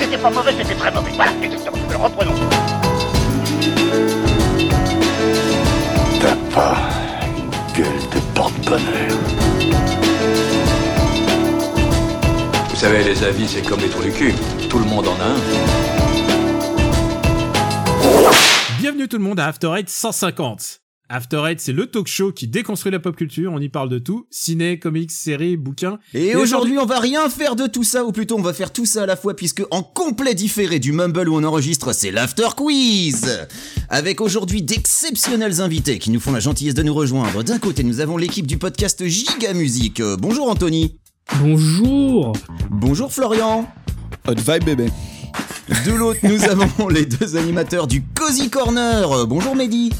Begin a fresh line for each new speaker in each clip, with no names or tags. c'était très mauvais. Voilà, exactement. Alors reprenons.
T'as pas une gueule de porte-bonheur.
Vous savez, les avis, c'est comme les trous du cul. Tout le monde en a un.
Bienvenue tout le monde à After Eight 150. After Eight, c'est le talk show qui déconstruit la pop culture, on y parle de tout, ciné, comics, séries, bouquins.
Et aujourd'hui, on va rien faire de tout ça, ou plutôt on va faire tout ça à la fois, puisque en complet différé du Mumble où on enregistre, c'est l'After Quiz Avec aujourd'hui d'exceptionnels invités qui nous font la gentillesse de nous rejoindre. D'un côté, nous avons l'équipe du podcast Giga Musique. Euh, bonjour Anthony
Bonjour
Bonjour Florian
Hot vibe bébé.
De l'autre, nous avons les deux animateurs du Cozy Corner. Euh, Bonjour Mehdi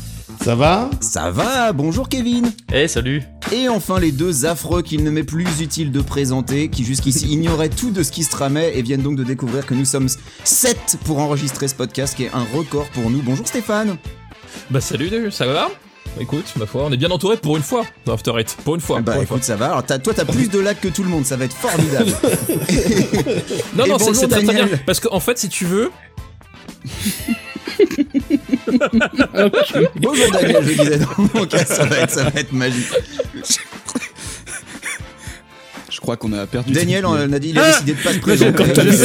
Ça va
Ça va Bonjour Kevin
Eh salut
Et enfin les deux affreux qu'il ne m'est plus utile de présenter, qui jusqu'ici ignoraient tout de ce qui se tramait et viennent donc de découvrir que nous sommes 7 pour enregistrer ce podcast, qui est un record pour nous. Bonjour Stéphane
Bah salut, salut, ça va Écoute, ma foi, on est bien entouré pour une fois dans After Eight. Pour une fois,
Bah
pour une
écoute, ça va. Alors t'as- toi t'as plus de lacs que tout le monde, ça va être formidable.
fois. Non,
et
non, c'est-
bonjour,
c'est très, très bien.
Daniel.
Parce qu'en fait, si tu veux,
Bonjour Daniel, je disais donc, ça va être, ça va être magique.
Je crois qu'on a perdu.
Daniel, on a dit, il a
Ah
décidé de pas se
Je, je
présenter. il est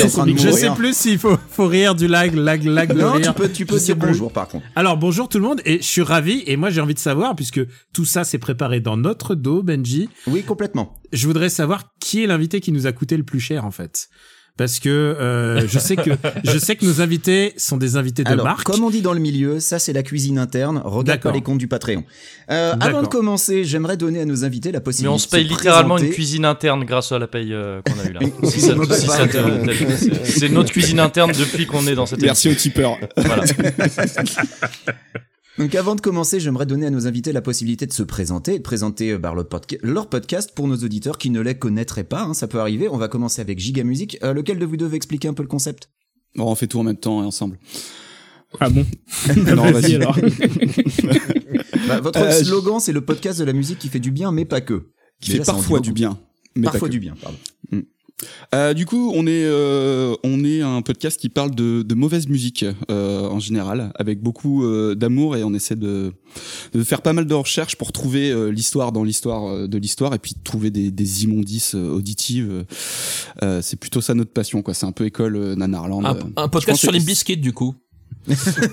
en train
sais,
de
je sais
mourir.
plus s'il faut, faut rire du lag, lag, lag, de
Non, tu
rire.
peux, tu peux
Je sais
dire
plus.
bonjour par contre.
Alors bonjour tout le monde et je suis ravi et moi j'ai envie de savoir puisque tout ça s'est préparé dans notre dos Benji,
Oui, complètement.
je voudrais savoir qui est l'invité qui nous a coûté le plus cher en fait. Parce que euh, je sais que je sais que nos invités sont des invités de
Alors,
marque.
comme on dit dans le milieu, ça c'est la cuisine interne. Regarde
D'accord.
pas les comptes du Patreon. Euh,
D'accord.
avant de commencer, j'aimerais donner à nos invités la
Mais
possibilité.
on se paye
de
littéralement une
présenter-
cuisine interne grâce à la paye euh, qu'on a eue là.
Une
Si ça-
cuisine
si ça
interne.
t'intéresse, peut-être. C'est- C'est notre cuisine interne depuis qu'on est dans cette
Merci au tipeur.
émission. Voilà.
Donc avant de commencer, j'aimerais donner à nos invités la possibilité de se présenter et de présenter euh, bah, le podca- leur podcast pour nos auditeurs qui ne les connaîtraient pas. hein, ça peut arriver. On va commencer avec Giga Music. Euh, lequel de vous deux veut expliquer un peu le concept
Bon, on fait tout en même temps et ensemble.
Ah bon
non, vas-y.
alors.
Bah, Votre
Euh, je-
slogan, c'est le podcast de la musique qui fait du bien, mais pas que.
Qui
Déjà,
fait
ça en dit
parfois
beaucoup.
du bien. Mais
Parfois
pas que.
du bien, pardon.
Euh, du coup, on est euh, on est un podcast qui parle de, de mauvaise musique euh, en général, avec beaucoup euh, d'amour et on essaie de, de faire pas mal de recherches pour trouver euh, l'histoire dans l'histoire euh, de l'histoire et puis trouver des, des immondices euh, auditives. Euh, c'est plutôt ça notre passion, quoi. C'est un peu école euh, Nanarland.
Ah.
Un,
Euh,
un
je pense
podcast sur
que-
les biscuits, du coup.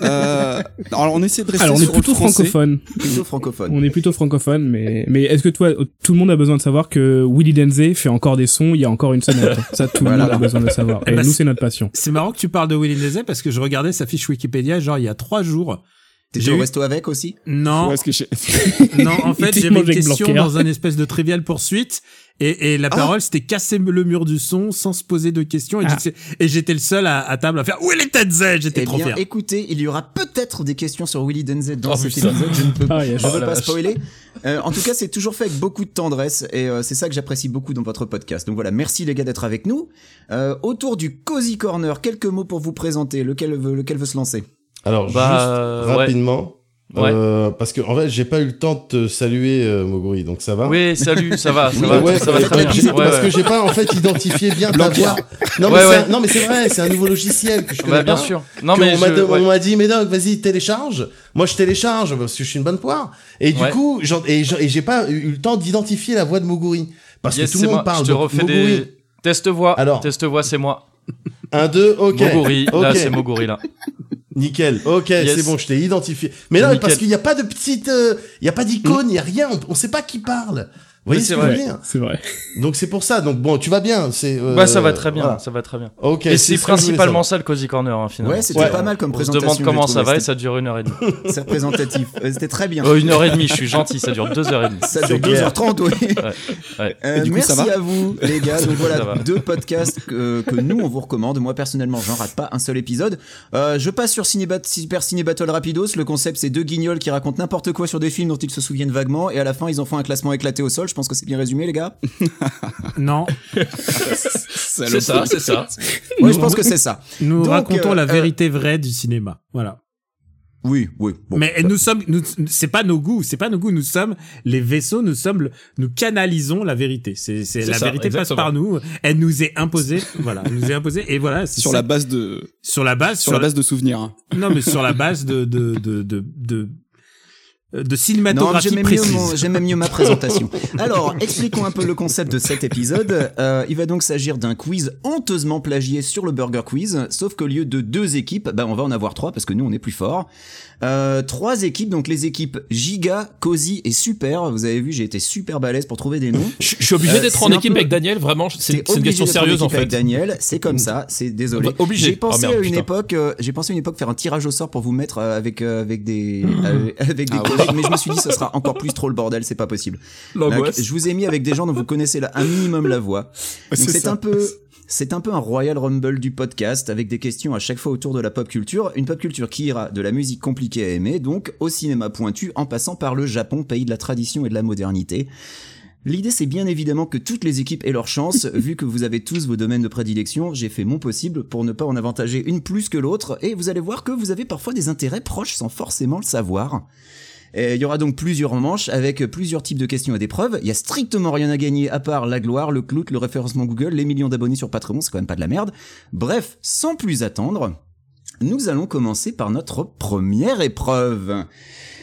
Euh, alors on essaie de rester
Alors on est
sur le
plutôt
français.
francophone.
Plutôt francophone.
On est plutôt francophone, mais mais est-ce que toi, tout le monde a besoin de savoir que Willy Denze fait encore des sons il y a encore une semaine quoi. Ça, tout
Voilà.
le monde a besoin de le savoir.
Eh
Et
bah,
ben,
nous, c'est notre passion.
C'est marrant que tu parles de Willy Nezet parce que je regardais sa fiche Wikipédia genre il y a trois jours.
T'étais
J'ai
au
eu-
resto avec aussi
Non,
hein.
Ouais, ce que j'ai-
non, en
Il
fait,
était
j'avais une
mangé avec
question
Blanquer.
dans un espèce de triviale poursuite et, et la
Ah.
parole c'était casser le mur du son sans se poser de questions et,
Ah.
j'étais- et j'étais le seul à, à table à faire Willy Nezet, j'étais
Eh
trop
bien,
fier.
écoutez, il y aura peut-être des questions sur Willy Denzet dans
Oh,
cet
putain.
épisode. Je ne peux
Ah, il y a-
Je
oh,
ne veux
la
pas
vache.
spoiler. Euh, en tout cas, c'est toujours fait avec beaucoup de tendresse et euh, c'est ça que j'apprécie beaucoup dans votre podcast. Donc voilà, merci les gars d'être avec nous. Euh, autour du Cozy Corner, quelques mots pour vous présenter. Lequel veut, lequel veut se lancer
Alors,
Bah,
juste
euh, ouais.
rapidement.
Ouais.
euh, parce que en fait, j'ai pas eu le temps de te saluer, euh, Moguri, donc ça va.
Oui, salut, ça va, ça
Oui,
va,
ouais,
ça va
fallait
très
pas
bien.
le dire,
Ouais,
parce
ouais.
que j'ai pas en fait identifié bien ta voix. Non mais,
Ouais,
c'est
ouais.
un- non, mais c'est vrai, c'est un nouveau logiciel que je connais
Bah, bien
pas.
sûr. Non,
Que
mais
on m'a
je-
de-
ouais.
on m'a dit mais non vas-y télécharge moi je télécharge parce que je suis une bonne poire et du
Ouais.
coup j'en- et j'en- et j'ai pas eu le temps d'identifier la voix de Moguri parce
Yes,
que tout
c'est
le monde
moi.
parle
Je te
de
refais
Moguri
des. Test voix.
Alors.
Test voix, c'est moi.
1 2 OK
Moguri.
OK
Là, c'est Moguri, là.
nickel OK
Yes.
c'est bon je t'ai identifié mais non
Nickel.
parce qu'il n'y a pas de petite euh, il y a pas d'icône il y a rien on, on sait pas qui parle vous voyez
Mais
ce
c'est
que je veux
Ouais,
dire
c'est vrai.
donc c'est pour ça donc bon tu vas bien c'est euh,
Bah, ça va très
voilà.
bien, ça va très bien.
OK c'est
Et c'est
ce que je voulais
principalement ça, le Cozy Corner, hein, finalement.
Ouais, c'était
Ouais.
pas mal comme
On se
présentation.
demande comment
je
ça
trouve,
va et
c'était-
ça dure une heure et demie.
C'est représentatif. Euh, C'était très bien.
Oh, une heure et demie, je suis gentil, ça dure deux heures et demie.
Ça dure
C'est clair.
2h30, oui.
ouais.
Euh,
Et du coup,
merci
ça va
à vous, les gars. Donc
Ça
voilà,
va.
deux podcasts que, que nous, on vous recommande. Moi, personnellement, j'en rate pas un seul épisode. Euh, je passe sur Ciné Bat- Super Ciné Battle Rapidos. Le concept, c'est deux guignols qui racontent n'importe quoi sur des films dont ils se souviennent vaguement. Et à la fin, ils en font un classement éclaté au sol. Je pense que c'est bien résumé, les gars.
Non,
C'est ça, c'est ça.
Oui, je pense que c'est ça.
nous
Donc,
racontons
euh,
la
euh,
vérité vraie du cinéma. Voilà.
Oui, oui. bon.
mais nous sommes, nous, c'est pas nos goûts, c'est pas nos goûts. Nous sommes les vaisseaux, nous sommes, le- nous canalisons la vérité. C'est, c'est,
C'est
la
ça,
vérité
exactement.
passe par nous. Elle nous est imposée. voilà, elle nous est imposée. Et voilà, c'est
sur
ça.
la base de
sur la base,
sur la base de souvenirs. hein.
non mais sur la base de de de de de, de
Non,
cinématographie
j'aimais mieux,
précise.
mon- j'aimais mieux ma présentation. Alors, expliquons un peu le concept de cet épisode. Euh, il va donc s'agir d'un quiz honteusement plagié sur le Burger Quiz, sauf qu'au lieu de deux équipes, bah, on va en avoir trois parce que nous, on est plus forts. Euh, trois équipes, donc les équipes Giga, Cozy et Super. Vous avez vu, j'ai été super balèze pour trouver des noms.
Je je suis obligé
Euh,
d'être
c'est
en
un
équipe
peu-
avec Daniel, vraiment, je-
T'es
c'est c'est une
obligé
question
d'être en
sérieuse en
équipe
fait.
Avec Daniel, c'est comme ça, c'est désolé.
Bah, obligé.
J'ai pensé
Oh, merde,
à une
putain.
époque, euh, j'ai pensé à une époque faire un tirage au sort pour vous mettre euh, avec euh, avec des
Ah
avec- avec des collègues, mais je me suis dit ce sera encore plus trop le bordel, c'est pas possible.
Oh,
Donc, je vous ai mis avec des gens dont vous connaissez là, un minimum la voix. Donc,
c'est
C'est
ça.
un peu c'est un peu un Royal Rumble du podcast avec des questions à chaque fois autour de la pop culture, une pop culture qui ira de la musique compliquée à aimer donc au cinéma pointu en passant par le Japon, pays de la tradition et de la modernité. L'idée, c'est bien évidemment que toutes les équipes aient leur chance. Vu que vous avez tous vos domaines de prédilection, j'ai fait mon possible pour ne pas en avantager une plus que l'autre. Et vous allez voir que vous avez parfois des intérêts proches sans forcément le savoir. Et il y aura donc plusieurs manches avec plusieurs types de questions et d'épreuves. Il y a strictement rien à gagner à part la gloire, le clout, le référencement Google, les millions d'abonnés sur Patreon, c'est quand même pas de la merde. Bref, sans plus attendre, nous allons commencer par notre première épreuve.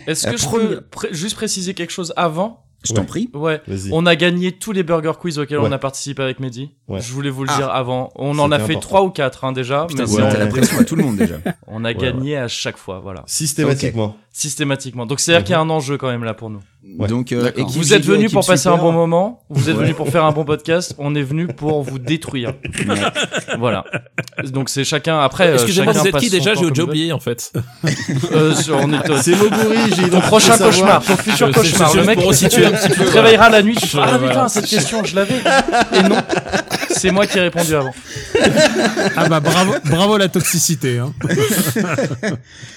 Est-ce
La
que je
première-
peux pré- juste préciser quelque chose avant
Je t'en
Ouais.
prie.
Ouais.
Vas-y.
On a gagné tous les burger quiz auxquels
Ouais.
on a participé avec Mehdi.
Ouais.
Je voulais vous le
Ah.
dire avant. On en a
C'était
fait
important.
trois ou quatre hein, déjà,
Putain,
mais
c'est
ouais.
t'as la pression à tout le monde déjà.
on a gagné à chaque fois, voilà,
Systématiquement.
systématiquement. Donc
Mhm.
c'est à dire qu'il y a un enjeu quand même là pour nous.
Ouais.
Donc, euh,
D'accord.
équipe
Vous êtes
Gigo,
venus
équipe
pour passer un
Super.
bon moment, vous êtes
Ouais.
venus pour faire un bon podcast, on est venus pour vous détruire. voilà. Donc c'est chacun après. euh,
Excusez-moi,
chacun
vous êtes
passe
qui
son
déjà
temps
J'ai
comme il
déjà
veut.
oublié en fait.
Euh, sur- on est, euh,
C'est Moguri, j'ai
Ton
identifié
prochain
savoir.
cauchemar, ton futur
Je- c'est-
cauchemar.
c'est
Le
juste
mec,
pour resituer un petit
tu
peu,
te
voilà.
réveilleras la nuit, tu fais,
Ouais,
Ah
voilà.
putain, cette question, je l'avais. Et non, c'est moi qui ai répondu avant.
Ah bah bravo, bravo la toxicité. Hein.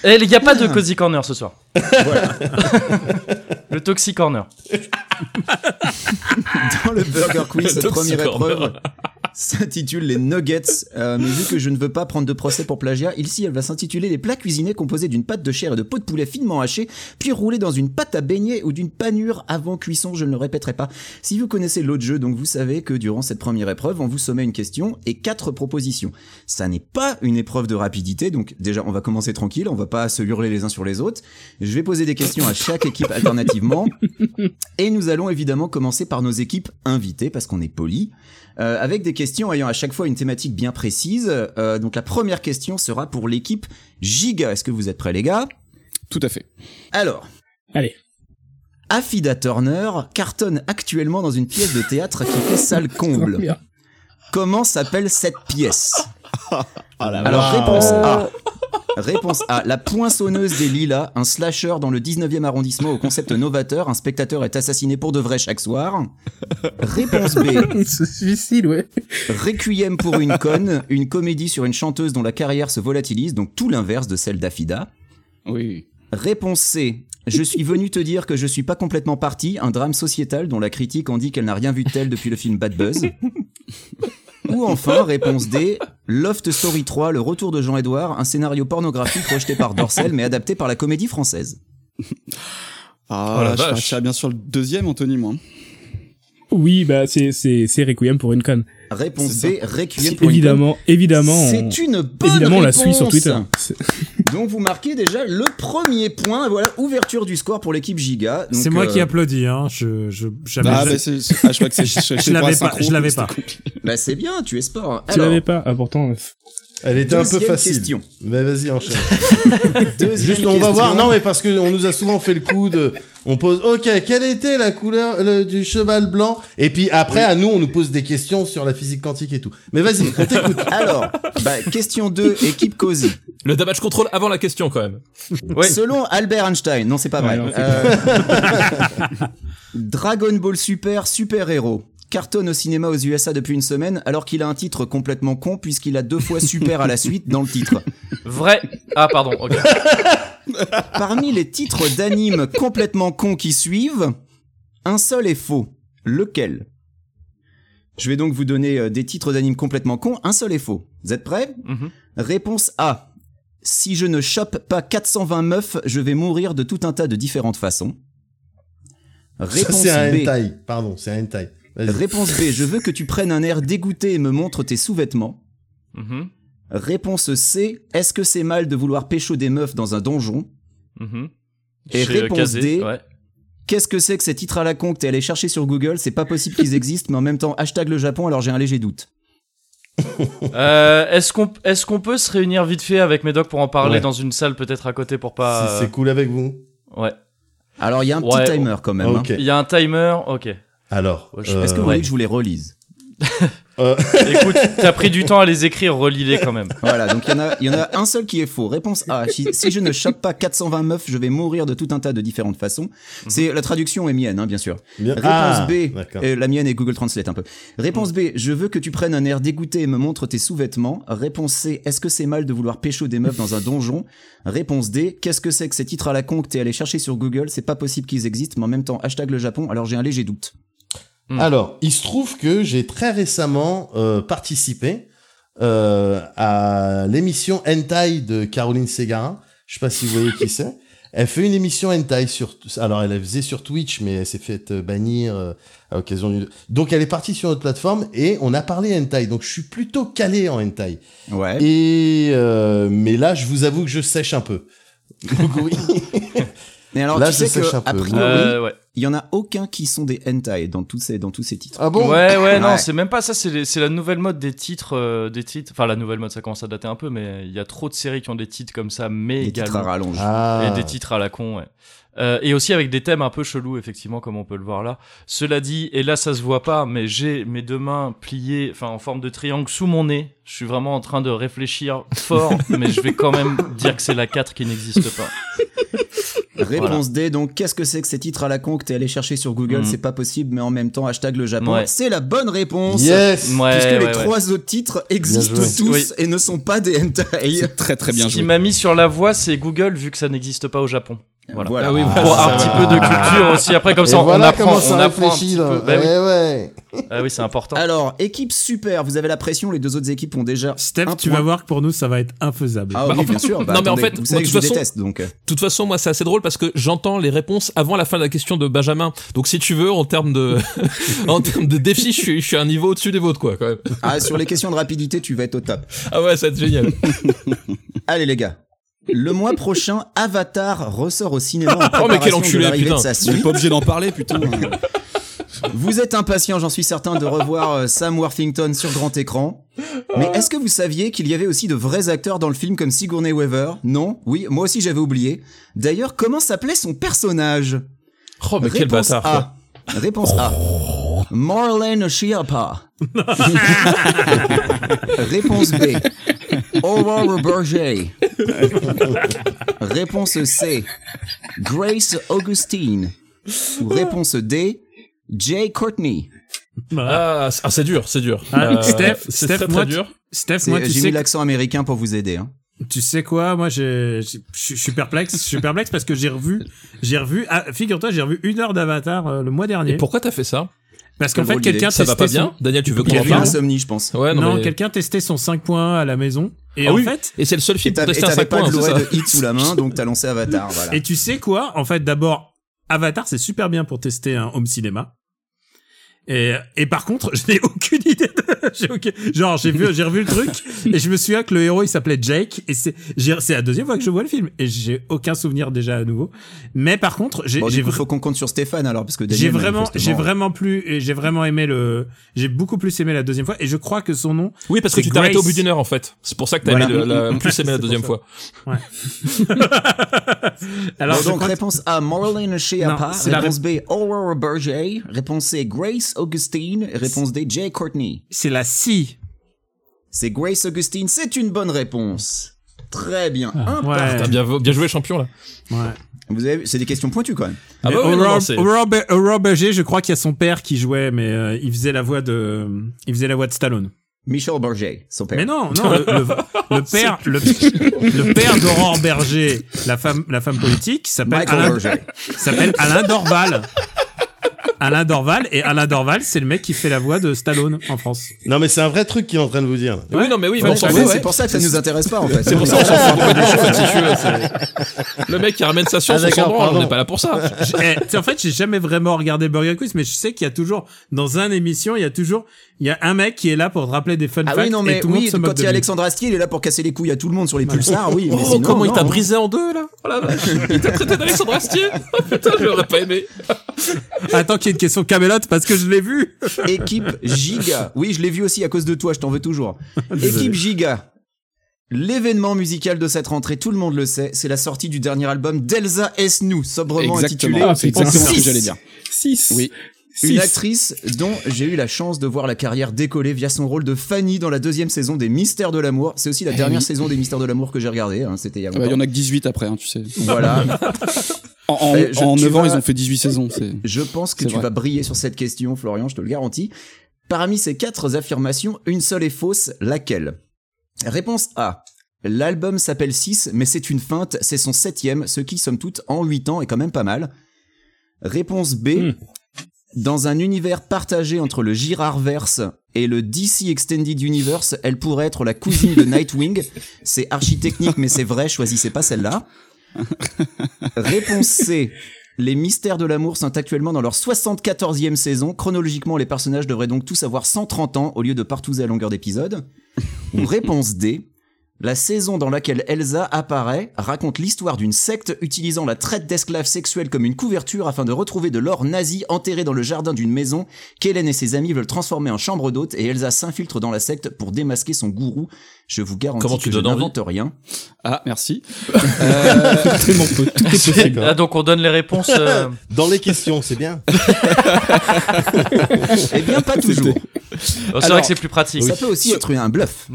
Eh, il n'y a pas de Cozy Corner ce soir. Le Toxic Corner.
Dans le Burger Quiz, cette
Toxic
première épreuve
Corner.
s'intitule les Nuggets. Euh, mais vu que je ne veux pas prendre de procès pour plagiat, ici elle va s'intituler les plats cuisinés composés d'une pâte de chair et de peau de poulet finement hachée, puis roulés dans une pâte à beignet ou d'une panure avant cuisson, je ne le répéterai pas. Si vous connaissez l'autre jeu, donc vous savez que durant cette première épreuve, on vous sommet une question et quatre propositions. Ça n'est pas une épreuve de rapidité, donc déjà on va commencer tranquille, on va pas se hurler les uns sur les autres. Je vais poser des questions à chaque équipe alternativement. Et nous allons évidemment commencer par nos équipes invitées, parce qu'on est poli, euh, avec des questions ayant à chaque fois une thématique bien précise. Euh, donc la première question sera pour l'équipe Giga. Est-ce que vous êtes prêts les gars
Tout à fait.
Alors.
Allez.
Affida Turner cartonne actuellement dans une pièce de théâtre qui fait salle comble. Comment s'appelle cette pièce
Ah
Alors réponse A. Réponse A. La poinçonneuse des lilas, un slasher dans le 19e arrondissement au concept novateur, un spectateur est assassiné pour de vrai chaque soir. Réponse B.
C'est suicide, ouais.
Requiem pour une conne, une comédie sur une chanteuse dont la carrière se volatilise, donc tout l'inverse de celle d'Afida.
Oui.
Réponse C. Je suis venu te dire que je suis pas complètement parti, un drame sociétal dont la critique en dit qu'elle n'a rien vu de tel depuis le film Bad Buzz. Ou enfin, réponse D. Loft Story 3, le retour de Jean-Édouard, un scénario pornographique rejeté par Dorcel mais adapté par la comédie française.
Ah,
Oh la
je
vache.
partirais bien sur le deuxième, Anthony, moi.
Oui, bah, c'est, c'est, c'est Requiem pour une conne.
Réponse D. Requiem pour une
Évidemment,
conne.
évidemment. on-
C'est une bonne
Évidemment, on la
réponse.
suit sur Twitter. C'est-
Donc vous marquez déjà le premier point. Voilà, ouverture du score pour l'équipe Giga. Donc,
C'est moi qui
euh,
applaudis. Hein. Je, je, j'avais-
Ah,
je-
bah, c'est- c'est- ah, je crois que c'est
je
Je
l'avais pas. Je l'avais pas.
Bah c'est bien, tu es sport. hein.
Tu
Alors,
l'avais pas Ah, pourtant. euh,
Elle était un peu
deuxième
facile.
question.
Mais vas-y, enchaîne.
Deuxième
Juste, on va
question.
voir. Non, mais parce que on nous a souvent fait le coup de. On pose. Ok, quelle était la couleur le- du cheval blanc Et puis après, à nous, on nous pose des questions sur la physique quantique et tout. Mais vas-y, on t'écoute.
Alors, bah, question 2, équipe Cozy.
Le damage control avant la question quand même.
Oui.
Selon Albert Einstein, non c'est pas vrai.
Ouais, non,
Euh, Dragon Ball Super, super héros. Cartonne au cinéma aux USA depuis une semaine alors qu'il a un titre complètement con puisqu'il a deux fois super à la suite dans le titre.
Vrai. Ah, pardon, ok.
Parmi les titres d'animes complètement cons qui suivent, un seul est faux. Lequel Je vais donc vous donner euh, des titres d'animes complètement cons, un seul est faux. Vous êtes prêts
Mhm.
Réponse A. Si je ne chope pas 420 meufs, je vais mourir de tout un tas de différentes façons.
Ça,
Réponse
c'est un
B.
hentai. Pardon, c'est un hentai. Vas-y.
Réponse B. Je veux que tu prennes un air dégoûté et me montres tes sous-vêtements.
Mhm.
Réponse C. Est-ce que c'est mal de vouloir pécho des meufs dans un donjon
Mhm.
Et
Chez, euh,
réponse
Kazé,
D.
ouais.
Qu'est-ce que c'est que ces titres à la con que t'es allé chercher sur Google C'est pas possible qu'ils existent, mais en même temps, hashtag le Japon, alors j'ai un léger doute.
Euh, est-ce qu'on est-ce qu'on peut se réunir vite fait avec Médoc pour en parler
Ouais.
dans une salle peut-être à côté pour pas.
Si
euh,
c'est cool avec vous.
Ouais.
Alors, il y a un petit
Ouais,
timer quand même. hein.
Ok.
Il y a un timer. Ok.
Alors,
Ouais, je-
Est-ce que vous
euh,
voulez que je vous les relise
euh,
Écoute, t'as pris du temps à les écrire, relis-les quand même.
Voilà, donc il y, en a- il y en a un seul qui est faux. Réponse A, si, si je ne chope pas 420 meufs, je vais mourir de tout un tas de différentes façons. C'est La traduction est mienne, hein, bien sûr.
bien-
Réponse
Mhm. Ah,
B,
d'accord. Mhm.
euh, la mienne est Google Translate un peu. Réponse B, je veux que tu prennes un air dégoûté et me montres tes sous-vêtements. Réponse C, est-ce que c'est mal de vouloir pécho des meufs dans un donjon Réponse D, qu'est-ce que c'est que ces titres à la con que t'es allé chercher sur Google C'est pas possible qu'ils existent, mais en même temps, hashtag le Japon, alors j'ai un léger doute.
Alors, il se trouve que j'ai très récemment euh, participé euh, à l'émission Hentai de Caroline Ségara. Je sais pas si vous voyez qui c'est. Elle fait une émission Hentai sur. Alors, elle la faisait sur Twitch, mais elle s'est faite euh, bannir euh, à l'occasion d'une. Donc, elle est partie sur notre plateforme et on a parlé Hentai. Donc, je suis plutôt calé en Hentai.
Ouais.
Et euh, mais là, je vous avoue que je sèche un peu. Donc, oui.
Mais alors,
là,
tu
je
sais que,
sèche un peu.
a priori,
Euh, ouais.
il y en a aucun qui sont des hentai dans tous ces, dans tous ces titres.
ah bon
ouais, ouais, non,
Ouais.
c'est même pas ça. C'est les- c'est la nouvelle mode des titres, euh, des titres. Enfin, la nouvelle mode, ça commence à dater un peu, mais il y a trop de séries qui ont des titres comme ça, mais
Des titres à rallonge.
Ah.
et des titres à la con, ouais. Euh, et aussi avec des thèmes un peu chelous, effectivement, comme on peut le voir là. Cela dit, et là ça se voit pas, mais j'ai mes deux mains pliées, enfin en forme de triangle sous mon nez. Je suis vraiment en train de réfléchir fort, mais je vais quand même dire que c'est la 4 qui n'existe pas.
Réponse D, donc qu'est-ce que c'est que ces titres à la con que t'es allé chercher sur Google
Mm.
C'est pas possible, mais en même temps, hashtag le Japon.
Ouais.
C'est la bonne réponse.
Yes.
Ouais,
puisque les
ouais, ouais.
trois autres titres existent
Bien joué.
tous
Oui.
et ne sont pas des hentai.
C'est très très bien
Ce qui
joué.
m'a mis sur la voie, c'est Google, vu que ça n'existe pas au Japon. Voilà.
Voilà.
oui,
Pour
Ah.
un petit peu de culture aussi. Après, comme
Et
ça, on-
voilà
on apprend.
comment ça
on apprend un
réfléchit
petit
là.
peu. Bah oui.
Eh ouais.
Ah oui, c'est important.
Alors, équipe super, vous avez la pression, les deux autres équipes ont déjà.
Steph,
un
tu
point.
vas voir que pour nous, ça va être infaisable.
Ah oui,
Bah, en fait-
bien sûr. Bah,
non, mais en
attendez,
fait,
vous
moi,
savez
de
que je
toute
vous
façon-
déteste, donc. euh,
De toute façon, moi, c'est assez drôle parce que j'entends les réponses avant la fin de la question de Benjamin. Donc, si tu veux, en termes de, en termes de défi, je suis, je suis un niveau au-dessus des vôtres, quoi, quand même.
Ah, sur les questions de rapidité, tu vas être au top.
Ah ouais, ça va être génial.
Allez, les gars. Le mois prochain, Avatar ressort au cinéma en
Oh, mais quel
préparation de
enculé,
l'arrivée de
putain.
sa
On
suite.
est pas obligé d'en parler, putain.
hein.
Vous êtes impatient, j'en suis certain, de revoir euh, Sam Worthington sur grand écran. Mais est-ce que vous saviez qu'il y avait aussi de vrais acteurs dans le film comme Sigourney Weaver Non Oui, moi aussi j'avais oublié. D'ailleurs, comment s'appelait son personnage
Oh, mais quel
Réponse
bâtard. quoi.
A. Réponse A. Marlene Schiappa. Réponse B. Aurora Berger. Réponse C. Grace Augustine. Ou réponse D. Jay Courtney.
Ah, c'est- ah, c'est dur, c'est dur. Euh,
Ah, Steph,
c'est
Steph,
très,
moi,
très
tu-
dur.
Steph,
C'est- euh,
moi, tu
J'ai mis
sais,
l'accent américain pour vous aider. hein.
tu sais quoi Moi, j'ai- j'ai- je je suis perplexe. Je suis perplexe parce que j'ai revu, j'ai revu. ah, Figure-toi, j'ai revu une heure d'Avatar euh, le mois
Et
dernier.
pourquoi t'as fait ça
Parce qu'en
Quelle
fait,
drôle d'idée.
quelqu'un
Ça va pas
testait son-
bien Daniel, tu veux
Il
qu'on
y
en
a eu
parle
l'insomnie, je pense.
Ouais, Ah non,
Non,
mais-
quelqu'un testait son 5.1 à la maison. Et
Ah
en
oui.
fait,
Et c'est le seul
Et
film
t'as-
pour
et
tester un
t'avais
5
pas
points,
de
hein, c'est
Blu-ray
ça
de hit sous la main, donc t'as lancé Avatar.
Ah.
Voilà.
Et tu sais quoi En fait, d'abord, Avatar, c'est super bien pour tester un home cinéma. Et, et par contre, je n'ai aucune idée. De... j'ai aucun- Genre, j'ai vu, j'ai revu le truc et je me souviens que le héros il s'appelait Jake et c'est, j'ai- c'est la deuxième fois que je vois le film et j'ai aucun souvenir déjà à nouveau. Mais par contre, j'ai,
Bon, du
j'ai,
coup,
vra-
faut qu'on compte sur Stéphane alors, parce que Daniel,
j'ai vraiment, j'ai
manifestement- hein.
vraiment plus, et j'ai vraiment aimé le, j'ai beaucoup plus aimé la deuxième fois et je crois que son nom,
Oui, parce que
C'est
tu t'es arrêté au
Grace.
bout d'une heure en fait. C'est pour ça que t'as
Voilà.
aimé le- la- plus aimé la
C'est
deuxième
pour
fois. Ah
alors
Bon,
je
donc,
crois que-
réponse A, Marlene Schiappa.
Non, c'est la
Réponse B, Aurora Berger. Réponse C, Grace Augustine. Réponse D, Jay Courtney.
c'est la scie.
C'est Grace Augustine, c'est une bonne réponse. Très bien. Un
Ouais.
partout.
T'as bien, bien joué champion là.
Ouais.
Vous avez vu, c'est des questions pointues quand même.
Ah
Mais
bah ouais, non,
Aurore-
non, c'est-
Aurore Be- Aurore Berger, je crois qu'il y a son père qui jouait, mais euh, il faisait la voix de, il faisait la voix de Stallone.
Michel Berger, son père.
Mais non, non, le, le- le père, le, le père d'Aurore Berger, la femme, la femme politique, s'appelle
Michael
Alain,
Berger.
s'appelle Alain Dorval. Alain Dorval. Et Alain Dorval, c'est le mec qui fait la voix de Stallone en France.
Non, mais c'est un vrai truc qu'il est en train de vous dire. là.
Oui, non, mais oui, mais on
bah,
s'en fout,
c'est
ouais.
pour ça que ça nous intéresse pas en fait.
C'est pour ça qu'on s'en fout beaucoup des cheveux tissus, là, c'est- Le mec qui ramène sa science
Ah,
sur son
d'accord,
droit, on
pardon.
n'est pas là pour ça.
Oh,
J'ai- eh, tu sais, en fait, j'ai jamais vraiment regardé Burger Quiz, mais je sais qu'il y a toujours, dans un émission, il y a toujours, il y a un mec qui est là pour te rappeler des fun
Ah
facts
oui, non,
et
mais
tout le monde
oui,
se moque
quand
de
il y a
lui.
Alexandre Astier, il est là pour casser les couilles à tout le monde sur les pulsars, oui. Mais
Oh,
sinon,
comment il
non,
t'a
hein.
brisé en deux, là Oh la vache, il t'a traité d'Alexandre Astier Oh putain, je l'aurais pas aimé.
Attends qu'il y ait une question Camelot parce que je l'ai vu.
Équipe Giga. Oui, je l'ai vu aussi à cause de toi, je t'en veux toujours. Équipe Giga. L'événement musical de cette rentrée, tout le monde le sait, c'est la sortie du dernier album d'Elsa Esnou, sobrement
Exactement.
intitulé hein,
Ah, c'est exactement ce que
Six.
j'allais dire.
6.
Oui.
Une
Six.
actrice dont j'ai eu la chance de voir la carrière décoller via son rôle de Fanny dans la deuxième saison des Mystères de l'amour. C'est aussi la
Eh
dernière
oui.
saison des Mystères de l'amour que j'ai regardée. hein, C'était il y a
Ah bah, Il y
longtemps.
en a que 18 après, hein, tu sais.
Voilà.
En, en,
Eh, je-
en
tu
9 ans,
vas-
ils ont fait 18 saisons. c'est-
Je pense que
C'est
tu
vrai.
vas briller sur cette question, Florian, je te le garantis. Parmi ces quatre affirmations, une seule est fausse, laquelle Réponse A. L'album s'appelle 6, mais c'est une feinte, c'est son septième, ce qui, somme toute, en 8 ans est quand même pas mal. Réponse B.
Hmm.
Dans un univers partagé entre le Girardverse et le DC Extended Universe, elle pourrait être la cousine de Nightwing. C'est architechnique, mais c'est vrai, choisissez pas celle-là. Réponse C. Les mystères de l'amour sont actuellement dans leur 74e saison. Chronologiquement, les personnages devraient donc tous avoir 130 ans au lieu de partouzer à longueur d'épisode. Ou réponse D. La saison dans laquelle Elsa apparaît raconte l'histoire d'une secte utilisant la traite d'esclaves sexuels comme une couverture afin de retrouver de l'or nazi enterré dans le jardin d'une maison qu'Hélène et ses amis veulent transformer en chambre d'hôte et Elsa s'infiltre dans la secte pour démasquer son gourou. Je vous garantis
Comment
que
tu
je
donnes envie
n'invente rien.
Ah, merci. Euh,
D'accord.
Ah, donc on donne les réponses. euh,
Dans les questions, c'est bien.
Eh bien, pas toujours.
oh, C'est
Alors,
vrai que c'est plus pratique.
Ça peut aussi être un bluff.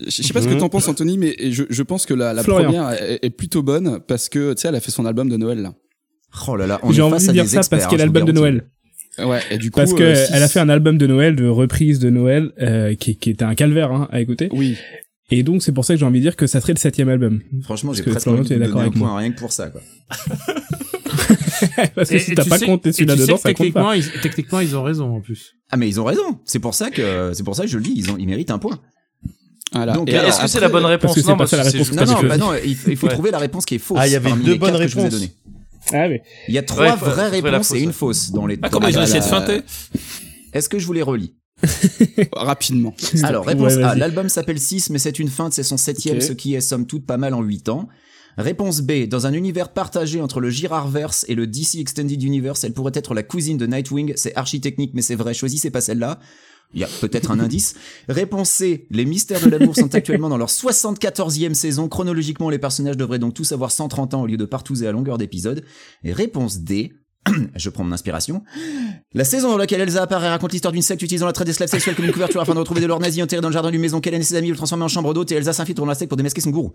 Je je sais pas ce que t'en penses, Anthony, mais je, je pense que la, la
Mhm. Florian.
première est, est plutôt bonne parce que, tu sais, elle a fait son album de Noël, là.
Oh là là, on
J'ai
est
envie
face
de
à
dire
des
ça
experts.
parce qu'il y a
hein, je vous
l'album de
garantis.
Noël.
Ouais, et du coup.
Parce que
euh, six-
elle a fait un album de Noël, de reprise de Noël, euh, qui, qui était un calvaire hein, à écouter.
Oui.
Et donc c'est pour ça que j'ai envie de dire que ça serait le septième album.
Franchement, j'ai
Parce que
presque
Florian,
envie
tu
de
es
vous
d'accord
donner un
avec moi.
point rien que pour ça. Quoi.
Parce que si
et
t'as
tu
pas
sais-
compté
et
celui-là
tu sais
dedans,
que
ça compte
techniquement,
pas.
ils- techniquement, ils ont raison en plus.
Ah mais ils ont raison. C'est pour ça que c'est pour ça que je le dis. Ils ont ils méritent un point.
Voilà.
Donc,
Et
Mais
alors,
Est-ce que c'est
après-
la bonne réponse
que c'est pas ça la
parce que
réponse
c'est
que
Non
t'as
juste-
non
dit.
bah non. Il, il faut
Ouais.
trouver la réponse qui est fausse.
Ah, il y avait
parmi
deux
les quatre
bonnes
que je vous ai
réponses.
données.
Ah oui.
Il y a
Ouais,
trois
faut- faut
vraies
trouver la
réponses
fausse,
et une
ouais.
fausse dans les.
Ah, comment ils ont
dans
essayé de
la-
bah, euh,
feinter
Est-ce que je vous les relis
Rapidement.
Alors réponse
Ouais,
A.
vas-y.
L'album s'appelle 6 mais c'est une feinte. C'est son septième,
Ok.
ce qui est somme toute pas mal en 8 ans. Réponse B. Dans un univers partagé entre le Girardverse et le DC Extended Universe, elle pourrait être la cousine de Nightwing. C'est architechnique, mais c'est vrai. Choisissez pas celle-là. Il y a peut-être un indice. Réponse C. Les mystères de l'amour sont actuellement dans leur 74e saison. Chronologiquement, les personnages devraient donc tous avoir 130 ans au lieu de partouzer à longueur d'épisode. Et réponse D. Je prends mon inspiration. La saison dans laquelle Elsa apparaît raconte l'histoire d'une secte utilisant la traite d'esclaves sexuels comme une couverture afin de retrouver de l'or nazi enterré dans le jardin d'une maison qu'Hélène et ses amis veulent transformer en chambre d'hôte et Elsa s'infiltre dans la secte pour démasquer son gourou.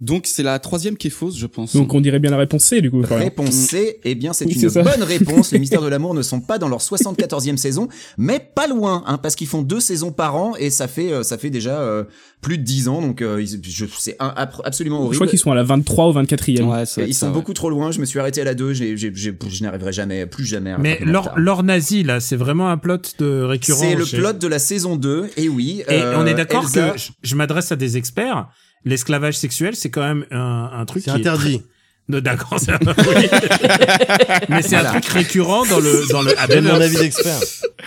Donc, c'est la troisième qui est fausse, je pense.
Donc on dirait bien la réponse C du coup. Florian.
Réponse C, eh bien c'est
Oui,
une
c'est ça.
bonne réponse. Les mystères de l'amour ne sont pas dans leur 74e saison, mais pas loin, hein, parce qu'ils font deux saisons par an et ça fait euh, ça fait déjà euh, plus de 10 ans, donc euh, ils- je- c'est un- ap- absolument
Je
horrible.
crois qu'ils sont à la 23 ou 24e.
Ouais, ça va
Et
être
Ils
ça,
sont
ouais.
beaucoup trop loin. Je me suis arrêté à la 2, j'ai- j'ai- j'ai- je n'arriverai jamais, plus jamais. à
Mais
rattraper mon
l'or
retard.
l'or nazi, là, c'est vraiment un plot de récurrent.
c'est le
chez-
plot de la saison 2, et oui.
Et
euh,
on est d'accord
Elsa-
que je, je m'adresse à des experts. L'esclavage sexuel, c'est quand même un, un truc
C'est
qui
interdit.
est... Non, D'accord, c'est un- oui. Mais c'est
Voilà.
un truc récurrent dans le... Dans le
Donne mon
Haberverse.
avis d'expert.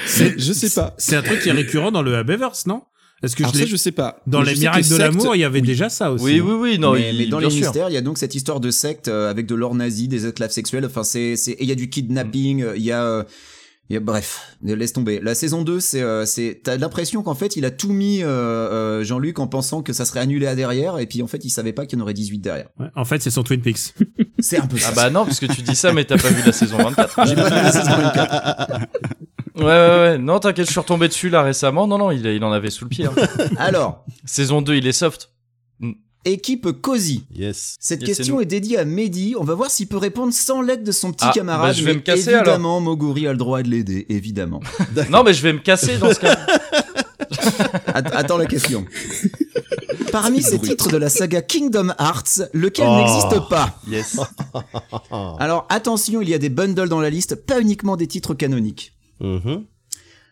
C'est-
Je sais pas.
C'est un truc qui est récurrent dans le Haberverse, non Est-ce que je
Alors ça,
l'ai-
je sais pas.
Dans
Mais
les
je sais que
miracles de
sectes-
l'amour, il y avait déjà ça aussi.
Oui, oui, oui, non,
mais,
il-
mais dans
bien
les
sûr.
mystères, il y a donc cette histoire de secte euh, avec de l'or nazi, des esclaves sexuels. Enfin, c'est, c'est, et il y a du kidnapping, euh, il y a, euh, il y a- bref, euh, laisse tomber. La saison 2, c'est, euh, c'est, t'as l'impression qu'en fait, il a tout mis, euh, euh, Jean-Luc, en pensant que ça serait annulé à derrière, et puis en fait, il savait pas qu'il y en aurait 18 derrière.
Ouais, En fait, c'est son Twin Peaks.
C'est un peu ça.
Ah bah non, parce que tu dis ça, mais t'as pas vu la saison 24.
J'ai pas vu la saison 24.
Ouais, ouais, ouais. Non, t'inquiète, je suis retombé dessus là récemment. Non, non, il, il en avait sous le pied. hein.
Alors,
Saison 2, il est soft.
équipe Cozy.
Yes.
Cette
Yes, c'est
question
nous.
est dédiée à Mehdi. On va voir s'il peut répondre sans l'aide de son petit
Ah,
camarade.
bah, je vais
mais
me casser, alors.
évidemment, Moguri a le droit de l'aider, évidemment.
Non, mais je vais me casser dans ce cas.
Att- Attends la question. parmi ces titres de la saga Kingdom Hearts, lequel
Oh.
n'existe pas
Yes.
Alors attention, il y a des bundles dans la liste, pas uniquement des titres canoniques.
mm-hmm.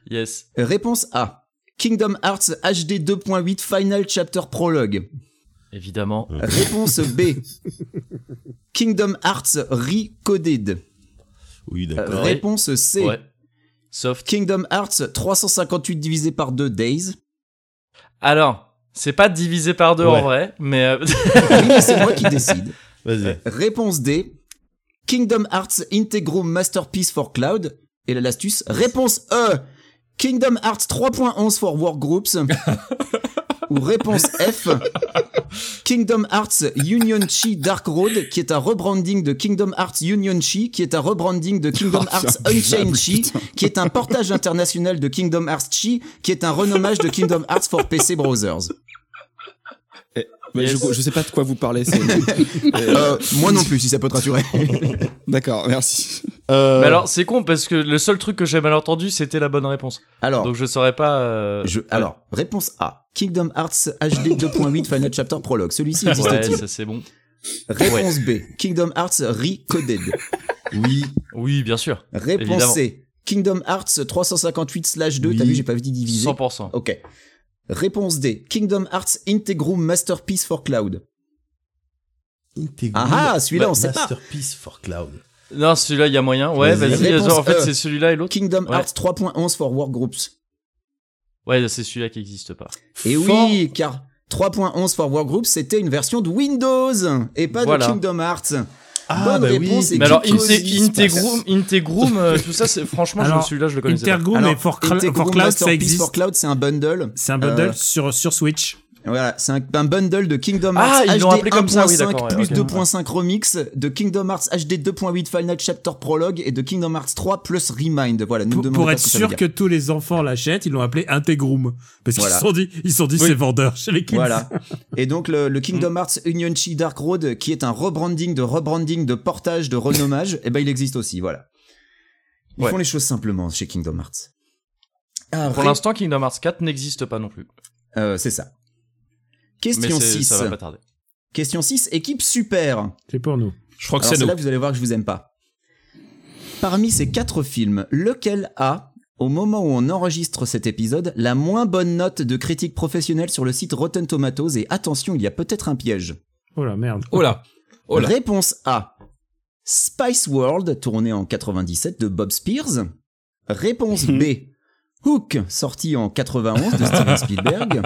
Yes.
Réponse A. Kingdom Hearts HD 2.8 Final Chapter Prologue.
Évidemment.
Réponse B. Kingdom Hearts Recoded.
Oui,
d'accord.
réponse C.
Ouais.
Kingdom Hearts 358 divisé par 2 Days.
Alors, c'est pas divisé par deux
Ouais.
en vrai, mais. euh,
Oui, mais c'est moi qui décide.
Vas-y.
Réponse D. Kingdom Hearts Integrum Masterpiece for Cloud. Et là, l'astuce. Réponse E. Kingdom Hearts 3.11 for Workgroups. Ou réponse F. Kingdom Hearts Union Chi Dark Road, qui est un rebranding de Kingdom Hearts Union Chi, qui est un rebranding de Kingdom
Oh,
Hearts
c'est abusable,
Unchained Chi, qui est un portage international de Kingdom Hearts Chi, qui est un renommage de Kingdom Hearts for PC Browsers.
Mais je, je sais pas de quoi vous parlez. c'est-
Euh, moi non plus, si ça peut te rassurer.
D'accord, merci.
Mais alors, c'est con parce que le seul truc que j'ai mal entendu, c'était la bonne réponse.
Alors.
Donc je saurais pas. euh,
Je- alors, réponse A. Kingdom Hearts HD 2.8 Final Chapter Prologue. Celui-ci
Ouais,
existe-t-il
ça c'est bon.
Réponse B. Kingdom Hearts Recoded.
Oui.
Oui, bien sûr.
Réponse
Évidemment.
C. Kingdom Hearts 358/2. T'as
Oui.
vu, j'ai pas dit diviser.
100%.
Ok. Réponse D. Kingdom Hearts Integrum Masterpiece for Cloud.
Integrum
Ah ah, celui-là, on
Ma-
sait pas.
Masterpiece for Cloud.
Non, celui-là, il y a moyen. Ouais,
Vas-y.
vas-y.
Réponse
genre, en fait,
E.
c'est celui-là et l'autre.
Kingdom
Ouais.
Hearts 3.11 for Workgroups.
Ouais, c'est celui-là qui existe pas.
Et
For-
oui, car 3.11 for Workgroups, c'était une version de Windows et pas
Voilà.
de Kingdom Hearts.
Ah,
Bonne
bah
réponse,
oui.
et
Mais alors,
qui cause-
Inte- Integrum, Integrum, euh, tout ça, c'est franchement, je-
Alors,
celui-là, je le connaissais. pas.
Intergroup mais
Alors,
for, Cla-
Integrum
for Cloud, ça
Masterpiece
existe.
for Cloud, c'est un bundle.
C'est un bundle
Euh,
sur, sur Switch.
Voilà, c'est un, un bundle de Kingdom Hearts
Ah,
HD
ils l'ont appelé comme ça, oui,
1.5
d'accord, ouais,
plus
ok.
2.5 remix de Kingdom Hearts HD 2.8 Final Chapter Prologue et de Kingdom Hearts 3 plus Remind. Voilà, ne me
Pour,
demandez
pour
pas
être
ce que ça
sûr
veut
que
dire.
tous les enfants l'achètent, ils l'ont appelé Integrum. Parce qu'ils
Voilà.
se sont dit, ils se sont dit
Oui.
c'est vendeur chez les kids.
Voilà. Et donc le, le
Mm.
Kingdom Hearts Union Chi Dark Road, qui est un rebranding de rebranding de portage de renommage, et ben il existe aussi. Voilà. Ils
Ouais.
font les choses simplement chez Kingdom Hearts. Ah,
Pour
ré-
l'instant, Kingdom Hearts 4 n'existe pas non plus.
euh, c'est ça.
Mais
Question
c'est-
6.
ça va pas tarder.
Question 6, équipe super.
C'est pour nous.
Je crois que
Alors
c'est nous.
là, vous allez voir que je vous aime pas. Parmi ces quatre films, lequel a, au moment où on enregistre cet épisode, la moins bonne note de critique professionnelle sur le site Rotten Tomatoes Et attention, il y a peut-être un piège.
Oh la merde.
Oh là. Oh là.
Réponse A. Spice World, tourné en 97 de Bob Spears. Réponse
Mhm.
B. Hook, sorti en 91 de Steven Spielberg.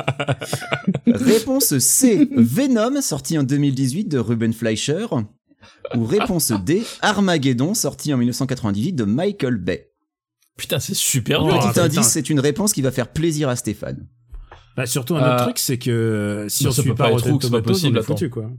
réponse C. Venom, sorti en 2018 de Ruben Fleischer. Ou réponse D. Armageddon, sorti en 1998 de Michael Bay.
Putain, c'est super
Oh,
dur.
Petit
putain.
indice, c'est une réponse qui va faire plaisir à Stéphane.
Bah, surtout un autre
Euh,
truc, c'est que euh, si
non,
on
ça
suit
peut
pas
pas être
Rotten
Hook, c'est pas
Tomatoes, on
possible,
est
attends.
foutu quoi.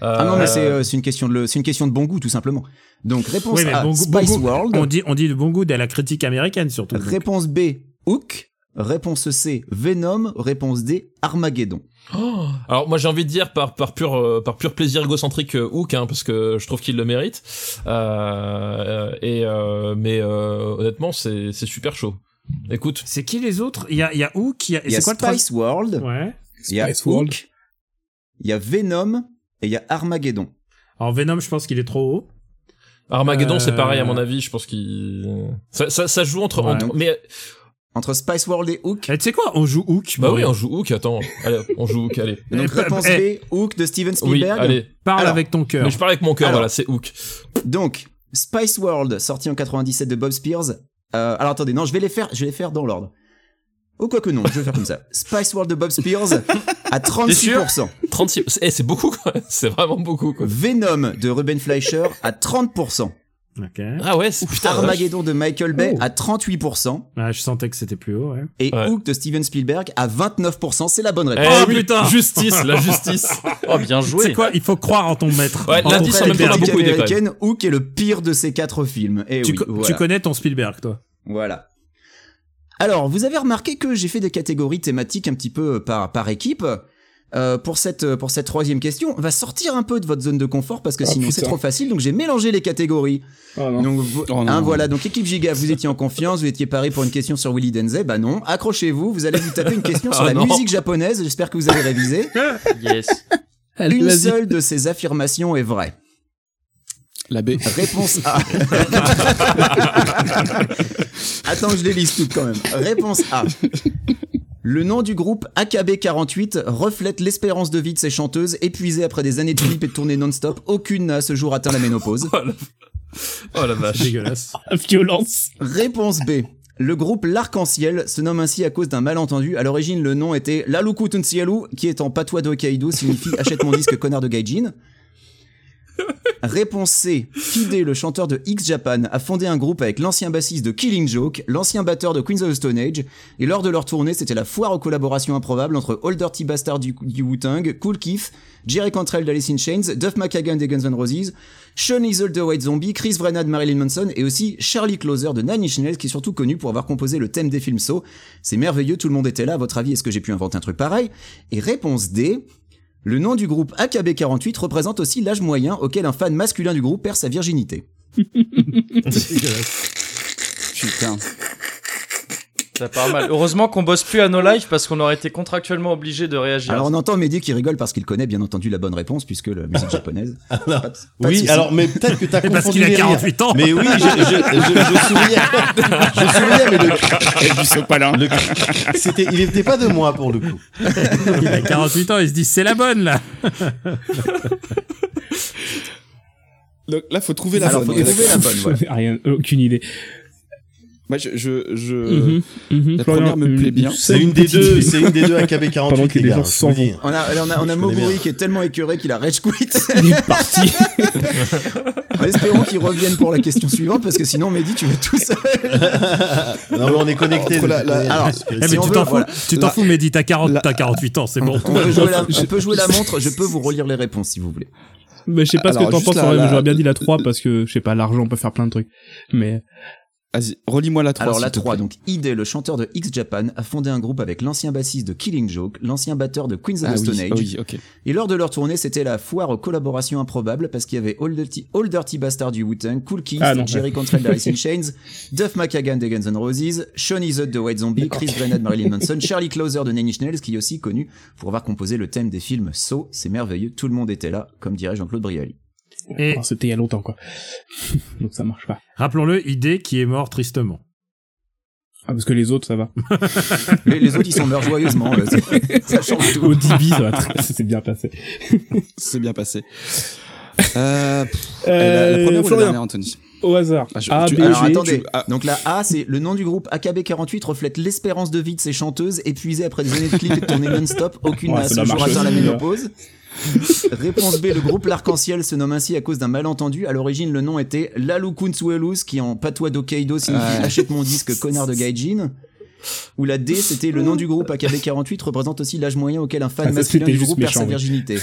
Ah non,
Euh,
mais c'est euh, c'est une, question de le- c'est une question de bon goût, tout simplement. Donc, réponse
Oui, mais
A.
bon goût- bon
Spice
goût.
World.
On dit, on dit le bon goût de la critique américaine surtout. donc.
Réponse B, Hook. Réponse C, Venom. Réponse D, Armageddon.
Oh. Alors moi j'ai envie de dire par par pur euh, par pur plaisir égocentrique euh, Hook hein, parce que je trouve qu'il le mérite Euh, euh, et euh, mais euh, honnêtement c'est c'est super chaud. Écoute,
C'est qui les autres Il y a, il y a Hook, il y a, et
Il y a
c'est quoi
Spice
le
World,
troisième Ouais.
il y a
Spice World.
Hook, il y a Venom et il y a Armageddon.
Alors Venom, je pense qu'il est trop haut.
Armageddon
Euh,
c'est pareil à mon avis, je pense qu'il ça, ça ça joue entre,
Ouais.
entre- mais
Entre Spice World et Hook.
Eh, tu sais quoi On joue Hook.
bah
bon.
oui, on joue Hook, attends. Allez, on joue Hook, allez.
Donc
Eh,
réponse
eh,
B, Hook de Steven
Oui,
Spielberg.
allez.
Parle
Alors,
avec ton cœur.
Mais je parle avec mon cœur,
Alors.
voilà, c'est Hook.
Donc, Spice World, sorti en 97 de Bob Spears. Euh, alors attendez, non, je vais les faire, je vais les faire dans l'ordre. Ou quoi que non, je vais faire comme ça. Spice World de Bob Spears à 36%.
36 eh, c'est beaucoup quoi. C'est vraiment beaucoup quoi.
Venom de Ruben Fleischer à 30%.
Ok.
Ah ouais, c'est putain. la vache.
Armageddon de Michael Bay
Oh.
à 38%.
Ah, je sentais que c'était plus haut. Ouais.
et
Ouais.
Hook de Steven Spielberg à 29%. C'est la bonne
Eh
réponse.
Oh,
oui,
putain.
Justice, la justice.
Oh, bien
Tu sais
joué.
quoi Il faut croire en ton maître.
Ouais,
en ton
l'indice
Après
en même temps,
la
on a
Spielberg.
critique
beaucoup aidé, quand
américaine, Hook est le pire de ces quatre films. Et
Tu,
Eh oui,
co- tu
voilà.
connais ton Spielberg, toi.
Voilà. Alors, vous avez remarqué que j'ai fait des catégories thématiques un petit peu par, par euh, équipe. euh, pour cette pour cette troisième question va sortir un peu de votre zone de confort parce que
Ah,
sinon c'est
putain.
trop facile. Donc j'ai mélangé les catégories. Donc vo-
Oh, non.
hein, voilà. Donc équipe Giga, vous étiez en confiance, vous étiez paré pour une question sur Willy Denzey. Bah non, accrochez-vous, vous allez vous taper une
Ah,
question sur
Oh
la
non.
musique japonaise. J'espère que vous avez révisé.
Yes.
Allez,
une
vas-y.
seule de ces affirmations est vraie.
La B. ah,
Réponse A. Attends, je les lise toutes quand même. Réponse A. Le nom du groupe AKB48 reflète l'espérance de vie de ces chanteuses épuisées après des années de clips et de tournées non-stop. Aucune n'a à ce jour atteint la ménopause.
Oh la vache.
Dégueulasse.
La violence.
Réponse B. Le groupe L'Arc-en-Ciel se nomme ainsi à cause d'un malentendu. À l'origine, le nom était Laluku Tunsielu, qui est en patois d'Hokkaido signifie achète mon disque connard de Gaijin. Réponse C. Kidé, le chanteur de X Japan, a fondé un groupe avec l'ancien bassiste de Killing Joke, l'ancien batteur de Queens of the Stone Age, et lors de leur tournée, c'était la foire aux collaborations improbables entre Old Dirty Bastard du, du Wu-Tang, Cool Keith, Jerry Cantrell d'Alice in Chains, Duff McKagan des Guns N' Roses, Sean Easel de White Zombie, Chris Brennan de Marilyn Manson, et aussi Charlie Closer de Nanny Schnell, qui est surtout connu pour avoir composé le thème des films Saw. C'est merveilleux, tout le monde était là, à votre avis, est-ce que j'ai pu inventer un truc pareil Et réponse D. Le nom du groupe AKB48 représente aussi l'âge moyen auquel un fan masculin du groupe perd sa virginité.
Putain.
Ça part mal. Heureusement qu'on bosse plus à nos lives parce qu'on aurait été contractuellement obligé de réagir.
Alors on entend Mehdi qui rigole parce qu'il connaît bien entendu la bonne réponse puisque la musique japonaise. Pas de- pas de
Oui,
souci.
alors, mais peut-être que t'as
Et
confondu
parce qu'il a
les rires.
48 ans.
Mais oui, je, je, je, je souviens. Je souviens, mais le-
Et du sopalin.
le, c'était, il n'était pas de moi pour le coup.
Il a 48 ans, il se dit c'est la bonne là.
Donc là, faut trouver la
Alors,
bonne.
faut trouver la bonne, voilà.
Rien, aucune idée.
Moi, je, je, je-
Mhm, mhm.
la première me
Florian,
plaît
une-
bien.
C'est une des
petite
deux,
idée.
c'est une des deux
Pendant
AKB48
que
les
les
gars.
gens
je vous le
s'en
dis.
On a, alors, on a, on a
Je connais
Moguri
bien.
qui est tellement écœuré qu'il a rage quit.
Il est parti.
en espérant qu'il revienne pour la question suivante parce que sinon Mehdi tu vas tout seul.
Non, mais on est connectés.
Entre la-
depuis
la-
tout à l'heure.
Alors,
Eh,
si
mais
on
tu
veut,
t'en fous,
voilà.
tu t'en
La-
fous, Mehdi, t'as 40
la-
t'as 48 ans, c'est bon.
on peut, jouer la, on peut jouer la montre, je peux vous relire les réponses si vous voulez.
Mais je sais pas ce
Alors,
que t'en
juste
penses,
la-
Florian, mais
la-
j'aurais bien dit la 3 parce que, je sais pas, l'argent peut faire plein de trucs. Mais,
Vas-y, relis-moi la 3.
Alors
s'il
la
te
3,
plaît.
donc ID, le chanteur de X Japan, a fondé un groupe avec l'ancien bassiste de Killing Joke, l'ancien batteur de Queens of
Ah
the
oui,
Stone
ah
Age.
oui, ok.
Et lors de leur tournée, c'était la foire aux collaborations improbables parce qu'il y avait All Dirty, All Dirty Bastard du Wu-Tang, Cool Keith,
Ah non,
Jerry Cantrell d'Alice in Chains, Duff McKagan des Guns N' Roses, Sean Izod de White Zombie, Chris Brennan de Marilyn Manson, Charlie Closer de Nanny Schnells, qui est aussi connu pour avoir composé le thème des films Saw, c'est merveilleux, tout le monde était là, comme dirait Jean-Claude Brialy.
Et
Ah.
enfin, c'était il y a longtemps, quoi. Donc ça marche pas.
rappelons-le, idée qui est mort tristement.
Ah, parce que les autres, ça va.
Les, les autres, ils sont meurent joyeusement, là, c'est- ça change tout.
Au Divi, ça va très- ça s'est bien passé.
C'est bien passé. Euh, la, la première ou la dernière, Anthony
au hasard.
Ah, je-
A,
tu-
B,
Alors
je-
G.
attendez,
tu- ah.
donc la A, c'est le nom du groupe AKB48 reflète l'espérance de vie de ces chanteuses épuisées après des années de clips et de tournées non-stop, aucune
Ouais,
n'a à
ça
ce
doit
jour
marcher
atteint la
aussi, hein. là.
ménopause. Réponse B, le groupe L'Arc-en-Ciel se nomme ainsi à cause d'un malentendu. À l'origine, le nom était Lalukuntsuelus, qui en patois d'Hokkaido signifie
Ouais.
achète mon disque connard de Gaijin. Ou la D, c'était le nom du groupe AKB48 représente aussi l'âge moyen auquel un fan
Ah, ça,
masculin
c'était
du
juste
groupe perd
méchant,
sa
oui.
virginité.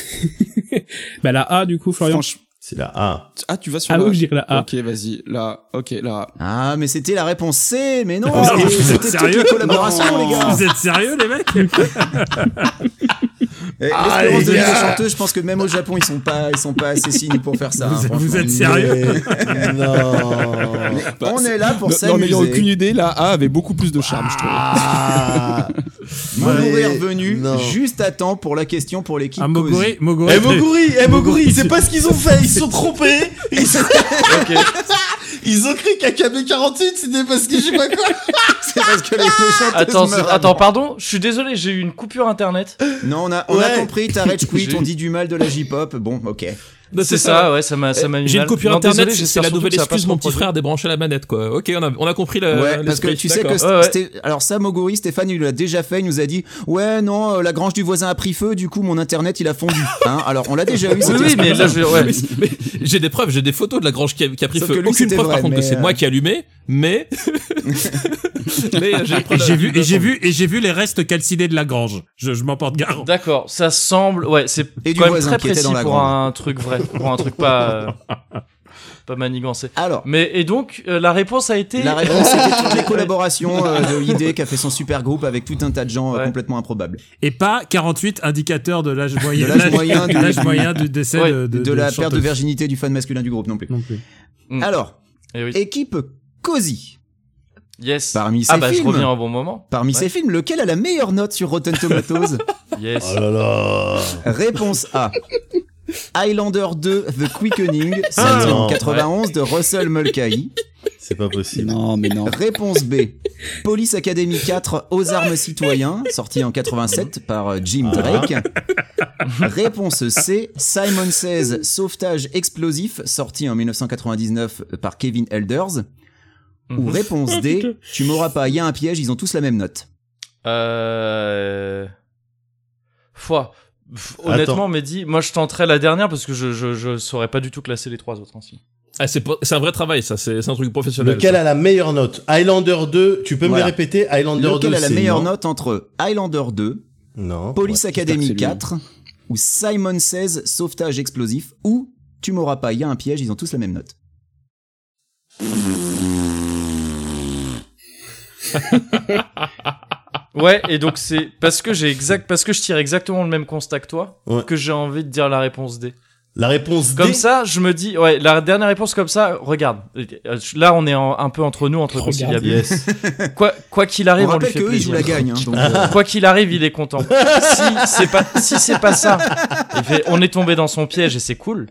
Bah la A, du coup, Florian.
Franchement,
C'est la A.
ah, tu vas sur
Ah
la
oui, je dirais la A.
Ok, vas-y. La, ok, la A.
Ah, mais c'était la réponse C, mais non,
Oh,
Ah,
c'était-
vous êtes
c'était toute
sérieux
la collaboration, les gars.
Vous êtes sérieux, les mecs
Ah, Eh,
Ah,
L'espérance de
les
vie des
gars.
chanteuses, je pense que même au Japon, ils sont pas, ils sont pas assez signes pour faire ça. hein,
Vous êtes-
franchement.
vous êtes sérieux Ah,
Mais Non.
Bah,
On
c'est-
est là pour
Non, non, mais
s'amuser.
ayant aucune idée, la A avait beaucoup plus de charme, je trouve.
Ah.
Moguri
Mais
est revenu
non.
juste à temps pour la question pour l'équipe.
Ah, Moguri,
Cozy.
Moguri.
Eh Moguri, eh Moguri, c'est pas ce qu'ils ont fait, ils se sont trompés. Ils, ils ont cru qu'AKB48 c'était parce que je sais pas quoi.
C'est parce que les deux chanteuses
Attends, c'est-
meurent
attends, pardon, je suis désolé, j'ai eu une coupure internet.
avant. Non, on a, on a
Ouais.
compris, t'arrêtes quit,
J'ai-
on dit du mal de la J-pop. Bon, ok.
Non,
C'est ça, Eh, ouais, ça m'a ça m'a mis
Euh, J'ai une
mal.
coupure
Non,
internet,
désolé,
c'est
j'espère
la
surtout
nouvelle
que ça va pas
excuse,
se
mon petit
reproduire.
frère débranché la manette, quoi. Ok, on a, on a compris Euh, le.
ouais, parce que
l'esprit,
tu sais que
d'accord.
Ouais, ouais.
c'était. Alors, ça, Moguri, Stéphane, il l'a déjà fait, il nous a dit Ouais, non, euh, la grange du voisin a pris feu, du coup, mon internet, il a fondu. Hein, alors, on l'a déjà eu,
Oui,
cette
oui, mais là, je, ouais.
Mais- mais j'ai des preuves, j'ai des photos de la grange qui a, qui a pris
Sauf
feu.
que lui,
Aucune
c'était
preuve
vrai,
par contre que
mais,
c'est
euh,
moi qui ai allumé, mais. mais euh, j'ai des
Et
preuves
j'ai vu,
de-
et j'ai vu, et j'ai vu les restes calcinés de la grange. Je, je m'en porte garant.
D'accord, ça semble, ouais, c'est
Et du
quand même
voisin
très
qui était
précis
dans la
pour
grande.
un truc vrai, pour un truc pas. euh, pas manigancé.
Alors.
Mais, et donc, euh, la réponse a été.
La réponse c'était toutes les collaborations euh, de ID qui a fait son super groupe avec tout un tas de gens euh, complètement improbables.
Et pas 48 indicateurs de l'âge moyen.
De l'âge moyen, du-
l'âge moyen du décès
Ouais,
de, de- de
la
chanteuse.
perte de virginité du fan masculin du groupe non plus. Alors,
Eh oui.
équipe Cozy.
Yes.
Parmi ces
Ah bah,
films,
je reviens au bon moment.
Parmi
Ouais.
ces films, lequel a la meilleure note sur Rotten Tomatoes
Yes.
Oh
Réponse A. Highlander 2 The Quickening,
Ah,
sorti en
non.
91 de Russell Mulcahy.
C'est pas possible.
Non, mais non.
Réponse B. Police Academy 4 aux armes citoyens, sorti en 87 par euh, Jim
Ah.
Drake. Réponse C. Simon Says Sauvetage explosif, sorti en 1999 par Kevin Elders. Ou
Mhm.
réponse D. Tu m'auras pas, il y a un piège, ils ont tous la même note.
Euh... Foi. Pff,
Attends.
Honnêtement, Mehdi, moi je tenterai la dernière parce que je, je, je saurais pas du tout classer les trois autres ainsi.
Ah, c'est pas- c'est un vrai travail, ça. C'est c'est un truc professionnel.
Lequel
ça.
a la meilleure note Highlander 2, tu peux
Voilà.
me le répéter Highlander 2,
Lequel a la
c'est
meilleure
non.
note entre Highlander 2,
Non.
Police
Ouais,
Academy
absolument.
4 ou Simon Says Sauvetage explosif ou Tu m'auras pas, il y a un piège, ils ont tous la même note.
Ouais, et donc c'est parce que j'ai exact, parce que je tire exactement le même constat que toi
Ouais.
que j'ai envie de dire la réponse D.
La réponse D.
Comme ça, je me dis, ouais, la dernière réponse comme ça, regarde. euh, Là, on est en- un peu entre nous, entre conciliables.
Yes.
Quoi quoi qu'il arrive,
On
on, lui
rappelle
fait
qu'eux, ils
plaisir.
jouent la gagne, hein, donc,
Ah.
euh.
Quoi qu'il arrive, il est content. si c'est pas, si c'est pas ça, il fait, on est tombé dans son piège et c'est cool.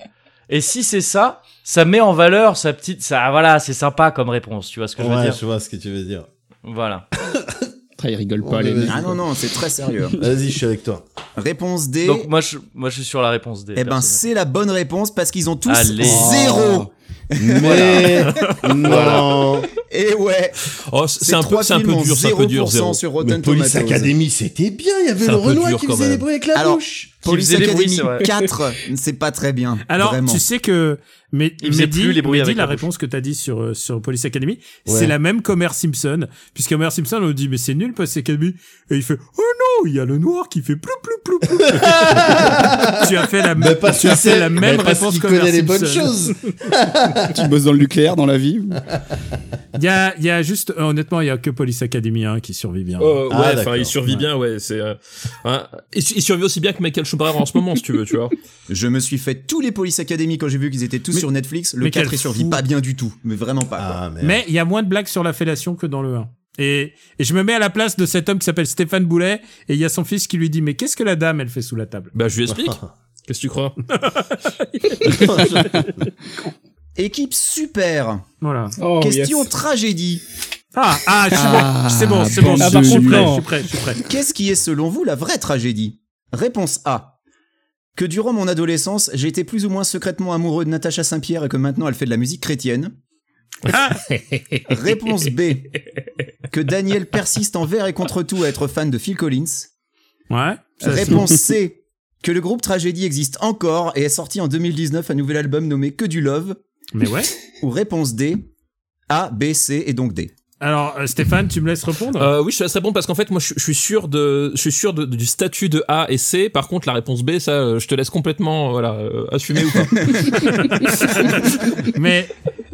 Et si c'est ça, ça met en valeur sa petite, ça, voilà, c'est sympa comme réponse. Tu vois ce que je veux
Ouais,
dire
je vois ce que tu veux dire.
Voilà.
Ah, il rigole
Oh,
pas, les
mais
mecs.
vas-y.
Ah non, non, c'est très sérieux.
Vas-y, je suis avec toi.
Réponse D.
Donc moi, je, moi, je suis sur la réponse D.
eh ben,
personnellement.
c'est la bonne réponse parce qu'ils ont tous
Allez.
zéro.
Mais non.
Et ouais,
Oh, c'est
ces
c'est un peu,
trois
c'est un peu
films ont
dur, c'est un peu dur,
0%
zéro.
sur
Mais
Rotten
Police
Tomatoes.
Academy, c'était bien. Il y avait
C'est
le
un peu
Renoir
dur,
qui
quand
faisait
même.
des bruits avec la
Alors,
bouche.
Police
faisait des bruits,
Academy
c'est vrai.
4, c'est pas très bien.
Alors,
vraiment.
tu sais que mais
Il faisait plus les bruits avec
la
la bouche.
réponse que t'as dit sur euh, sur Police Academy,
Ouais.
c'est la même qu'Homer Simpson, puisque Homer Simpson on dit mais c'est nul Police Academy et il fait oh non il y a le noir qui fait plou plou plou. plou. tu as fait la
Mais
même
parce
tu as
que
fait
c'est
la
mais
même
parce
réponse
qu'il
qu'Homer
connaît les
Simpson.
bonnes choses.
Tu bosses dans le nucléaire, dans la vie
Il y a il y a juste euh, honnêtement il y a que Police Academy hein, qui survit bien.
Euh,
Ah,
ouais,
d'accord.
enfin, il survit bien, ouais. C'est, euh, hein. il, su- il survit aussi bien que Michael Schumacher en ce moment, si tu veux, tu vois.
Je me suis fait tous les Police Academy quand j'ai vu qu'ils étaient tous
Mais-
sur Netflix. Le
mais
4,
quel
il survit
fou.
pas bien du tout. Mais vraiment pas. quoi.
Ah, merde.
Mais il y a moins de blagues sur la fellation que dans le 1. Et, et je me mets à la place de cet homme qui s'appelle Stéphane Boulet, et il y a son fils qui lui dit, mais qu'est-ce que la dame, elle fait sous la table?
Bah, je lui explique. Qu'est-ce que tu crois
Équipe super.
Voilà.
Oh,
Question
yes.
tragédie.
Ah, ah, je suis
Ah,
bon, c'est bon, c'est bon,
bon
je suis
Dieu.
prêt, je suis prêt, je suis prêt.
Qu'est-ce qui est selon vous la vraie tragédie Réponse A. Que durant mon adolescence, j'ai été plus ou moins secrètement amoureux de Natacha Saint-Pierre et que maintenant elle fait de la musique chrétienne.
Ah.
Réponse B. Que Daniel persiste envers et contre tout à être fan de Phil Collins.
Ouais. ça, c'est-
Réponse C. Que le groupe Tragédie existe encore et est sorti en 2019 un nouvel album nommé Que du Love.
Mais ouais.
Ou réponse D. A, B, C et donc D.
Alors, euh, Stéphane, tu me laisses répondre?
Euh, oui, je te laisse répondre parce qu'en fait, moi, je, je suis sûr de, je suis sûr de- du statut de A et C. Par contre, la réponse B, ça, euh, je te laisse complètement, voilà, euh, assumer ou pas.
mais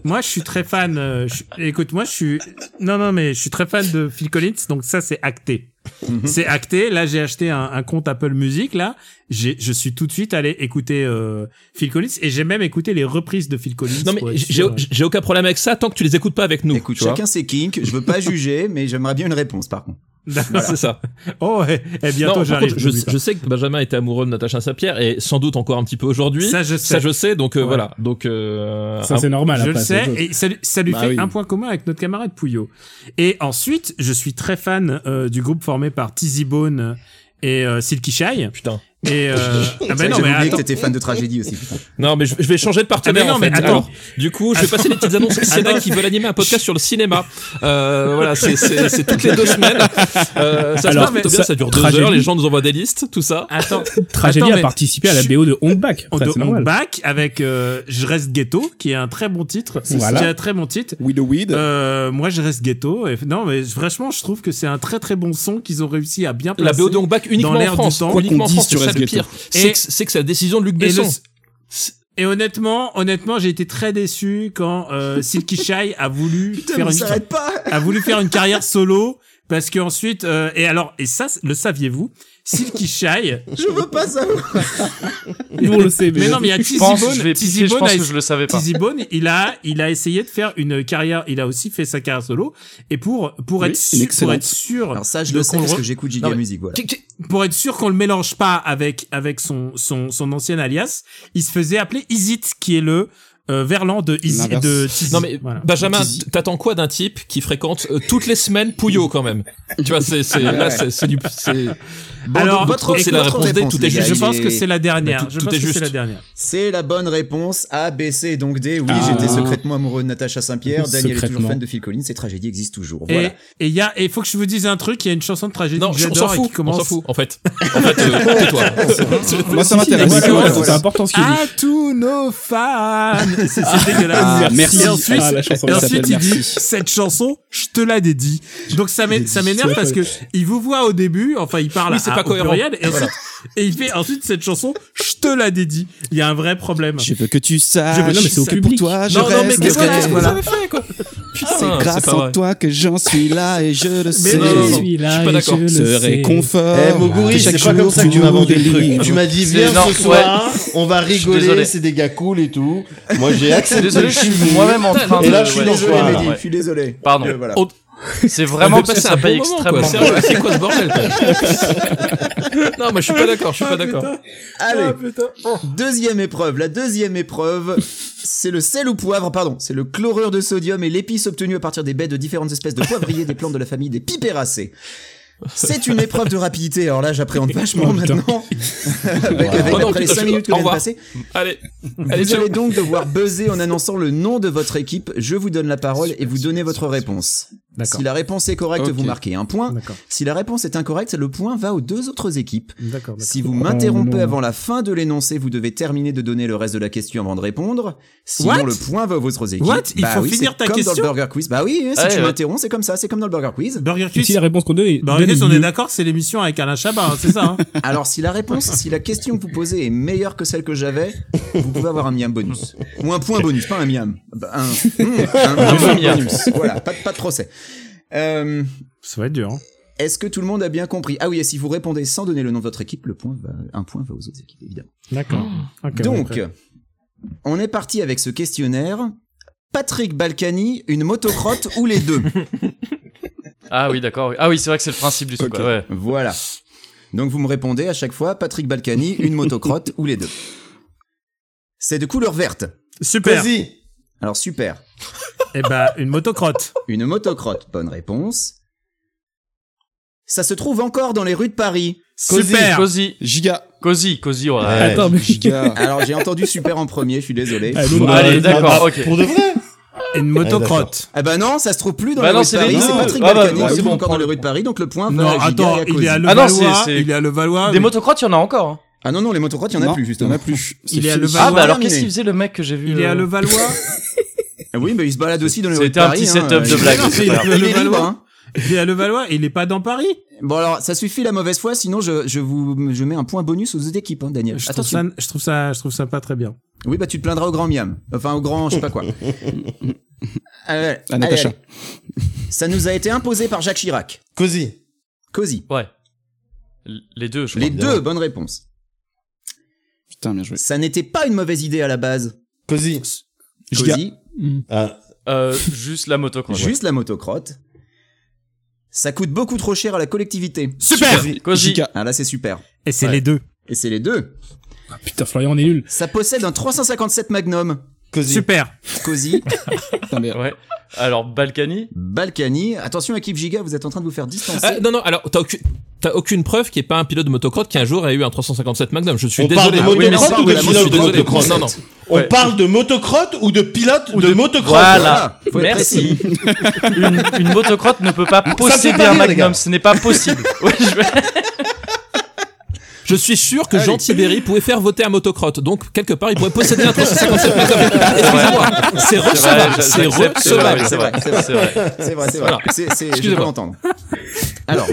moi je suis très fan euh, je suis- écoute moi je suis non non mais je suis très fan de Phil Collins donc ça c'est acté
Mhm.
c'est acté là j'ai acheté un, un compte Apple Music là j'ai je suis tout de suite allé écouter euh, Phil Collins et j'ai même écouté les reprises de Phil Collins
Non mais
pour être
j'ai,
sûr, euh.
j'ai aucun problème avec ça tant que tu les écoutes pas avec nous.
Écoute,
tu vois.
chacun ses kinks. Je veux pas juger, mais j'aimerais bien une réponse par contre.
D'accord.
C'est ça.
oh et,
Non,
bientôt
par
j'arrive
contre, je,
n'oublie pas.
je sais que Benjamin était amoureux de Natacha Saint-Pierre et sans doute encore un petit peu aujourd'hui.
ça je sais
Ça, je sais. Donc euh,
Ouais.
voilà. Donc euh,
Ça,
un-
c'est normal. hein,
je le
après, c'est
sais,
autre chose.
et ça, lui- ça lui
Bah
fait
oui.
un point commun avec notre camarade Pouillot. Et ensuite, je suis très fan euh, du groupe formé par Tizzy Bone et euh, Silky Shy.
putain.
Et euh, ah
C'est
ben
vrai
non,
que
mais
J'avais oublié que
attends,
t'étais fan de Tragédie aussi. putain.
Non mais je, je vais changer de
Ah,
partenaire.
mais non,
en
mais
fait.
attends.
Alors, du coup, je vais passer les petites annonces. S'il y en a qui veulent animer un podcast sur le cinéma, euh, voilà, c'est, c'est, c'est toutes les deux semaines. Euh, ça
Alors,
se passe plutôt
ça-
bien. Ça dure deux
tragédie.
heures. Les gens nous envoient des listes, tout ça.
attends,
Tragédie
attends,
a
mais-
participé à la BO de Honkback.
On,
Ça, c'est normal.
back avec euh, Je reste ghetto, qui est un très bon titre.
C'est ça.
Qui est un très bon titre.
With the weed
Euh, moi, je reste ghetto. Et, non, mais franchement, je trouve que c'est un très très bon son qu'ils ont réussi à bien placer.
La BO de Hongback uniquement
l'air
en
du
France.
temps.
uniquement
Quoi qu'on
en France,
dise, tu
c'est ça
restes
le pire.
ghetto.
Et-
C'est que, c'est que c'est la décision de Luc
Et le-
Besson. C'est-
Et honnêtement, honnêtement, j'ai été très déçu quand euh, Silky Shy a voulu
Putain,
faire
mais
une
ça arrête pas
a voulu faire une carrière solo parce que ensuite euh, et alors et ça le saviez-vous Silky Shy
Je veux pas savoir.
Nous, on le sait, mais-
mais non mais il y a
Je
Tizzy
pense,
Bone
je vais
Tizzy
pisser, je
Bone
pense
a-
que je le savais pas.
Tizzy Bone il a il a essayé de faire une carrière il a aussi fait sa carrière solo et pour pour
Oui,
être
une
sûr pour
excellente.
être sûr
Alors ça, je
de
le sais
qu'on
parce
re-
que j'écoute Giga
Non, mais-
Music, voilà.
Tic, tic. pour être sûr qu'on le mélange pas avec avec son son son ancien alias il se faisait appeler Isit qui est le euh, verlan de Izzy,
L'inverse.
de Tizzy.
Non mais
Voilà.
Benjamin,
Tizzy.
t'attends quoi d'un type qui fréquente euh, toutes les semaines Pouillot quand même Tu vois, c'est c'est là c'est c'est du c'est Bon,
Alors,
donc,
votre-
c'est la
votre
réponse D,
réponse,
tout est
les gars,
juste. Bah,
Je pense que c'est la dernière. Je pense que c'est la dernière.
C'est la bonne réponse. A, B, C, donc D. Oui,
Ah.
j'étais secrètement amoureux de Natacha Saint-Pierre. Daniel est toujours
Secrètement.
fan de Phil Collins. Ces tragédies existent toujours.
Et
Voilà.
et il y a et faut que je vous dise un truc, il y a une chanson de tragédie
Non,
que
on s'en
j'adore et
fout,
qui commence
on s'en fout en fait. En fait, euh, tais-toi.
Moi, ça m'intéresse.
Voilà,
C'est vrai,
voilà.
c'est important ce qu'il dit.
À tous nos fans. C'est c'est
Ah,
dégueulasse.
merci.
Et ensuite,
Ah, la chanson
et
elle
ensuite,
s'appelle
il dit
Merci.
cette chanson, je te la dédie. Donc ça m'é- ça m'énerve
c'est
parce que il vous voit au début, enfin il parle
Oui, c'est
à-
pas
au
cohérent. Ah,
pluriel et
Voilà.
ensuite et il fait ensuite cette chanson, je te la dédie. Il y a un vrai problème.
Je veux que tu saches
Je veux- non, mais c'est au
que
public.
pour toi, je
Non, non, mais
reste
qu'est-ce que-
vrai.
qu'est-ce que vous
Voilà.
avez
fait, quoi
C'est grâce à toi que j'en suis là et je le sais.
non, non, non, Je suis là je suis pas et d'accord. je le
Ce
sais.
réconfort.
Eh, Moguri, c'est pas comme ça que tu m'as vendu le truc. Tu m'as dit, viens ce soir, on va
Je suis
rigoler,
désolé.
c'est des gars cool et tout. Moi, j'ai
Je suis
accepté.
désolé, je suis moi-même en train de.
Et là, je suis
ouais,
dans
je
le
suis
coin,
désolé,
là.
ouais.
Je suis désolé.
Pardon.
Euh, voilà.
On- C'est
On
vraiment
veut
parce que
passer
ça
un
paye
bon moment, quoi.
extrêmement
Sérieux, C'est quoi ce bordel quoi Non, moi je suis pas d'accord, je suis
Ah,
pas d'accord.
Allez, deuxième épreuve. La deuxième épreuve, c'est le sel ou poivre, pardon, c'est le chlorure de sodium et l'épice obtenue à partir des baies de différentes espèces de poivriers des plantes de la famille des pipéracées. C'est une épreuve de rapidité, alors là j'appréhende vachement maintenant. avec, avec-
Oh non,
après les
putain,
5
je-
minutes que
au
vient de
revoir.
passer,
Allez, allez,
vous
ciao.
allez donc devoir buzzer en annonçant le nom de votre équipe. Je vous donne la parole et vous donnez votre réponse.
D'accord.
Si la réponse est correcte,
Ok.
vous marquez un point.
D'accord.
Si la réponse est incorrecte, le point va aux deux autres équipes.
D'accord. d'accord.
Si vous m'interrompez
non.
avant la fin de l'énoncé, vous devez terminer de donner le reste de la question avant de répondre. Sinon,
What
le point va aux vos équipes. Bah
What Il faut
oui,
finir
c'est
ta
comme
question
dans le Burger Quiz. Bah oui, si
Ouais,
tu
ouais.
m'interromps, c'est comme ça, c'est comme dans le Burger Quiz.
Burger
Et si
Quiz.
la réponse qu'on donne est. donne
Burger Quiz,
est
Bah, on est
mieux.
d'accord, c'est l'émission avec Alain Chabat, hein, c'est ça hein
Alors, si la réponse, si la question que vous posez est meilleure que celle que j'avais, vous pouvez avoir un miam bonus. Ou un point bonus, pas un miam. Bah, Un, mm, un- un point
miam.
bonus. Voilà, pas, de- pas de procès. Euh,
Ça va être dur. hein.
Est-ce que tout le monde a bien compris Ah oui, et si vous répondez sans donner le nom de votre équipe, le point va, un point va aux autres équipes, évidemment.
D'accord. Ok, on est
Donc,
prêt.
on est parti avec ce questionnaire. Patrick Balkany, une motocrotte ou les deux
Ah oui, d'accord. Ah oui, c'est vrai que c'est le principe du truc.
Ok.
quoi, Ouais.
Voilà. Donc vous me répondez à chaque fois Patrick Balkany, une motocrotte ou les deux. C'est de couleur verte.
super.
Vas-y.
Alors super.
Eh ben, une motocrotte.
Une motocrotte, bonne réponse. Ça se trouve encore dans les rues de Paris.
Super.
Cozy,
Giga.
Cozy, Cozy, ouais.
Ouais.
Attends, mais.
Giga.
Alors j'ai entendu super en premier, je suis désolé.
Ah, l'autre,
Allez,
elle est-
d'accord, ok.
bah, Pour de vrai
Une motocrotte.
Ah bah non, ça se trouve plus dans
Bah
les
non,
rues de
c'est
Paris.
les-
C'est
non.
Patrick
Ah bah,
Balkany,
ouais,
qui
c'est
se trouve
bon,
encore dans
prends-
les rues de Paris, donc le point va
non,
à Giga
attends,
et à
il
Cozy.
est à
Ah non,
Levallois.
c'est- c'est-
Il est à Levallois.
Des
mais-
motocrottes, il y en a encore. hein.
Ah non, non, les motocrottes, il y en a
Non,
plus
Il y en
justement.
a plus.
Il
C'est
est à
fini.
Levallois.
Ah bah alors
terminé.
qu'est-ce qu'il faisait le mec que j'ai vu
Il est à
euh,
Levallois.
Ah Oui, mais il se balade aussi dans les rues de
C'était un
Paris.
petit
hein.
setup de
Il-
blague,
Non,
c'est
il-
pas grave.
il est
Le
libre,
Valois.
hein.
Il est à Levallois et il est pas dans Paris.
Bon alors, ça suffit la mauvaise foi, sinon je, je vous je mets un point bonus aux deux équipes, hein, Daniel.
Je trouve,
Attention.
ça, je, trouve ça, je trouve ça pas très bien.
Oui, bah tu te plaindras au grand miam. Enfin, au grand, je sais pas quoi. Euh,
À Natacha.
allez, allez. Ça nous a été imposé par Jacques Chirac.
Cozy.
Cosy.
Ouais. L- Les deux, je crois.
Les deux bonnes réponses.
Putain, bien joué.
Ça n'était pas une mauvaise idée à la base.
Cozy.
Giga.
Cosy,
Ah,
Euh, juste la motocross.
juste la motocrotte. Ça coûte beaucoup trop cher à la collectivité.
Super
ouais. Cozy.
Giga.
Ah là, c'est super.
Et c'est
Ouais.
les deux.
Et c'est les deux.
Ah, Putain, Florian, on est nul.
Ça possède un 357 Magnum.
Cozy.
Super.
Cosy.
Putain, mais- ah
Ouais. Alors Balkany.
Balkany. Attention, équipe Giga, vous êtes en train de vous faire distancer.
Ah, non, non, alors t'as aucune, t'as aucune preuve qu'il n'y ait pas un pilote de motocrotte qui un jour a eu un 357 Magnum. Je suis
On parle
désolé.
de
Ah oui, mais
motocrotte
c'est-
ou de
je suis
pilote de
désolé.
motocross
Non, non.
On
Ouais.
parle de motocrotte ou de pilote de, motocrotte
Voilà.
Faut être
Merci. une, une motocrotte ne peut pas posséder
pas
un
rire, les
magnum.
gars.
Ce n'est pas possible. Ouais, je vais-
Je suis sûr que Jean Tibéry pouvait faire voter un motocrotte. Donc, quelque part, il pourrait posséder un 357 Magnum. Excusez-moi. C'est recevable.
Ouais,
C'est
j'accepte, c'est vrai,
recevable.
c'est vrai,
C'est vrai,
c'est vrai.
C'est vrai, c'est vrai.
Voilà.
C'est, c'est, je peux
Excusez-moi.
l'entendre. Alors,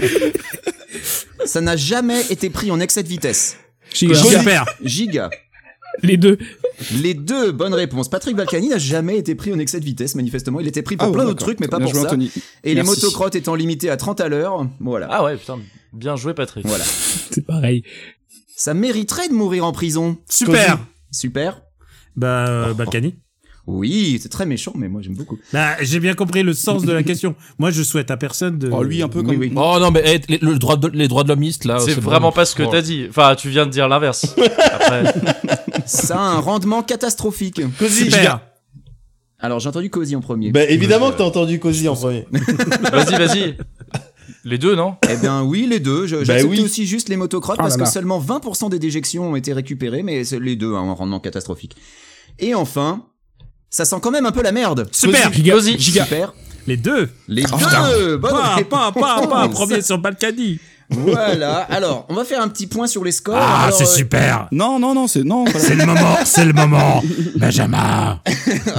ça n'a jamais été pris en excès de vitesse.
Giga.
Super.
Giga.
Les deux.
Les deux bonnes réponses. Patrick Balkany n'a jamais été pris en excès de vitesse, manifestement. Il était pris pour
Ah ouais,
plein d'autres
d'accord.
trucs, mais pas
Bien
pour
joué,
ça.
Anthony.
Et les
Merci.
motocrottes étant limitées à 30 à l'heure, voilà.
Ah ouais, putain, bien joué Patrick.
Voilà.
C'est pareil.
Ça mériterait de mourir en prison.
Super.
Cosy. Super.
Bah, Balkany.
Oui, c'est très méchant, mais moi j'aime beaucoup.
Bah, j'ai bien compris le sens de la question. Moi, je souhaite à personne de.
Oh, lui, un peu Oui, comme- oui.
Oh non, mais eh, les, le droit de, les droits de l'hommeiste, là.
C'est vraiment pas ce que t'as dit. Enfin, tu viens de dire l'inverse. Après,
Ça a un rendement catastrophique.
Cosy. Super.
Alors j'ai entendu Cosy en premier.
Bah évidemment que t'as entendu Cozy en premier.
Vas-y, vas-y. Les deux, non
Eh bien oui, les deux. Je-
Bah
J'accepte
oui.
aussi juste les motocrottes
Ah
Oh
parce
là
que
là.
seulement 20% des déjections ont été récupérées, mais c'est les deux hein, en rendement catastrophique. Et enfin, ça sent quand même un peu la merde.
Super.
Cosy.
Giga.
Cosy.
Giga.
Super.
Les deux.
Les
Oh,
deux.
putain.
Bonne
Pas,
réponse.
pas, pas, pas, premier sur Balkany.
Voilà. Alors, on va faire un petit point sur les scores.
Ah,
Alors,
c'est
euh,
super.
Non, non, non, c'est non.
C'est le moment, c'est le moment. Benjamin.
Ah,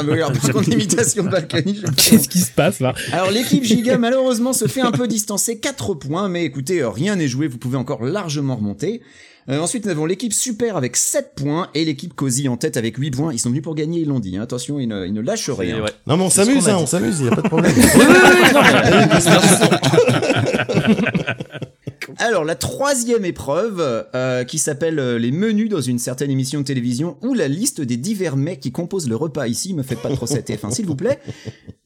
mais oui, alors, par contre, l'imitation de Balkany, je-
Qu'est-ce qui se passe là
Alors l'équipe Giga malheureusement se fait un peu distancer 4 points, mais écoutez, euh, rien n'est joué, vous pouvez encore largement remonter. Euh, ensuite nous avons l'équipe Super avec 7 points et l'équipe Cozy en tête avec 8 points. Ils sont venus pour gagner, ils l'ont dit, hein. attention, ils ne, ils ne lâchent rien.
vrai.
Non mais on
C'est ce qu'on
s'amuse,
a
hein,
dit.
on s'amuse, y a pas de problème.
Alors la troisième épreuve euh, qui s'appelle euh, les menus dans une certaine émission de télévision ou la liste des divers mets qui composent le repas. Ici, me faites pas trop cette TF1 s'il vous plaît.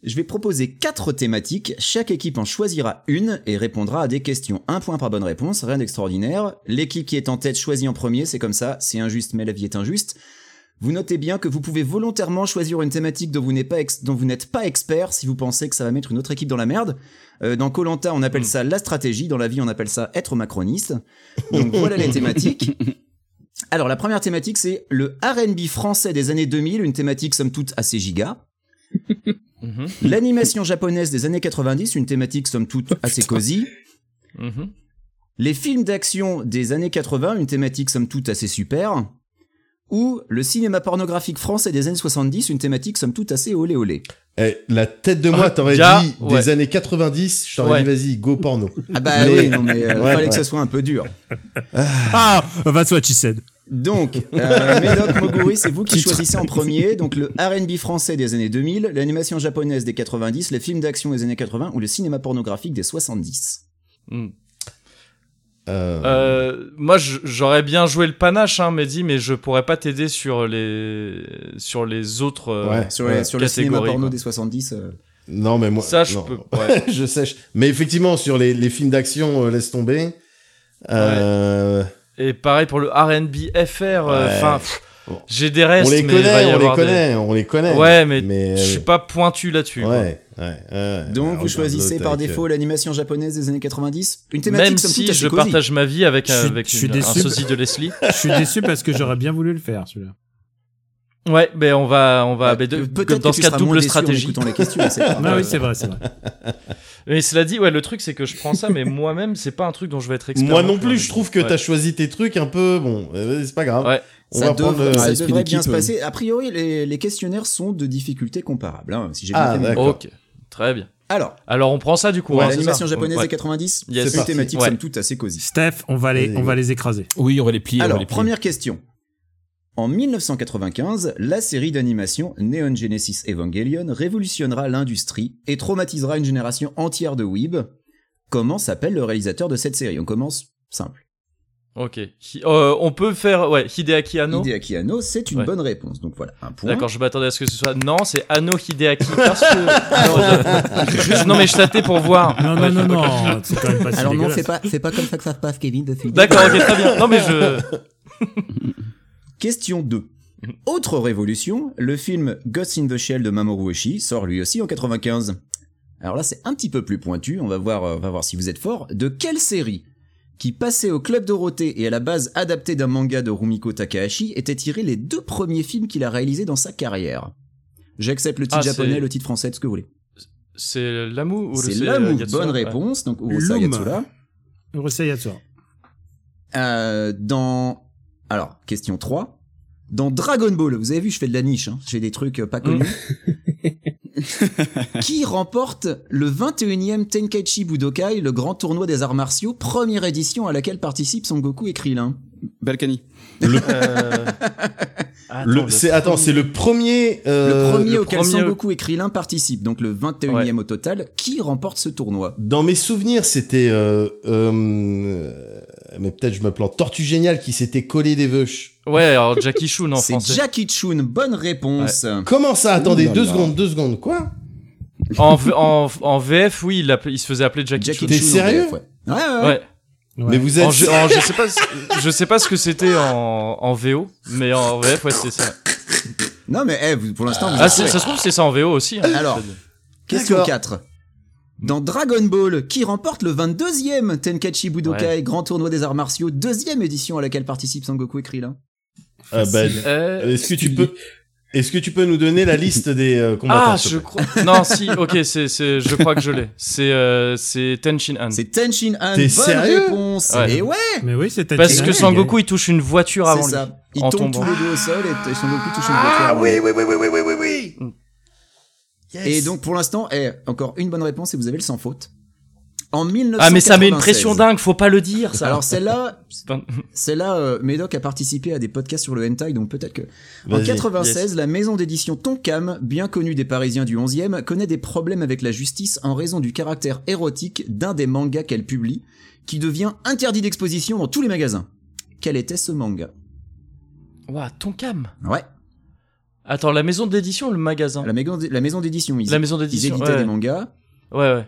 Je vais proposer quatre thématiques. Chaque équipe en choisira une et répondra à des questions. Un point par bonne réponse, rien d'extraordinaire. L'équipe qui est en tête choisit en premier, c'est comme ça, c'est injuste mais la vie est injuste. Vous notez bien que vous pouvez volontairement choisir une thématique dont vous n'êtes pas, ex- dont vous n'êtes pas expert si vous pensez que ça va mettre une autre équipe dans la merde. Euh, dans Colanta, on appelle ça la stratégie. Dans la vie, on appelle ça être macroniste. Donc voilà les thématiques. Alors la première thématique, c'est le R&B français des années 2000, une thématique somme toute assez giga. Mhm. L'animation japonaise des années 90, une thématique somme toute assez cosy.
Mhm.
Les films d'action des années 80, une thématique somme toute assez super. Ou le cinéma pornographique français des années 70, une thématique somme toute assez olé olé.
Eh, la tête de moi, t'aurais
Gars,
dit
ouais.
des années 90, je t'aurais
Ouais.
dit vas-y, go porno.
Ah bah oui, non mais euh, fallait que ce soit un peu dur.
Ah, that's what she said.
Donc, Euh, Médoc Moguri, c'est vous qui choisissez en premier. Donc, le RB français des années 2000, l'animation japonaise des 90, les films d'action des années 80 ou le cinéma pornographique des 70.
Euh, moi, je- j'aurais bien joué le panache, hein, Mehdi, mais je pourrais pas t'aider sur les sur les autres euh,
sur, les- sur le cinéma
catégories,
porno
quoi.
des 70. euh,
Non, mais moi.
Ça, je
non.
peux- ouais.
je sais. je- Mais effectivement, sur les, les films d'action, euh, laisse tomber. Euh,
Et pareil pour le R&B FR. euh,
Ouais.
Enfin, pff, j'ai des restes.
On les
mais il va y
connaît, on les
avoir des-
connaît, on les connaît.
Ouais, mais,
Mais,
je
euh,
suis pas pointu là-dessus. quoi.
Ouais, ouais, ouais. Ah,
Donc,
Alors,
vous choisissez
regarde-le,
par
tac.
défaut l'animation japonaise des années 90. Une thématique
Même
somme
si
toute assez
je
cosy.
partage ma vie avec,
Je suis-
avec
je suis
une- un
déçu.
sosie de Leslie.
Je suis déçu parce que j'aurais bien voulu le faire, celui-là.
Ouais, mais on va, on va,
Ouais,
Euh,
mais de-
Bah, peut-être
comme dans
que tu
ce cas
seras moins
double
déçu en
stratégie.
écoutant les questions, c'est pas grave. Ah oui, c'est vrai, c'est vrai.
Mais cela dit, ouais, le truc c'est que je prends ça, mais moi-même, c'est pas un truc dont je vais être expert.
Moi non plus, je trouve que
Ouais.
t'as choisi tes trucs un peu. Bon, euh, c'est pas grave. On
ça
va prendre
devrait,
euh,
ça
l'esprit
devrait bien se
d'équipe,
passer. A priori, les, les questionnaires sont de difficultés comparables. hein, si j'ai bien
Ah,
fait mon-
d'accord. Ok, très bien.
Alors,
Alors on prend ça du coup.
Ouais,
hein,
l'animation
c'est ça
japonaise
Ouais.
des 90,
Yes.
c'est une
parti.
thématique
Ouais.
somme toute assez cosy.
Steph, on va les,
Vas-y,
on va
go.
les écraser.
Oui, on va les
euh,
plier.
Alors, première question. En 1995, la série d'animation Neon Genesis Evangelion révolutionnera l'industrie et traumatisera une génération entière de weeb. Comment s'appelle le réalisateur de cette série On commence simple.
Ok. Hi- euh, on peut faire, ouais, Hideaki Anno.
Hideaki Anno, c'est une
Ouais.
bonne réponse. Donc voilà, un point.
D'accord, je m'attendais à ce que ce soit. Non, c'est Anno Hideaki. Parce que... Juste- non, mais je tâtais pour voir.
Non,
Ouais,
non, non,
je-
non. Ah C'est quand même pas si
Alors non,
dégueulasse.
c'est pas, c'est pas comme ça que ça se passe, Kevin. de suite.
D'accord, ok, très bien. Non, mais je.
Question 2.
Mhm.
Autre révolution, le film Ghost in the Shell de Mamoru Oshii sort lui aussi en 95. Alors là, c'est un petit peu plus pointu, on va voir, euh, on va voir si vous êtes fort. De quelle série qui passait au Club Dorothée et à la base adaptée d'un manga de Rumiko Takahashi étaient tirés les deux premiers films qu'il a réalisés dans sa carrière J'accepte le titre
Ah, c'est-
japonais, le titre français, tout ce que vous voulez.
C'est l'amour ou le
C'est l'amour,
Yatsura
bonne
Ouais.
réponse, donc Urusei Yatsura.
Loom. Urusei Yatsura.
Euh, dans. Alors, question 3. Dans Dragon Ball, vous avez vu, je fais de la niche, hein. j'ai des trucs euh, pas connus. Qui remporte le 21e Tenkaichi Budokai, le grand tournoi des arts martiaux, première édition à laquelle participent Son Goku et Krillin
Balkany.
Euh,
Le- c'est- attends, c'est le premier, euh,
le premier
le
auquel
premier-
Sangoku et Krillin participent, donc le 21e au total. Qui remporte ce tournoi
Dans mes souvenirs, c'était, euh, euh, mais peut-être je me plante, Tortue Géniale qui s'était collé des veuches.
Ouais, alors Jackie Chun en
C'est
français.
Jackie Chun, bonne réponse.
Comment ça Attendez, deux secondes, deux secondes, quoi
En, v- en, en VF, oui, il, l'appelait- il se faisait appeler Jackie Chun.
Jackie T'es Chun en sérieux VF, ouais. Ouais, ouais, ouais.
Mais vous êtes
En jeu- en- je, sais pas, ce- je sais pas ce que c'était en, en VO, mais en VF, ouais, c'était ça.
Non, mais eh, vous- pour l'instant, vous
Ah,
êtes
c'est-
prêts.
ça se trouve, c'est ça en VO aussi. hein.
Alors, question
D'accord.
4. Dans Dragon Ball, qui remporte le 22e Tenkaichi Budokai
Ouais.
Grand Tournoi des Arts Martiaux, deuxième édition à laquelle participent Sangoku et Krillin
Hmm.
Euh, ben,
Facile.
Euh,
Est-ce que tu peux, est-ce que tu peux nous donner la liste des euh, combattants
Ah,
s'il te
je
plaît
crois. Non, si, ok, c'est, c'est, je crois que je l'ai. C'est, euh, c'est Tenchin Han.
C'est Tenchin Han.
T'es
bonne
sérieux
réponse. Et ouais
Mais oui, c'était
Parce que Sangoku, il touche une voiture avant
C'est
lui.
ça. Ils
en
tombent
tombant.
tous les deux au sol et, et Sangoku touche une voiture. avant lui.
Ah oui, oui, oui, oui, oui, oui.
Et donc pour l'instant, eh, encore une bonne réponse et vous avez le sans faute. En 1996.
Ah, mais ça met une pression dingue, faut pas le dire, ça.
Alors celle-là,
Putain.
celle-là, euh, Médoc a participé à des podcasts sur le hentai, donc peut-être que. En
Vas-y.
96, la maison d'édition Tonkam, bien connue des Parisiens du 11e, connaît des problèmes avec la justice en raison du caractère érotique d'un des mangas qu'elle publie, qui devient interdit d'exposition dans tous les magasins. Quel était ce manga
Ouah, ton cam.
Ouais.
Attends, la maison d'édition, ou le magasin.
La maison, la maison d'édition. Ils,
La maison
ils
d'édition,
éditaient
ouais.
des mangas.
Ouais, ouais.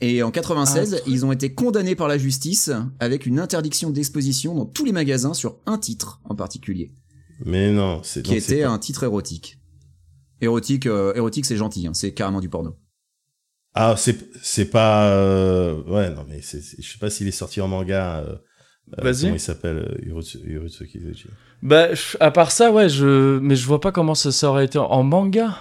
Et en
Ah,
96,
c'est-
ils ont été condamnés par la justice avec une interdiction d'exposition dans tous les magasins sur un titre en particulier,
Mais non, c'est
qui
non, c'est
était
pas-
un titre érotique. Érotique, euh, érotique, c'est gentil, hein, c'est carrément du porno.
Ah, c'est, c'est pas, euh, ouais, non, mais c'est, c'est- je sais pas s'il est sorti en manga. euh, euh,
Vas-y.
Comment il s'appelle euh, Hirotsu- Hirotsuki Zochi.
Bah, je- à part ça, ouais, je, mais je vois pas comment ça, ça aurait été en, en manga.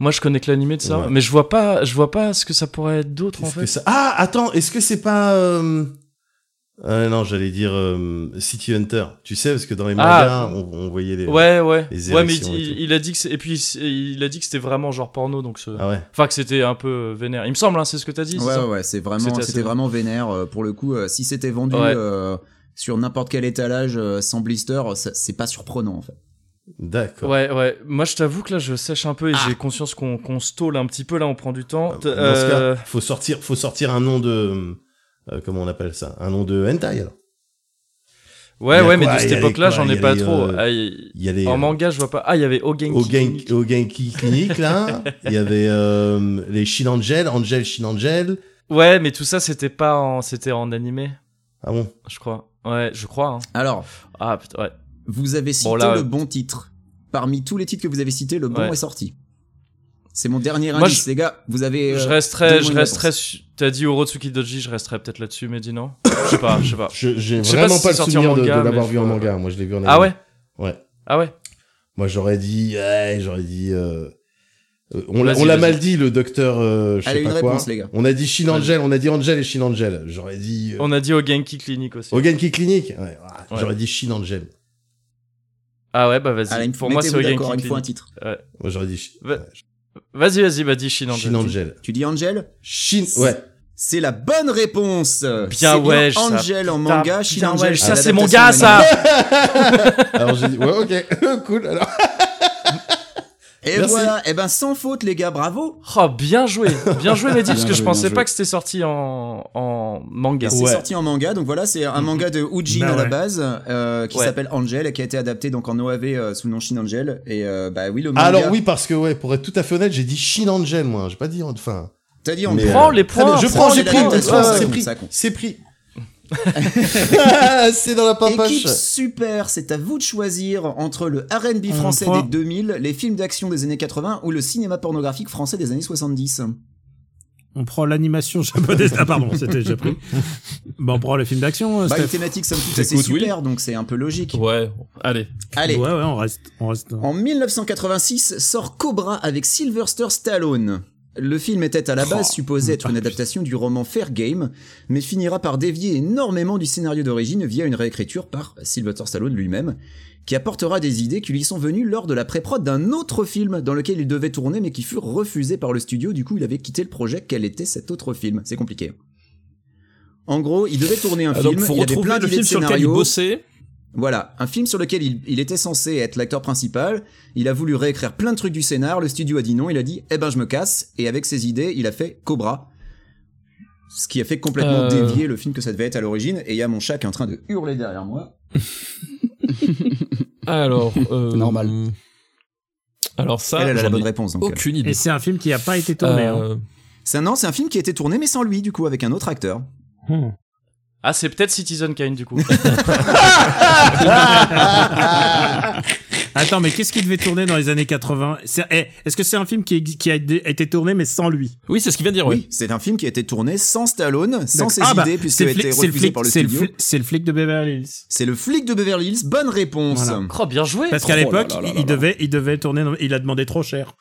Moi, je connais que l'animé de ça,
Ouais.
mais je vois pas, je vois pas ce que ça pourrait être d'autre en
Est-ce
fait.
que ça- Ah, attends, est-ce que c'est pas. euh, euh, non, j'allais dire euh, City Hunter. Tu sais, parce que dans les mangas,
Ah.
on, on voyait les.
ouais, ouais,
euh, les
ouais, mais
érections et
il, il a dit que c'est- et puis c'est- il a dit que c'était vraiment genre porno, donc ce-
Ah ouais.
enfin que c'était un peu vénère. Il me semble, hein, c'est ce que t'as dit.
ouais,
ça
ouais, ouais, c'est vraiment,
C'était assez-
c'était vraiment vénère euh, pour le coup. euh, si c'était vendu
Ouais.
euh, sur n'importe quel étalage euh, sans blister, ça- c'est pas surprenant en fait.
D'accord.
Ouais, ouais. Moi, je t'avoue que là, je sèche un peu et j'ai conscience qu'on qu'on stole un petit peu. Là, on prend du temps.
Ah, Dans ce cas,
Euh,
faut sortir, faut sortir un nom de. euh, comment on appelle ça Un nom de hentai alors.
Ouais,
Il y a
ouais, mais
quoi
de cette
Il y a les
époque-là,
quoi
j'en
Il y
ai
a
pas
les,
trop.
euh,
Ah, il-
il y a les,
en
euh,
manga, je vois pas. Ah, il y avait Ogenki.
Au Genki, au Genki Clinic, là, il y avait euh, les Shin Angel, Angel Shin Angel.
Ouais, mais tout ça, c'était pas en, c'était en animé,
Ah bon
je crois. Ouais, je crois. hein.
Alors,
Ah putain, ouais.
vous avez cité
Bon, là,
le bon titre. Parmi tous les titres que vous avez cités, le bon
Ouais.
est sorti. C'est mon dernier
Moi,
indice,
je-
les gars. Vous avez. euh,
Je resterai,
donnez-moi
je
une
resterai.
réponse.
su- T'as dit Orotsuki Doji, je resterai peut-être là-dessus, mais dis non. Je sais pas, je sais pas.
Je- J'ai
Je sais pas
vraiment pas,
si c'est
le
sorti
souvenir
en
de-
manga,
de, l'avoir
mais
vu
je-
en manga. Moi, je l'ai vu en anime.
Ah ouais
Ouais.
Ah ouais
Moi, j'aurais dit. ouais, j'aurais dit. euh, euh, on l'a
Vas-y,
on l'a
vas-y.
mal dit, le docteur. euh, je sais
Allez,
pas
une
quoi.
réponse, les gars.
On a dit Shin Angel, on a dit Angel et Shin Angel. J'aurais dit. euh,
On a dit Ogenki Clinic aussi.
Au Genki Clinic Ouais, ah,
Ouais.
J'aurais dit Shin Angel.
Ah ouais, bah vas-y.
Allez,
Pour moi, c'est
mettez-vous
Ogenki
d'accord,
Clinic.
il faut un titre.
Ouais.
Moi, j'aurais dit Shin
Va- Vas-y, vas-y, bah dis Shin Angel.
Shin Angel.
Tu dis Angel
Shin. Ouais.
C'est la bonne réponse.
Bien
C'est
ouais, ça.
Angel en manga,
Putain,
Shin
bien
Angel.
ouais,
c'est
ça, c'est mon
l'adaptation
gars, ça.
en anime.
Alors, j'ai dit. Ouais, ok. cool. Alors.
Et
Merci.
voilà, et ben sans faute, les gars, bravo.
Oh, bien joué, bien joué, Mehdi, parce
Bien
que je
joué,
pensais
bien
pas
joué.
que c'était sorti en, en manga.
Et c'est sorti en manga, donc voilà, c'est un manga de Ujin
Bah
à la
ouais.
base, euh, qui
Ouais.
s'appelle Angel, et qui a été adapté donc en OAV euh, sous le nom Shin Angel. Et euh, bah oui, le manga.
Alors oui, parce que ouais, pour être tout à fait honnête, j'ai dit Shin Angel, moi. J'ai pas dit enfin.
T'as dit on
Mais, euh,
Prends les points.
Très bien, je prends, j'ai
la
pris.
note,
ouais,
ça compte,
C'est
ça
pris.
compte.
C'est pris. Ah, C'est dans la
Équipe
pampache.
super, c'est à vous de choisir entre le R&B
On
français
prend-
des 2000, les films d'action des années 80 ou le cinéma pornographique français des années 70.
On prend l'animation japonaise. Ah, pardon, c'était déjà pris. Bah, on prend le film d'action, euh,
Bah, les
Steph.
thématiques somme toute assez
J'écoute, oui.
super, donc c'est un peu logique.
Ouais, allez.
Allez,
Ouais, ouais, on reste. On reste...
En 1986 sort Cobra avec Sylvester Stallone. Le film était à la base
Oh.
supposé être une adaptation du roman Fair Game, mais finira par dévier énormément du scénario d'origine via une réécriture par Sylvester Stallone lui-même, qui apportera des idées qui lui sont venues lors de la pré-prod d'un autre film dans lequel il devait tourner mais qui fut refusé par le studio, du coup il avait quitté le projet, quel était cet autre film C'est compliqué. En gros, il devait tourner un
Ah,
film,
donc faut
il avait
retrouver
plein
le
d'idées de
film sur lequel il
scénario,
bossait.
Voilà, un film sur lequel il, il était censé être l'acteur principal. Il a voulu réécrire plein de trucs du scénar, le studio a dit non, il a dit eh ben je me casse, et avec ses idées, il a fait Cobra. Ce qui a fait complètement
Euh.
dévier le film que ça devait être à l'origine, et il y a mon chat qui est en train de hurler derrière moi.
Alors, euh,
Normal.
Alors ça,
Elle, elle a la
j'en ai
bonne réponse. Donc, euh.
Aucune idée.
Et c'est un film qui n'a pas été tourné. hein.
Euh,
C'est un, non, c'est un film qui a été tourné, mais sans lui, du coup, avec un autre acteur.
Ah, c'est peut-être Citizen Kane du coup.
Attends, mais qu'est-ce qu'il devait tourner dans les années 80 C'est- eh, Est-ce que c'est un film qui, ex- qui a dé- été tourné mais sans lui
Oui, c'est ce qu'il vient de dire. Oui.
Oui, c'est un film qui a été tourné sans Stallone, sans
D'accord.
ses
Ah bah,
idées, puisqu'il a
c'est le
été
flic- c'est le
refusé
flic-
par le
c'est le
studio.
flic- C'est le flic de Beverly Hills.
C'est le flic de Beverly Hills, bonne réponse.
Voilà.
Oh, bien joué.
Parce qu'à
Oh là
l'époque,
là là
il,
là
il
là.
devait, il devait tourner, dans- il a demandé trop cher.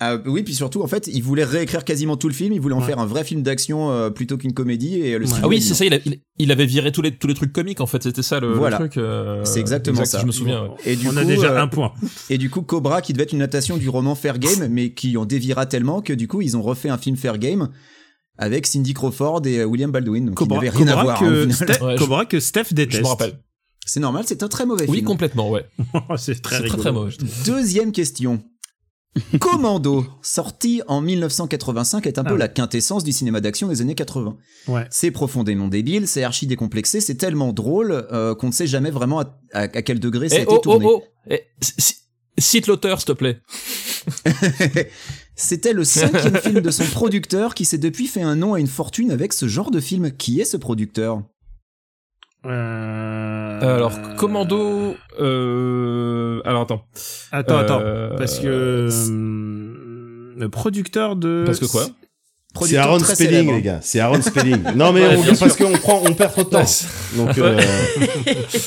Ah, oui, puis surtout, en fait, il voulait réécrire quasiment tout le film, il voulait en
Ouais.
faire un vrai film d'action euh, plutôt qu'une comédie, et le
Ouais.
studio
Ah
a
oui,
dit
c'est
non.
ça. Il, a- il- il avait viré tous les tous les trucs comiques en fait. C'était ça le, le
Voilà.
truc. euh,
C'est exactement
exact,
ça.
Je me souviens. ouais.
Et du
On
coup,
a déjà
euh,
un point.
Et du coup, Cobra, qui devait être une adaptation du roman Fair Game, mais qui en dévira tellement que du coup, ils ont refait un film Fair Game avec Cindy Crawford et euh, William Baldwin. Donc,
Cobra,
il n'avait rien
Cobra
à voir. hein, au
que,
final.
Steph,
Ouais, je-
Cobra que Steph déteste.
Je me rappelle.
C'est normal, c'est un très mauvais
Oui,
film.
complètement. Ouais.
Oh, c'est très
C'est
rigolo.
très très mauvais.
Deuxième question. Commando, sorti en 1985, est un peu
Ah.
la quintessence du cinéma d'action des années 80.
Ouais.
C'est profondément débile, c'est archi décomplexé, c'est tellement drôle euh, qu'on ne sait jamais vraiment à, à- à quel degré ça a
Eh,
été
oh, oh
tourné.
oh Eh, c- c- Cite l'auteur, s'il te plaît.
C'était le cinquième film de son producteur qui s'est depuis fait un nom et une fortune avec ce genre de film. Qui est ce producteur
Euh,
Alors, Commando. euh, Alors attends.
Attends, attends.
Euh,
Parce que. euh, Le producteur de.
Parce que quoi
C'est
Producteur
Aaron
très
Spelling,
célèbre. hein.
les gars. C'est Aaron Spelling. Non, mais
Ouais,
on-
bien
parce qu'on prend, on perd trop de temps. Donc, euh,
hein.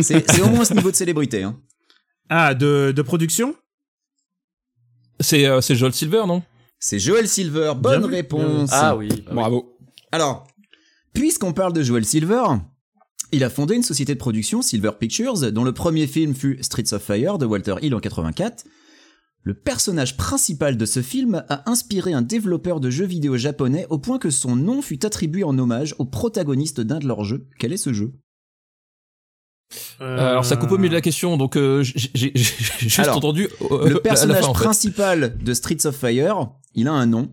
C'est c'est au moins ce niveau de célébrité. hein.
Ah, de, de production
C'est euh, c'est Joel Silver, non
C'est Joel Silver, bonne
Bien vu.
réponse.
Ah oui.
Bravo.
Alors, puisqu'on parle de Joel Silver, il a fondé une société de production, Silver Pictures, dont le premier film fut Streets of Fire de Walter Hill en 84. Le personnage principal de ce film a inspiré un développeur de jeux vidéo japonais au point que son nom fut attribué en hommage au protagoniste d'un de leurs jeux. Quel est ce jeu
Euh,
Euh, Alors ça coupe au milieu de la question, donc euh, j- j'ai j'ai- j'ai juste
Alors,
entendu euh, la-
Le
la
personnage
fin, en fait.
principal de Streets of Fire, il a un nom.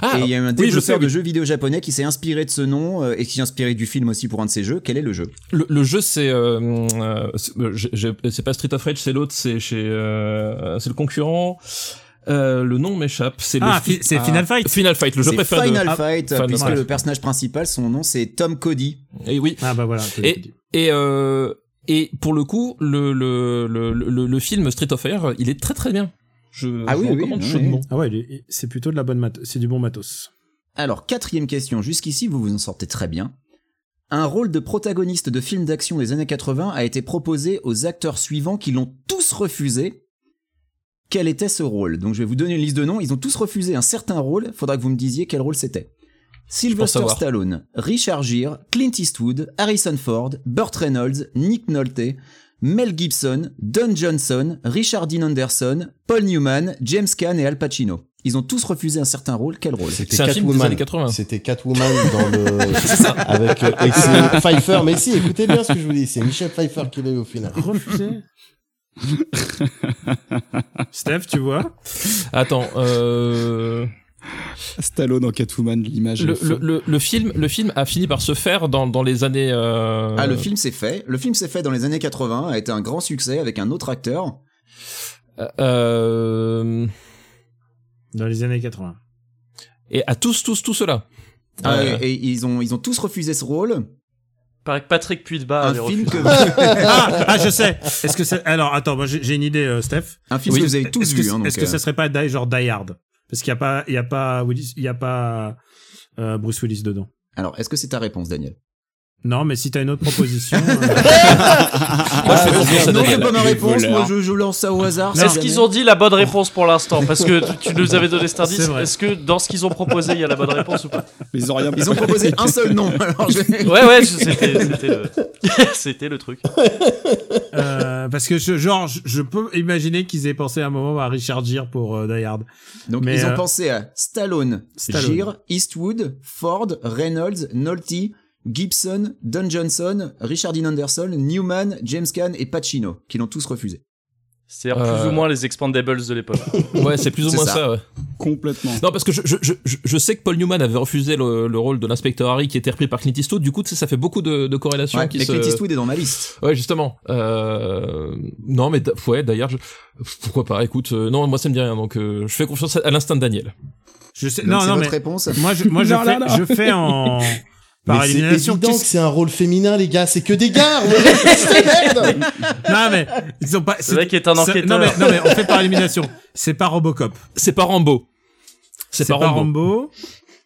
Ah,
et il y a eu un
oui, je sais,
développeur de
oui.
jeux vidéo japonais qui s'est inspiré de ce nom euh, et qui s'est inspiré du film aussi pour un de ses jeux. Quel est le jeu
le, le jeu c'est euh, euh, c'est- euh, j'ai- j'ai- c'est pas Street of Rage, c'est l'autre, c'est chez euh, c'est le concurrent. Euh, le nom m'échappe. C'est le
Ah,
fi-
fi- c'est Final Fight.
Final Fight, le jeu
C'est
préféré
Final
de. Ah,
Fight,
Final
puisque
Fight.
le personnage principal, son nom c'est Tom Cody.
et eh oui.
Ah, bah voilà.
Et et euh, et pour le coup, le le, le le le film Street of Fire, il est très très bien. Je,
Ah
je
oui,
vous
oui,
recommande
oui.
chaudement.
Ah ouais, il est- il- c'est plutôt de la bonne mat- c'est du bon matos.
Alors, quatrième question, jusqu'ici vous vous en sortez très bien. Un rôle de protagoniste de film d'action des années 80 a été proposé aux acteurs suivants qui l'ont tous refusé. Quel était ce rôle Donc je vais vous donner une liste de noms, ils ont tous refusé un certain rôle, faudra que vous me disiez quel rôle c'était. Sylvester
savoir.
Stallone, Richard Gere, Clint Eastwood, Harrison Ford, Burt Reynolds, Nick Nolte, Mel Gibson, Don Johnson, Richard Dean Anderson, Paul Newman, James Caan et Al Pacino. Ils ont tous refusé un certain rôle, quel rôle
c'était
C'est un film des
Catwoman.
années 80.
C'était Catwoman dans le. Avec. euh, et c'est Pfeiffer. Mais si, écoutez bien ce que je vous dis. C'est Michel Pfeiffer qui l'a eu au final.
Refusé Steph, tu vois
Attends. Euh...
Stallone en Catwoman, l'image.
le,
est
le,
folle.
le, le film, le film a fini par se faire dans, dans les années. euh,
Ah, le film s'est fait. Le film s'est fait dans les années 80, a été un grand succès avec un autre acteur.
euh,
Dans les années 80.
et à tous, tous, tous ceux-là.
Ah,
Euh,
et, et ils ont, ils ont tous refusé ce rôle.
Paraît que Patrick Puitbas
un,
avait
film que,
refusé.
ah, ah, je sais. Est-ce que c'est alors attends, moi j'ai j'ai une idée, euh, Steph.
un film
Oui.
que vous avez tous
Est-ce que,
vu. hein, donc,
est-ce que
euh,
ça serait pas Die genre Die Hard Parce qu'il y a pas, il y a pas, Willis- il y a pas euh, Bruce Willis dedans.
Alors, est-ce que c'est ta réponse, Daniel
Non, mais si t'as une autre proposition, euh,
Ah,
moi, je fais confiance à
Ah, Non,
Daniel.
c'est pas ma
le
réponse.
voleur.
Moi, je, je lance ça au hasard.
Est-ce qu'ils ont dit la bonne réponse pour l'instant Parce que tu- tu nous avais donné cet indice.
C'est vrai.
Est-ce que dans ce qu'ils ont proposé, il y a la bonne réponse ou pas
Ils ont rien.
Ils ont proposé un seul nom. Alors, je...
Ouais, ouais, je- c'était c'était le... c'était le truc.
euh, parce que je, genre, je, je peux imaginer qu'ils aient pensé à un moment à Richard Gere pour euh, Die Hard.
Donc,
Mais,
ils ont
euh,
pensé à Stallone,
Stallone.
Gere, Eastwood, Ford, Reynolds, Nolte, Gibson, Don Johnson, Richard Dean Anderson, Newman, James Caan et Pacino, qui l'ont tous refusé.
C'est plus
Euh.
ou moins les Expandables de l'époque.
Ouais, c'est plus ou
C'est
moins
ça.
ça. ouais.
Complètement.
Non, parce que je, je, je, je sais que Paul Newman avait refusé le, le rôle de l'inspecteur Harry qui était repris par Clint Eastwood. Du coup, tu sais, ça fait beaucoup de, de corrélations
Ouais,
qui
mais
se.
Clint Eastwood est dans ma liste.
Ouais, justement. Euh... Non, mais d'a- ouais, d'ailleurs, je... pourquoi pas Écoute, euh, non, moi ça me dit rien, donc euh, je fais confiance à à l'instinct de Daniel.
Je sais,
Donc
non,
c'est
non,
votre
mais
réponse
moi, je, moi, je,
Non,
fais,
non, non.
je fais en par
Mais c'est
élimination.
évident que
Qu'est-ce-
c'est un rôle féminin, les gars. C'est que des gars. on est- c'est merde.
Non, mais ils ont pas.
Le mec est un
ça- Non
enquêteur.
mais, non mais on fait par élimination. C'est pas Robocop.
C'est pas Rambo.
C'est pas Rambo.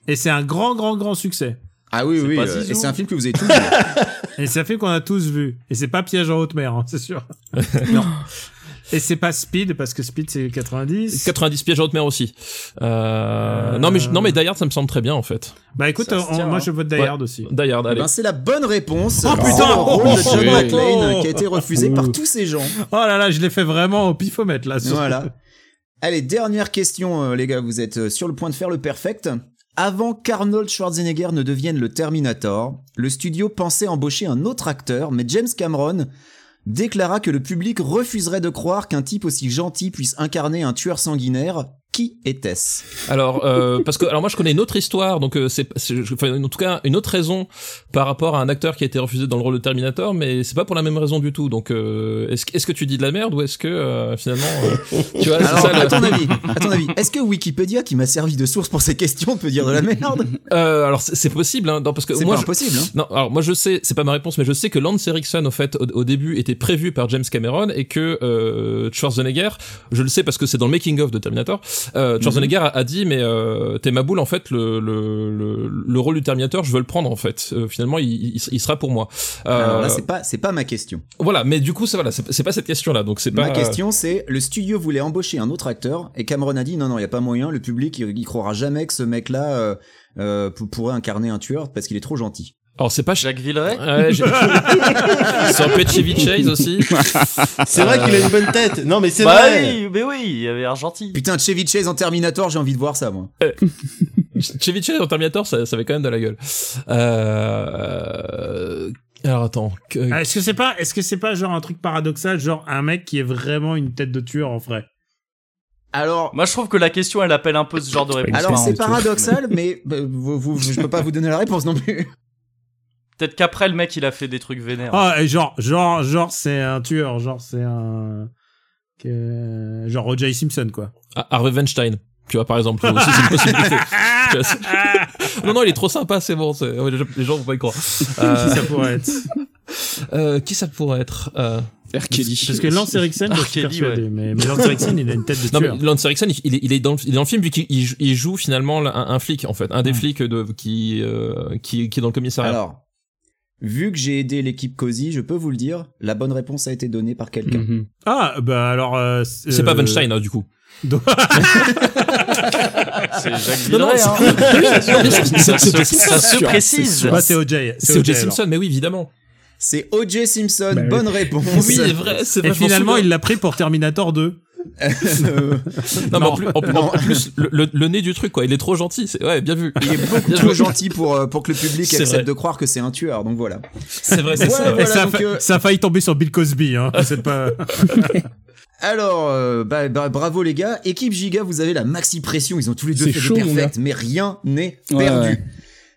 Et c'est un grand, grand, grand succès.
Ah oui, oui,
pas
euh,
Zizou.
et c'est un film que vous avez tous vu.
Et ça fait qu'on a tous vu. Et c'est pas Piège en haute mer, hein, c'est sûr. non. Et c'est pas Speed parce que Speed c'est 90.
90 pièges à haute mer aussi. Euh... Non mais je- non mais Die Hard, ça me semble très bien en fait.
Bah écoute,
Ça se
on-
tient,
moi
hein.
je vote Die
Ouais.
Hard aussi.
Die Hard, allez.
Ben, c'est la bonne réponse.
Oh,
C'est
putain.
le rôle de John
Oui.
McClane qui a été refusé par tous ces gens.
Oh là là, je l'ai fait vraiment au pifomètre là. ce-
Voilà. Allez, dernière question, euh, les gars. Vous êtes euh, sur le point de faire le perfect. Avant qu'Arnold Schwarzenegger ne devienne le Terminator, le studio pensait embaucher un autre acteur, mais James Cameron déclara que le public refuserait de croire qu'un type aussi gentil puisse incarner un tueur sanguinaire. Qui était-ce
Alors euh, parce que alors moi je connais une autre histoire donc euh, c'est c'est- je- enfin, en tout cas une autre raison par rapport à un acteur qui a été refusé dans le rôle de Terminator mais c'est pas pour la même raison du tout donc euh, est-ce que- est-ce que tu dis de la merde ou est-ce que euh, finalement euh, tu vois c'est
Alors,
ça,
à
le-
ton avis, à ton avis, est-ce que Wikipédia, qui m'a servi de source pour ces questions, peut dire de la merde
Euh, alors c'est c'est possible hein, non, parce que
C'est
moi
pas
je-
impossible. hein.
Non, alors moi je sais, c'est pas ma réponse, mais je sais que Lance Erickson au fait au, au début était prévu par James Cameron et que euh, Schwarzenegger, je le sais parce que c'est dans le making of de Terminator, euh, Schwarzenegger
Mhm.
a, a dit mais euh, t'es ma boule en fait le, le le le rôle du Terminator, je veux le prendre en fait. Euh, finalement il, il, il sera pour moi. Euh,
Ah, Alors là, c'est pas, c'est pas ma question.
voilà, mais du coup c'est voilà, c'est c'est pas cette question là, donc c'est pas euh,
Ma question, c'est le studio voulait embaucher un autre acteur et Cameron a dit non, non, il n'y a pas moyen, le public, il, il croira jamais que ce mec-là euh, euh, pou- pourrait incarner un tueur parce qu'il est trop gentil.
Alors c'est pas
Jacques Villeray
Ouais, j'ai- Sur Petchevich Chase aussi.
C'est vrai qu'il a une bonne tête. Non, mais c'est
Bah
vrai.
oui, mais oui, il y avait l'air gentil.
Putain, Chevy Chase en Terminator, j'ai envie de voir ça, moi.
Chevy Chase en Terminator, ça, ça avait quand même de la gueule. Euh... Alors attends. que-
Ah, Est-ce que c'est pas, est-ce que c'est pas genre un truc paradoxal, genre un mec qui est vraiment une tête de tueur en vrai
Alors,
Moi, je trouve que la question, elle appelle un peu ce genre de réponse.
alors c'est
tout.
paradoxal, mais bah, vous, vous- je peux pas vous donner la réponse non plus.
Peut-être qu'après, le mec, il a fait des trucs vénères.
Ah, et genre, genre, genre c'est un tueur, genre c'est un, que- genre Roger Simpson quoi.
Ah, Harvey Weinstein, tu vois, par exemple, aussi, c'est une possibilité. Tu vois, c'est- non, non, il est trop sympa, c'est bon, c'est- ouais, les gens- les gens vont pas y croire. Euh,
Qui ça pourrait être
euh, qui ça pourrait être euh,
R. Kelly.
Parce que Lance Erickson, je
R.
suis
Kelly,
persuadé, mais, mais Lance Erickson, il a une tête de
Non, mais
tueur.
Lance Erickson, il, est- il est dans le, il est dans le film, vu qu'il il joue- il joue finalement un, un flic, en fait, un
Hmm.
des flics de, qui, euh, qui, qui est dans le commissariat.
Alors, vu que j'ai aidé l'équipe Cozy, je peux vous le dire, la bonne réponse a été donnée par quelqu'un.
Mhm.
Ah, bah alors. euh,
c'est pas
euh,
Weinstein, hein, du coup.
donc-
C'est Jacques
Non, non,
Villeray, hein.
c'est- c'est- c'est- c'est-
Ça se précise.
Bah, c'est OJ.
C'est O.J.
alors.
Simpson, mais oui, évidemment.
C'est O.J. Simpson,
Bah oui.
bonne réponse.
Oui, c'est vrai, c'est vrai.
Et
je m'en
finalement,
souviens.
il l'a pris pour Terminator 2.
Euh,
Non, mais en
Non.
plus, en plus- en plus, le, le- le nez du truc, quoi, il est trop gentil. c'est- Ouais, bien vu.
Il est beaucoup
Bien
trop
joué.
gentil pour, euh, pour que le public
C'est
accepte
vrai.
de croire que c'est un tueur, donc voilà.
C'est vrai, c'est
Ouais,
ça.
Et
voilà,
ça, a
donc,
fa-
euh,
ça a failli tomber sur Bill Cosby. Hein. C'est pas...
Alors, euh, bah, bah, bravo les gars. Équipe Giga, vous avez la maxi pression. Ils ont tous les deux
C'est
fait
chaud,
des
mon
perfects, mais rien n'est
Ouais,
perdu.
ouais.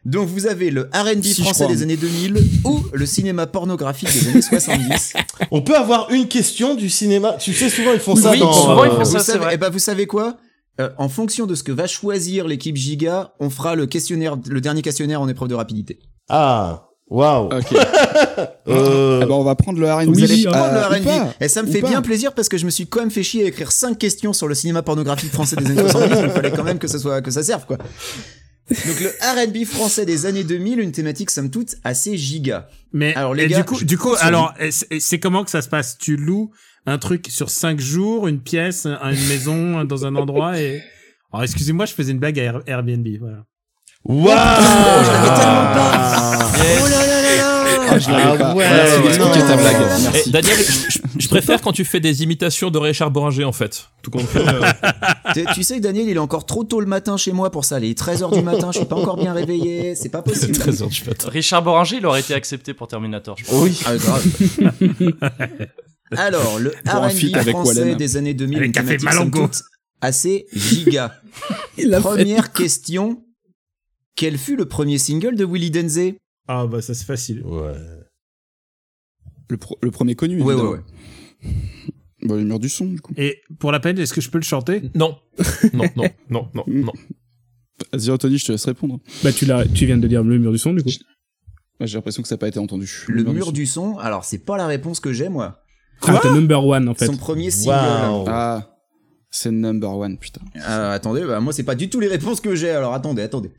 Donc vous avez le R&B
Si, je
français
crois.
des années 2000 ou le cinéma pornographique des années 70.
On peut avoir une question du cinéma. Tu sais, souvent ils font ça
oui,
dans. euh,
souvent, ils font
vous
ça, c'est
savez,
vrai.
eh ben, vous savez quoi Euh, En fonction de ce que va choisir l'équipe Giga, on fera le questionnaire, le dernier questionnaire en épreuve de rapidité.
Ah, waouh.
Ok.
Euh,
Ah bah, on va prendre le R&B.
Vous
Vous
Oui,
allez
euh,
prendre
ah ou
le R&B.
pas,
Et ça me
ou
fait
pas.
bien plaisir parce que je me suis quand même fait chier à écrire 5 questions sur le cinéma pornographique français des années 70. donc Il fallait quand même que ça soit, que ça serve, quoi. Donc le R&B français des années 2000, une thématique somme toute assez giga.
Mais
Alors, les
et
gars,
du coup,
je-
du coup
sur-
alors, et c'est et c'est comment que ça se passe Tu loues un truc sur 5 jours, une pièce, un- une maison dans un endroit et... Alors, excusez-moi, je faisais une blague à Air- Airbnb. Voilà.
waouh.
Ah.
Ah.
Oh, j'avais tellement pas. Oh là là là là.
ouais, Ah, je l'avais pas. Merci d'expliquer ta blague. Merci.
Eh, Daniel, je, je- je préfère quand tu fais des imitations de Richard Boranger en fait. Tout compris.
Tu- tu sais que Daniel, il est encore trop tôt le matin chez moi pour ça. Il est 13h du matin, je suis pas encore bien réveillé, c'est pas possible.
Richard Boranger, il aurait été accepté pour Terminator. Je pense.
Ah, grave. Alors, le
Pour un feat
R&B
avec
français
Wallen.
des années 2000,
Avec
une
Café
thématique somme
Malongo.
toute assez giga. Première question, quel fut le premier single de Willy Denze
Ah bah ça c'est facile.
Ouais.
Le, pro- le premier connu.
Ouais,
évidemment.
ouais,
Bon, le mur du son, du coup.
Et pour la peine, est-ce que je peux le chanter
Non. Non, non, non, non, non.
Vas-y, Anthony, je te laisse répondre.
Bah, tu, l'as, tu viens de dire le mur du son, du coup.
Ouais, J'ai l'impression que ça n'a pas été entendu.
Le mur du son, alors c'est pas la réponse que j'ai moi.
Ah, t'es number one, en fait.
Son premier single.
Ah, c'est number one, putain.
Euh, attendez, bah, moi c'est pas du tout les réponses que j'ai, alors attendez, attendez.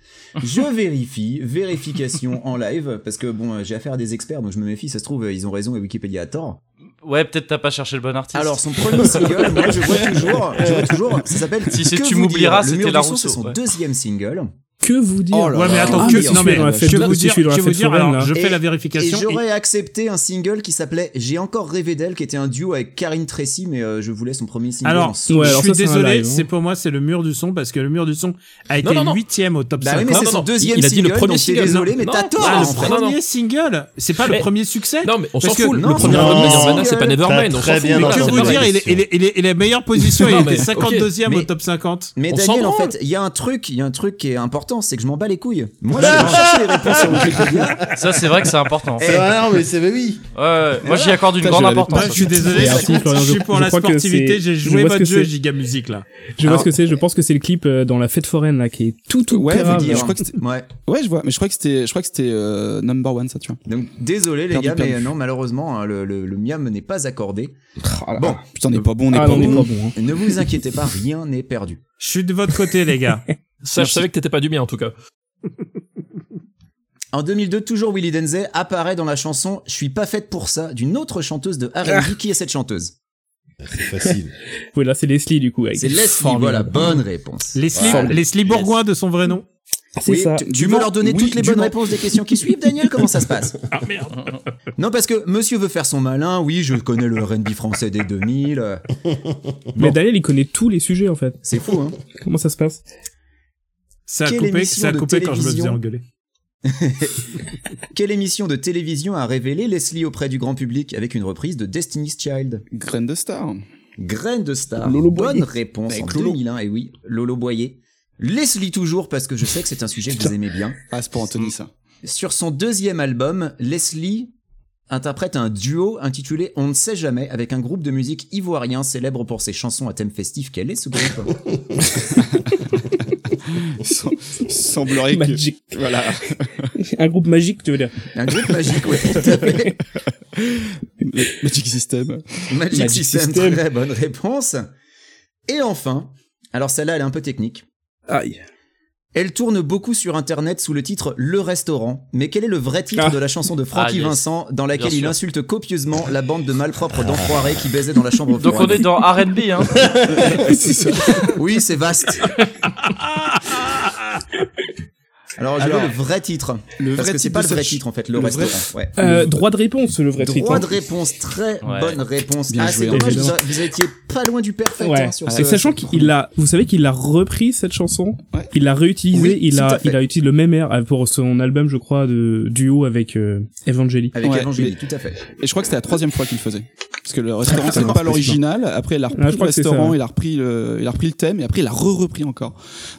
Je vérifie, vérification en live, parce que bon, euh, j'ai affaire à des experts, donc je me méfie, ça se trouve, euh, ils ont raison et Wikipédia a tort.
Ouais, peut-être t'as pas cherché le bon artiste.
Alors son premier single, moi je vois toujours, je vois toujours, ça s'appelle
Si c'est
Que
Tu
vous
m'oublieras,
dire Le
c'était
Mur
La
du Son,
Rousseau,
C'est son
ouais.
deuxième single.
Que vous dire
Ouais, mais
Ah,
attends, que, non, mais, que vous dire, que vous dire, alors, je fais la vérification.
Et j'aurais accepté un single qui s'appelait J'ai encore rêvé d'elle, qui était un duo avec Karine Tracy, mais euh, je voulais son premier single.
Alors,
en solo.
je suis désolé,
hein.
c'est pour moi, c'est le mur du son, parce que le mur du son a été
Non, non, non.
huitième au top
Bah
5.
oui, mais c'est son deuxième Il a dit single, le premier donc t'es single. désolé, mais t'as tort,
Ah,
en
le
fait.
premier
Non, non.
single, c'est pas le
Mais-
premier succès.
Non, mais on
Parce
s'en
que-
fout, le premier
non,
album de Nirvana,
single.
c'est pas Nevermind, T'as on s'en très fout. bien
Mais que
entendu
vous
la
dire, il est,
question.
il est, il est- il est la meilleure position,
Non,
il
mais-
était 52 e au
Mais-
top 50.
Mais
On s'en
Daniel, en
branle.
fait, il y a un truc, il y a un truc qui est important, c'est que je m'en bats les couilles. Moi, je vais chercher les réponses sur Wikipédia.
Ça, c'est vrai que c'est important.
Eh,
Eh.
C'est vrai, Eh, non, mais c'est-
oui.
Ouais, ouais, moi j'y accorde une
Putain,
grande
je l'avais
importance.
pas.
Je suis désolé, je suis pour
je
la
crois que
sportivité,
c'est-
j'ai
je
joué
vois ce
votre
que
jeu,
c'est.
giga musique, là.
Je vois
Alors-
ce que c'est, je pense que c'est le clip euh, dans la fête foraine, là, qui est tout, tout
Ouais,
pérave.
mais je crois que c'était-
ouais.
je vois, mais je crois que c'était, je crois que c'était euh, number one, ça, tu vois.
Donc, désolé, les
Perdu,
gars, mais
perdu.
non, malheureusement, hein, le, le, le miam n'est pas accordé.
Bon, Euh, putain, on n'est pas bon, on n'est
Ah,
pas,
non, on
bon.
est pas bon, hein. Ne vous inquiétez pas, rien n'est perdu.
Je suis de votre côté, les gars.
Ça, je savais que t'étais pas du mien en tout cas.
En 2002, toujours Willie Denze apparaît dans la chanson Je suis pas faite pour ça d'une autre chanteuse de R&B. Qui est cette chanteuse
Bah, Facile.
Oui, là, c'est Leslie, du coup. avec-
C'est Leslie, voilà,
Formidable.
bonne réponse.
Leslie,
Formidable.
Leslie Bourgoin de son vrai nom.
Oui, Tu, tu veux leur donner toutes les bonnes réponses des questions qui suivent, Daniel Comment ça se passe
Ah merde.
Non, parce que monsieur veut faire son malin. Oui, je connais le R&B français des 2000. euh,
Mais Daniel, il connaît tous les sujets, en fait.
C'est fou, hein.
Comment ça se passe
Ça a
Quelle
coupé,
émission
ça a
de
coupé quand je me
télévision
faisais engueuler.
Quelle émission de télévision a révélé Leslie auprès du grand public avec une reprise de Destiny's Child
Graine de star.
Graine de star.
Lolo
Bonne
Boyer.
réponse
Avec
en
Lolo.
2001, et oui, Lolo Boyer. Leslie toujours, parce que je sais que c'est un sujet que vous aimez bien.
Ah, c'est pour Anthony, ça.
Sur son deuxième album, Leslie interprète un duo intitulé On ne sait jamais avec un groupe de musique ivoirien célèbre pour ses chansons à thème festif. Quel est ce groupe
Sem- semblerait
Magique.
que. Voilà.
Un groupe magique, tu veux dire
Un groupe magique, ouais. tout à fait.
Magic System.
Magic,
Magic
System,
System.
très bonne réponse. Et enfin, alors celle-là, elle est un peu technique.
Aïe.
Elle tourne beaucoup sur Internet sous le titre Le Restaurant. Mais quel est le vrai titre
Ah.
de la chanson de Francky
Ah, yes.
Vincent dans laquelle
Bien
il
sûr.
insulte copieusement la bande de malpropres d'enfoirés qui baisaient dans la chambre
Donc on
froide
est dans RB, hein.
Oui, c'est vaste. Alors, je
Alors,
veux le vrai titre.
le
parce
vrai
que c'est
titre
pas
de
le
cette
vrai
ch-
titre, en fait, le,
le vrai-
restaurant. Ouais.
Euh, droit de réponse, le vrai titre.
Droit
hein.
de réponse, très
Ouais.
bonne réponse.
Bien
ah, c'est
joué,
dommage,
évidemment.
vous, vous étiez pas loin du parfait
Ouais.
hein, sur
Et
ce-
sachant qu'il l'a, vous savez qu'il a repris cette chanson,
Ouais.
il l'a réutilisée,
Oui,
il
tout à
a,
fait.
il a utilisé le même air euh, pour son album, je crois, de duo avec euh, Evangeli.
Avec
Ouais,
Evangélie, tout à fait.
Et je crois que c'était la troisième fois qu'il le faisait. Parce que le restaurant, c'est pas l'original. Après, il a repris
Ah, je
le
crois que c'est
restaurant,
ça.
il a repris le, il a repris le thème, et après, il a re-repris encore.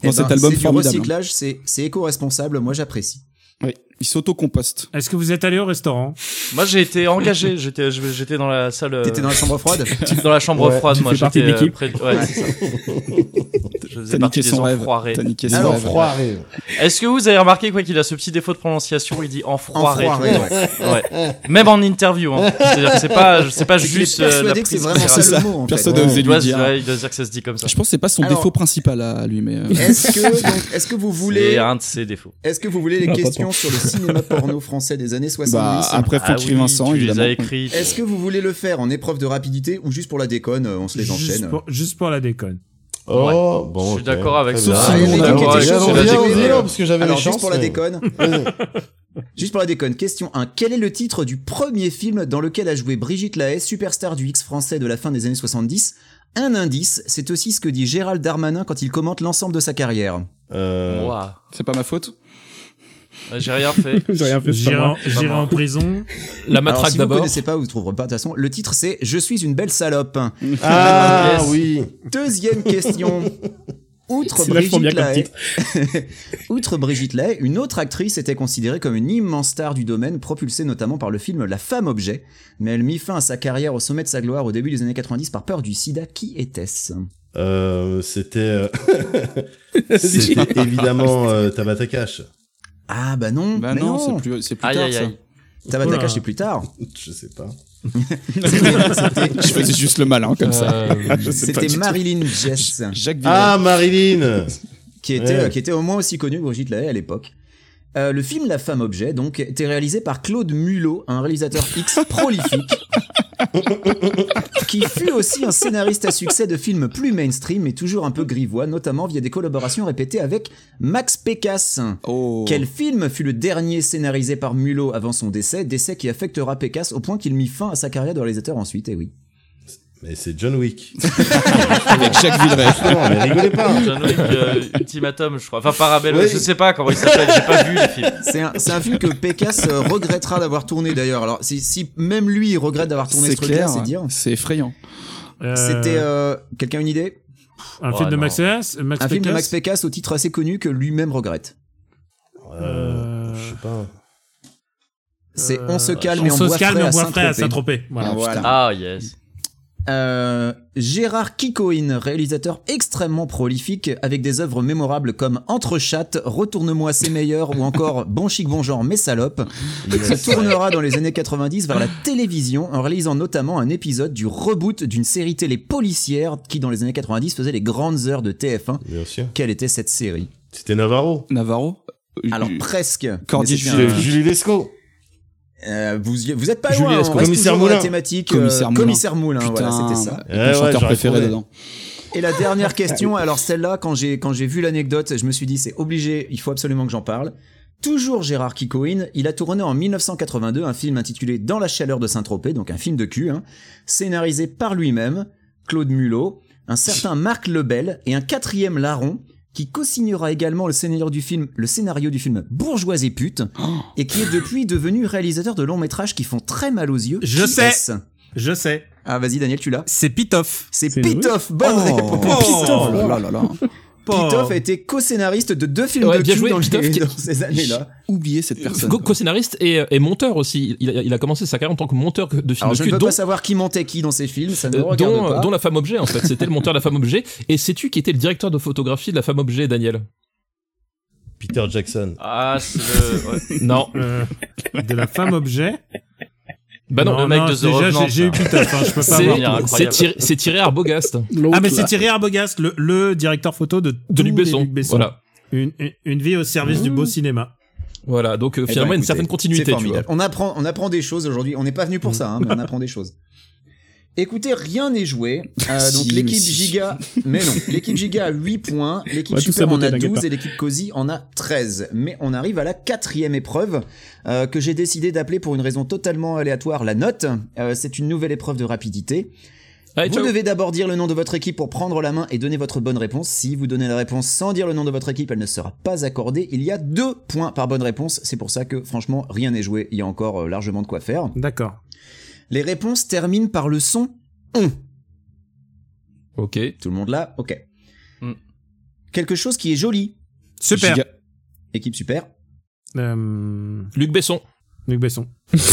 Dans
Eh
cet
ben,
album
c'est du
formidable.
recyclage, c'est c'est éco-responsable, moi j'apprécie.
Oui. Il s'auto-composte.
Est-ce que vous êtes allé au restaurant
Moi j'ai été engagé, j'étais je- j'étais dans la salle. euh,
T'étais dans la chambre froide
dans la chambre
Ouais.
froide,
Tu
moi
fais partie
j'étais
de
euh,
l'équipe.
près de- ouais, c'est ça. Je faisais
T'as niqué
partie des
son rêve.
enfoirés.
T'as niqué son
Alors,
rêve.
froid rêve.
Est-ce que vous avez remarqué quoi qu'il a ce petit défaut de prononciation Il dit enfoiré.
Enfoiré,
tout le temps. Ouais. Même en interview. Hein. C'est-à-dire que c'est pas, c'est pas
C'est qu'il est
juste. euh,
persuadé
la
que c'est
prise
vraiment
littérale.
ça le mot, en fait. hein.
Personne
Ouais.
n'a osé
Il
lui
doit,
dire.
hein.
ouais, il doit dire que ça se dit comme ça.
Je pense que c'est pas son
Alors-
défaut principal à lui, mais. euh,
Est-ce que, donc, est-ce que vous voulez,
C'est un de ses défauts.
est-ce que vous voulez les
Ah, pas
questions sur le cinéma porno français des années 70
bah, après
Ah
Francky
oui,
Vincent,
tu les
évidemment.
as écrits.
Est-ce que vous voulez le faire en épreuve de rapidité ou juste pour la déconne, euh, on se les
Juste
enchaîne
pour, juste pour la déconne.
Oh,
Ouais.
bon.
Je suis
ok.
d'accord avec
Très
ça.
bien.
Ah, il y avait
Simon,
quelque
Alors,
d'accord
chose
avec
viens,
ça,
que
c'est
viens,
la
j'ai
déconne.
viens,
oublié.
parce que j'avais
Alors
les
juste
chances.
pour la
mais-
déconne,
Vas-y.
Juste pour la déconne, question 1. Quel est le titre du premier film dans lequel a joué Brigitte Lahaye, superstar du X français de la fin des années 70 Un indice, c'est aussi ce que dit Gérald Darmanin quand il commente l'ensemble de sa carrière.
Euh...
Ouah.
C'est pas ma faute
J'ai rien fait.
J'ai rien fait, c'est pas
J'irai en,
moi.
j'irai en prison.
La
Alors,
matraque
si vous
d'abord.
connaissez pas, vous ne trouverez pas. De toute façon, le titre c'est Je suis une belle salope.
Ah
Yes.
oui.
Deuxième question. Outre
C'est vachement
Brigitte,
bien comme
Lahaye, Outre Brigitte Lahaye, une autre actrice était considérée comme une immense star du domaine, propulsée notamment par le film La femme objet, mais elle mit fin à sa carrière au sommet de sa gloire au début des années 90 par peur du sida. Qui était-ce
Euh, c'était euh, c'était évidemment euh, Tabata Cash.
Ah bah non,
Bah
mais
non,
non,
c'est plus, c'est plus
Aïe,
tard
aïe,
ça.
aïe.
Tabata
Oula.
Cash, c'est plus tard.
Je sais pas.
Ah,
Je faisais juste le malin comme ça.
Euh,
Je sais pas
C'était
du tout.
Marilyn Jess,
Jacques Villard.
Ah Marilyn.
qui était,
ouais.
euh, qui était au moins aussi connue que Brigitte Lahaye à l'époque. Euh, le film La femme objet, donc, était réalisé par Claude Mulot, un réalisateur X prolifique, qui fut aussi un scénariste à succès de films plus mainstream, mais toujours un peu grivois, notamment via des collaborations répétées avec Max Pécasse.
Oh.
Quel film fut le dernier scénarisé par Mulot avant son décès, décès qui affectera Pécasse au point qu'il mit fin à sa carrière de réalisateur ensuite, et oui.
Mais c'est John Wick.
Avec Jacques Villeray.
Non, mais rigolez pas.
John Wick, euh, Ultimatum, je crois. Enfin, Parabellum,
Oui.
je sais pas comment il s'appelle, j'ai pas vu le film.
C'est un, c'est un film que Pécasse euh, regrettera d'avoir tourné d'ailleurs. Alors, si, si même lui il regrette d'avoir tourné ce
C'est
truc-là,
clair.
c'est dire.
C'est effrayant.
Euh,
C'était. euh, Quelqu'un a une idée
un film
Ouais,
de
Oh non.
Max Pécasse Max
Un film de
Pécasse
Max Pécasse au titre assez connu que lui-même regrette.
Euh, je sais pas.
C'est
Euh,
On se calme
on
et on
se
boit
calme
frais
et on
à
boit frais à
Saint-Tropez.
Saint-Tropez. Voilà.
Ah,
Voilà.
Ah, yes.
Euh, Gérard Kikoin, réalisateur extrêmement prolifique, avec des œuvres mémorables comme Entre chattes, Retourne-moi c'est meilleur ou encore Bon chic bon genre mais salope, se tournera dans les années 90 vers la télévision en réalisant notamment un épisode du reboot d'une série télé policière qui dans les années 90 faisait les grandes heures de TF1.
Bien sûr.
Quelle était cette série
C'était Navarro.
Navarro. euh,
Alors presque.
Cordier
mais c'était
Jules.
un-
Julie Lescaut.
Euh, vous, vous êtes pas
Julie
loin,
Lescaut.
on reste
Commissaire
toujours dans la
Moulin.
thématique euh,
Commissaire Moulin.
Commissaire Moulin,
Putain,
voilà, c'était ça.
mon
Ouais, ouais,
chanteur
j'aurais
préféré
trouvé.
dedans.
Et la dernière question, alors celle-là, quand j'ai quand j'ai vu l'anecdote, je me suis dit c'est obligé, il faut absolument que j'en parle. Toujours Gérard Kikoin, il a tourné en 1982 un film intitulé Dans la chaleur de Saint-Tropez, donc un film de cul, hein, scénarisé par lui-même, Claude Mulot, un certain Marc Lebel et un quatrième larron qui co-signera également le scénario du film, le scénario du film Bourgeois et pute, et qui est depuis devenu réalisateur de longs métrages qui font très mal aux yeux.
Je
Qui
sais.
est-ce
Je sais.
Ah vas-y Daniel, tu l'as.
C'est Pitoff.
C'est
C'est
Pitoff, bonne
Oh.
réponse.
Pitoff.
Oh là là là.
Pitoff a été co-scénariste de deux films
Ouais,
de
bien
cul
joué,
dans, les-
Pitoff, qui-
dans ces années-là.
Oubliez cette personne.
Go- Co-scénariste et, et monteur aussi. Il, a- il a commencé sa carrière en tant que monteur de films
Alors
de
je ne
cul,
peux
dont-
pas savoir qui mentait qui dans ces films, ça ne me
euh,
regarde
dont,
pas.
dont la femme objet en fait c'était le monteur de la femme objet et sais-tu qui était le directeur de photographie de la femme objet Daniel
Peter Jackson.
Ah, c'est le. ouais.
non
Euh, de la femme objet.
bah non,
le mec de The
déjà,
Revenant,
j'ai- j'ai eu
ça.
Pitoff. hein, je peux pas
c'est
avoir
il y a un
tout.
c'est Thierry- c'est Thierry Arbogast
L'autre,
Ah mais c'est
là.
Thierry Arbogast, le, le directeur photo de,
de
tous
Luc
les
Besson.
Luc Besson.
voilà
Une, une- une vie au service
Mmh.
du beau cinéma.
voilà donc euh,
Eh ben,
finalement une
écoutez,
certaine
c'est
continuité tu vois
formidable. On apprend, on apprend des choses aujourd'hui. On n'est pas venu pour ça, hein, mais on apprend des choses. Écoutez, rien n'est joué. Euh, donc
Si,
l'équipe
mais si.
Giga, mais non, l'équipe Giga a 8 points, l'équipe
On va tous
Super en
saboter,
a
t'inquiète
12
pas.
et l'équipe Cozy en a 13. Mais on arrive à la quatrième épreuve euh, que j'ai décidé d'appeler pour une raison totalement aléatoire la note. Euh, C'est une nouvelle épreuve de rapidité.
Allez,
Vous
ciao.
devez d'abord dire le nom de votre équipe pour prendre la main et donner votre bonne réponse. Si vous donnez la réponse sans dire le nom de votre équipe, elle ne sera pas accordée. Il y a deux points par bonne réponse. C'est pour ça que, franchement, rien n'est joué. Il y a encore euh, largement de quoi faire.
D'accord.
Les réponses terminent par le son on.
ok
Tout le monde là Ok.
Mm.
Quelque chose qui est joli.
Super.
Giga-
Équipe super.
Euh,
Luc Besson
Luc Besson.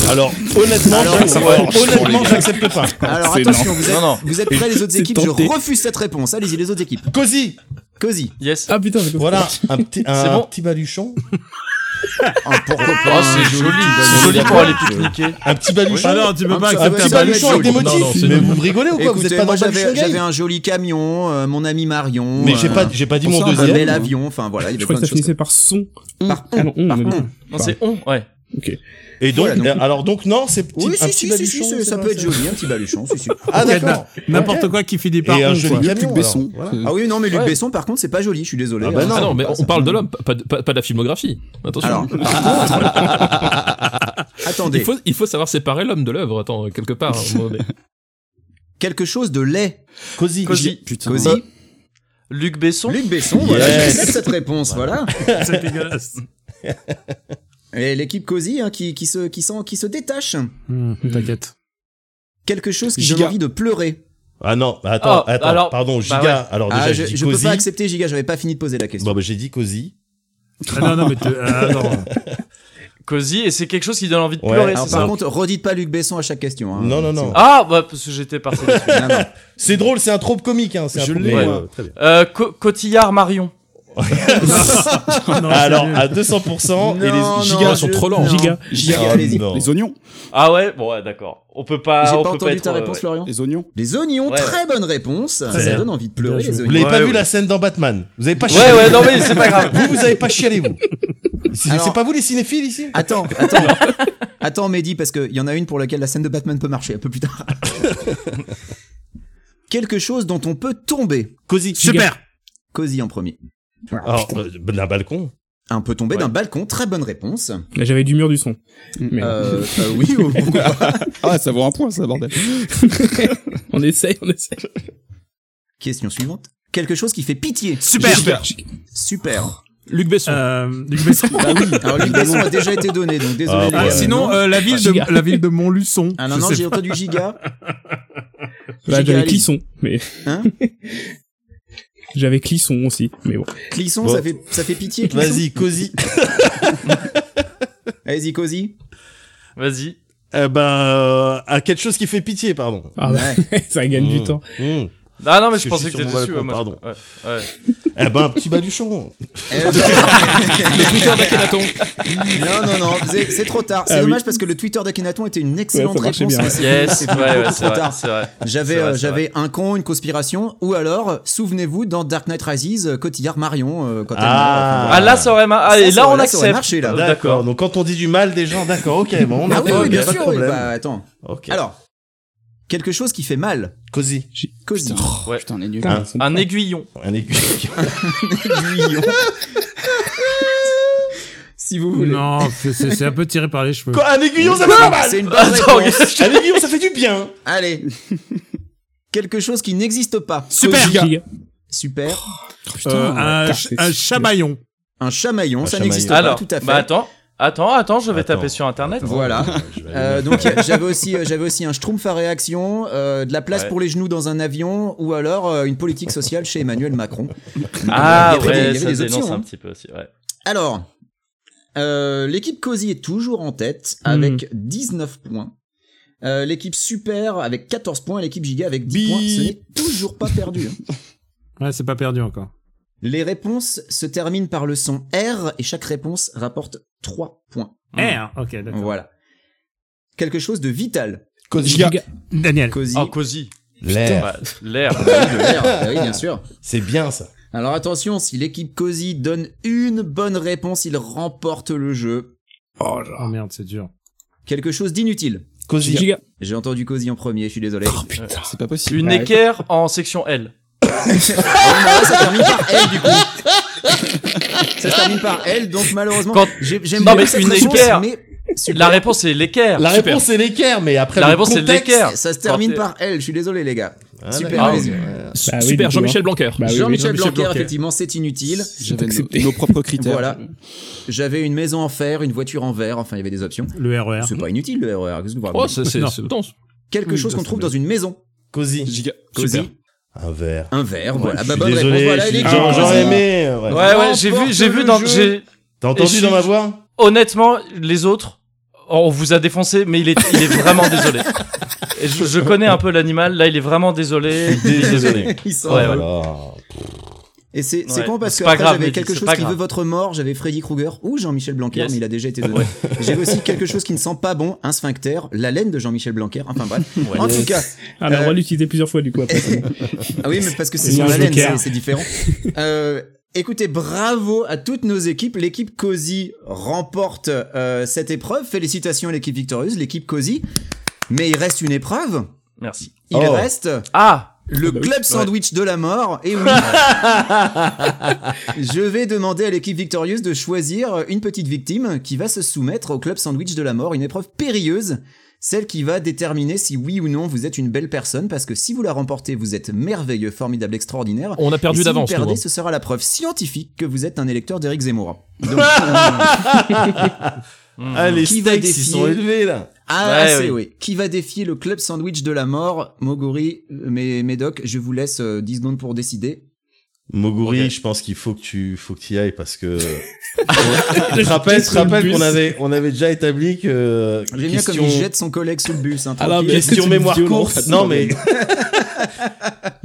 Alors honnêtement,
Alors,
j'ac-
ouais,
honnêtement, j'accepte pas.
Alors
C'est
attention, vous êtes,
Ah, Non, non.
vous êtes prêts les autres
C'est
équipes Je
tenté.
refuse cette réponse. Allez-y, les autres équipes.
Cozy.
Cozy.
Yes.
Ah putain, j'ai compris.
Voilà un petit
C'est
un
bon.
petit baluchon.
Oh, pourquoi
Oh,
pas
c'est joli. C'est joli pour aller pique-niquer.
Un petit baluchon.
Ah non, tu peux
Un
pas
petit-
un
accepter
petit
un
baluchon
baluchon
avec des
joli.
motifs.
Non, non, c'est
mais
nul.
vous rigolez ou quoi Vous
Écoutez,
êtes pas
moi
dans le
j'avais
baluchon
j'avais
game
un joli camion, euh, mon ami Marion.
Mais j'ai
euh,
pas j'ai pas dit
Pour
mon
ça, un
un
Deuxième.
bel
hein.
avion. Enfin voilà, il y
Je
avait
crois
plein Mmh.
que
de
ça
choses.
finissait par son.
Par
Mmh.
Ah non, on,
par
mais bon.
Non, c'est on, ouais.
Ok.
Et donc,
Voilà, donc-
euh, alors donc non, c'est petit- un
Oui, si,
petit
si, si,
baluchon.
si, ça,
c'est
ça
pas
peut être joli, un petit baluchon, si, si.
Ah,
Ouais,
d'accord.
n- N'importe quoi qui finit par
Et un
on,
joli
quoi.
camion, alors.
Besson.
Bah, Voilà.
Ah oui, non, mais Luc
Ouais.
Besson, par contre, c'est pas joli, je suis désolé.
Ah bah
hein.
non.
Ah non, mais
Ah,
on
ça-
parle de l'homme, pas, de- pas- pas de la filmographie. Attention.
Alors,
il,
Attendez,
faut, il faut savoir séparer l'homme de l'œuvre, attends, quelque part. à un moment donné.
quelque chose de laid.
Cosy. Bah, oh.
Cosy.
Putain.
Cosy.
Luc Besson
Luc Besson, voilà,
Yes.
j'accepte cette réponse, voilà.
C'est dégueulasse.
Et l'équipe Cosy hein, qui, qui, se, qui, s'en- qui se détache.
Mmh,
Hmm, T'inquiète.
Quelque chose qui donne
Giga.
envie de pleurer.
Ah non, bah attends,
Ah,
attends,
alors-
pardon, Giga.
Bah
Alors Oh, déjà,
Ah,
j'ai
je,
dit
je peux
Cosy.
pas accepter, Giga, j'avais pas fini de poser la question.
Bon, bah, j'ai dit Cosy.
Ah non, non, mais te- ah, non.
Cosy, et c'est quelque chose qui donne envie de
Ouais, ah,
pleurer,
alors,
c'est
Alors, par
ça
contre, redites pas Luc Besson à chaque question. hein.
Non, non, non.
Ah, bah, parce que j'étais parti dessus.
Non, non.
C'est drôle, c'est un trope comique. Hein, c'est un
Je
trope-
l'ai,
mais,
moi.
euh, très bien.
Euh, Co- Cotillard Marion.
Non,
ah,
Alors,
sérieux.
à 200%, et
Ah, Non,
les gigas
non,
sont
je-
trop lents.
non.
Giga.
Giga,
Ah,
allez-y.
non.
Les oignons.
Ah ouais, bon, ouais, d'accord. On peut pas.
J'ai
on
pas
peut
entendu
être,
ta
euh,
réponse,
ouais.
Florian.
Les oignons.
Les oignons,
Ouais.
très bonne réponse. Ça
bien.
donne envie de pleurer,
Bien
les
joué.
Vous
oignons.
l'avez pas
Ouais,
vu
ouais.
la scène dans Batman Vous avez pas
Ouais,
chialé
ouais, non, mais c'est pas grave.
Vous, vous avez pas chialé, vous C'est
Alors-
c'est pas vous les cinéphiles ici
Attends, attends. attends, Mehdi, parce qu'il y en a une pour laquelle la scène de Batman peut marcher un peu plus tard. Quelque chose dont on peut tomber.
Cosy.
Super.
Cosy en premier.
Alors, euh, d'un balcon
Un peu tomber
Ouais.
d'un balcon, très bonne réponse.
Là, J'avais du mur du son. Mais
Euh, euh, oui,
oh,
ou- pourquoi pas.
Ah, ça vaut un point, ça, bordel.
on essaye, on essaye.
Question suivante. Quelque chose qui fait pitié.
Super.
Super.
Luc Besson.
Euh, Luc Besson.
Bah oui. Alors Luc Besson a déjà été donné, donc désolé.
Ah,
les
ouais.
Ah,
gars.
sinon, euh, la ville
Giga.
de la ville de Montluçon.
Ah non,
Je
non,
sais
j'ai
pas.
entendu Giga.
Bah,
Giga,
j'avais
allez.
Clisson, mais
Hein
j'avais Clisson aussi. Mais bon.
Clisson,
Bon.
ça, fait, ça fait pitié. Clisson.
Vas-y, Cosy.
Allez-y, Cosy.
Vas-y.
Eh ben, euh, à quelque chose qui fait pitié, pardon.
Ah bah, ça gagne
Mm.
Oh.
du temps.
Mm.
Ah non, mais
Parce
je
que
pensais
je suis
que t'étais
sur mon
dessus. ouais, moi,
balcon,
je- ouais, ouais.
Eh ben, un petit baluchon.
Euh,
Twitter d'Akhenaton.
non, non, non, c'est c'est trop tard. C'est
Ah oui.
dommage parce que le Twitter d'Akhenaton était une excellente
ça marchait
réponse.
bien,
mais c'est-
Yes,
c'est
ouais, ouais,
beaucoup
c'est
trop
vrai,
tard.
c'est vrai.
J'avais,
C'est vrai,
euh,
c'est
j'avais un con, une conspiration, ou alors, euh, souvenez-vous, dans Dark Knight Rises, euh, Cotillard Marion, euh, quand elle
Ah.
meurt,
Ah là, ça aurait mar- Ah,
Ça,
et
ça
là,
aurait-
on
là, ça aurait
accepte.
marché, là.
Euh,
D'accord. Donc, quand on dit du mal des gens, d'accord, ok, bon, on
enfin,
a
voilà. Ah oui,
pas,
oui, bien
pas de
sûr. oui,
problème.
bah, attends.
Ok.
Alors, quelque chose qui fait mal.
Cosy.
Cosy.
Ouais.
Putain, les nuls.
Putain,
Hein.
son-
Un aiguillon.
Un aiguille.
Aiguillon. si vous voulez.
Non, c'est- c'est c'est un peu tiré par les cheveux.
Quoi, un aiguillon, ça fait pas mal
C'est une bonne réponse.
Un aiguillon, ça fait du bien
Allez. Quelque chose qui n'existe pas.
Super.
Giga.
Super.
Oh,
Euh, un,
putain,
ch-
c'est
un
sûr.
chamaillon.
Un chamaillon,
Un
ça
chamaillon.
n'existe pas
Alors,
tout à fait.
bah attends, attends, attends, je vais
Attends.
taper sur internet.
Voilà.
Je vais aller
Euh, donc y a- j'avais aussi euh, j'avais aussi un schtroumpf à réaction, euh, de la place
Ouais.
pour les genoux dans un avion ou alors euh, une politique sociale chez Emmanuel Macron.
Ah
Il y avait des- il y
ouais,
avait
ça
des
dénonce
options,
un
hein.
petit peu aussi. Ouais.
Alors euh, l'équipe Cozy est toujours en tête avec 19 points. Euh, l'équipe Super avec 14 points, et l'équipe Giga avec 10 points. Ce n'est toujours pas perdu. hein.
Ouais, c'est pas perdu encore.
Les réponses se terminent par le son R et chaque réponse rapporte 3 points.
R. Eh, hein. Ok, d'accord.
Voilà. Quelque chose de vital.
Cosy.
Giga.
Euh,
Daniel.
Cozy. Ah
Ah, Cosy.
L'air.
Bah, L'air.
oui, bien sûr.
C'est bien, ça.
Alors attention, si l'équipe Cozy donne une bonne réponse, il remporte le jeu.
Oh là.
Oh merde, c'est dur.
Quelque chose d'inutile.
Cosy.
Giga.
J'ai entendu Cozy en premier, je suis désolé.
Oh putain, c'est pas possible.
Une équerre en section L.
Ah, ça termine par L du coup. ça se termine par L, donc malheureusement,
Quand-
j'ai- j'aime
Non,
bien
mais
cette
une
réponse,
équerre.
mais super.
La réponse c'est l'équerre.
La
Super.
réponse, c'est l'équerre, mais après.
La
le
réponse, c'est
contexte-
l'équerre.
Ça se termine
Quand
par L, je suis désolé les gars.
Ah,
Super,
d'accord.
allez-y.
Bah oui,
Super,
du coup,
Jean-Michel Blanquer.
Bah oui, oui.
Jean-Michel
Jean-Michel
Blanquer,
Blanquer.
effectivement, c'est inutile.
J'avais
accepté.
nos, nos propres critères.
Voilà. J'avais une maison en fer, une voiture en verre, enfin il y avait des options.
Le E RER.
C'est pas inutile le RER, qu'est-ce que vous
Oh,
racontez
c'est c'est-
Non.
c'est dense.
Quelque
Oui,
chose qu'on
ça,
trouve
c'est
dans une maison.
Cosy.
Giga.
Super.
Cozy,
Un verre.
un verre, voilà.
Ah
Je
Bah,
suis
bonne
désolé,
réponse, voilà,
je suis-
l'équipe
j'aurais-
Cozy.
J'aurais aimé. euh, ouais.
Ouais ouais, j'ai vu, j'ai vu dans, j'ai
T'as
Et
entendu
je-
dans ma voix
honnêtement les autres. oh, on vous a défoncé, mais il est, il est vraiment désolé. Et je, je connais un peu l'animal. Là, il est vraiment désolé. Il est désolé.
Ils sont-
Ouais,
Oh là
ouais.
là.
Et c'est c'est
Ouais.
con parce
C'est
que
pas
après,
grave,
j'avais
Mehdi,
quelque
c'est
chose
pas
qui
grave.
veut votre mort, j'avais Freddy Krueger ou Jean-Michel Blanquer,
Yes.
mais il a déjà été donné. J'avais aussi quelque chose qui ne sent pas bon, un sphincter, la laine de Jean-Michel Blanquer, enfin bref. en tout cas,
Ah, mais on
Euh,
va l'utiliser plusieurs fois du coup après.
ah oui, mais parce que c'est
Il y a
sur
un
la laine,
joker.
c'est- c'est différent. Euh, Écoutez, bravo à toutes nos équipes. L'équipe Cozy remporte euh, cette épreuve. Félicitations à l'équipe victorieuse, l'équipe Cozy. Mais il reste une épreuve.
Merci.
Il
Oh.
reste
Ah
le
Ah bah oui,
club
ouais.
sandwich de la mort. Et oui, je vais demander à l'équipe victorieuse de choisir une petite victime qui va se soumettre au club sandwich de la mort, une épreuve périlleuse, celle qui va déterminer si oui ou non vous êtes une belle personne, parce que si vous la remportez, vous êtes merveilleux, formidable, extraordinaire.
On a perdu
Et si
d'avance,
vous
nous,
perdez,
hein.
ce sera la preuve scientifique que vous êtes un électeur d'Éric Zemmour. euh,
Ah, les stakes, ils sont élevés, là.
Ah,
Ouais,
assez,
oui.
oui. Qui va défier le club sandwich de la mort Moguri, euh, mes Médoc, je vous laisse euh, 10 secondes pour décider.
Moguri, je pense qu'il faut que tu faut que y ailles parce que. je te rappelle, je te rappelle qu'on avait on avait déjà établi que.
J'aime bien comme il jette son collègue sous le bus.
Ah
Hein,
Alors,
tranquille.
question mémoire courte. Non mais.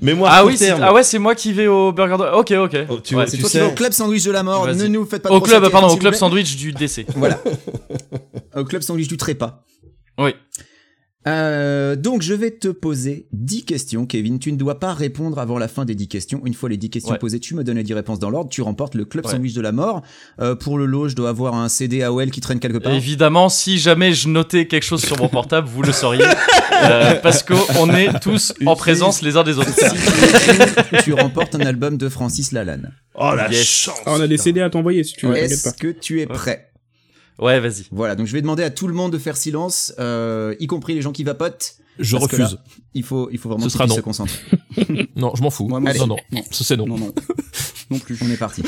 mémoire
ah
court
oui, c'est-
terme.
ah ouais, c'est moi qui vais au Burger de... Ok, ok.
tu-
Ouais.
tu
C'est toi qui vas au club sandwich de la mort.
Vas-y.
Ne nous faites pas de
Au club,
procès,
pardon,
s'il
au
vous
club
plaît.
sandwich du décès.
Voilà. au club sandwich du trépas.
Oui.
Euh, donc je vais te poser 10 questions, Kevin. Tu ne dois pas répondre avant la fin des 10 questions. Une fois les 10 questions
Ouais.
posées, tu me donnes les 10 réponses dans l'ordre. Tu remportes le club
Ouais.
sandwich de la mort. Euh, pour le lot, je dois avoir un CD AOL qui traîne quelque part.
Évidemment, si jamais je notais quelque chose sur mon portable, vous le sauriez. Euh, parce qu'on est tous en présence les uns des autres.
tu remportes un album de Francis Lalanne.
Oh la
Yes.
chance.
Ah, on a des CD à t'envoyer si tu veux. t'inquiète
Est-ce
pas.
que tu es prêt
Ouais, vas-y.
Voilà, donc je vais demander à tout le monde de faire silence, euh, y compris les gens qui vapotent.
Je
parce que
refuse.
là, il faut, il faut vraiment
Ce
qu'ils
sera non.
se concentrent.
Non, je m'en fous.
Moi, moi,
Allez.
non, non, ça c'est non.
Non, non. Non plus.
On est parti.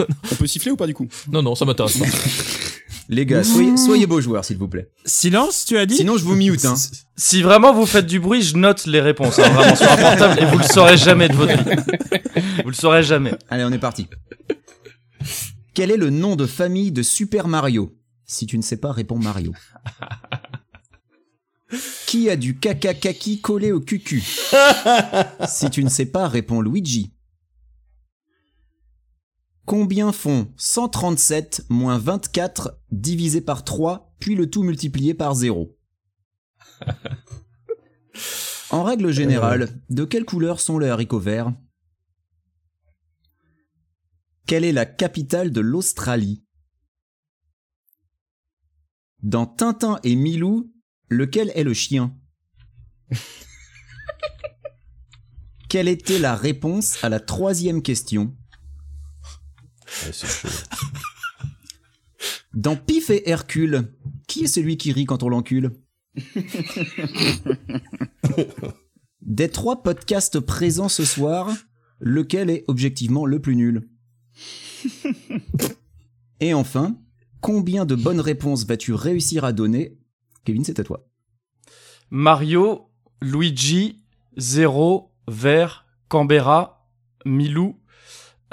On peut siffler ou pas du coup
Non, non, ça m'intéresse pas.
Les gars, soyez, soyez beaux joueurs, s'il vous plaît.
Silence, tu as dit
Sinon, je vous mute. Hein.
Si vraiment vous faites du bruit, je note les réponses. hein, vraiment sur un portable et vous le saurez jamais de votre vie. Vous le saurez jamais.
Allez, on est parti. Quel est le nom de famille de Super Mario Si tu ne sais pas, réponds Mario. Qui a du caca kaki collé au cucu Si tu ne sais pas, réponds Luigi. Combien font 137 moins 24 divisé par 3 puis le tout multiplié par 0 En règle générale, de quelle couleur sont les haricots verts quelle est la capitale de l'Australie Dans Tintin et Milou, lequel est le chien Quelle était la réponse à la troisième question
Ouais, c'est chaud.
Dans Pif et Hercule, qui est celui qui rit quand on l'encule Des trois podcasts présents ce soir, lequel est objectivement le plus nul Et enfin, combien de bonnes réponses vas-tu réussir à donner Kevin, c'est à toi.
Mario, Luigi, Zéro, Vert, Canberra, Milou,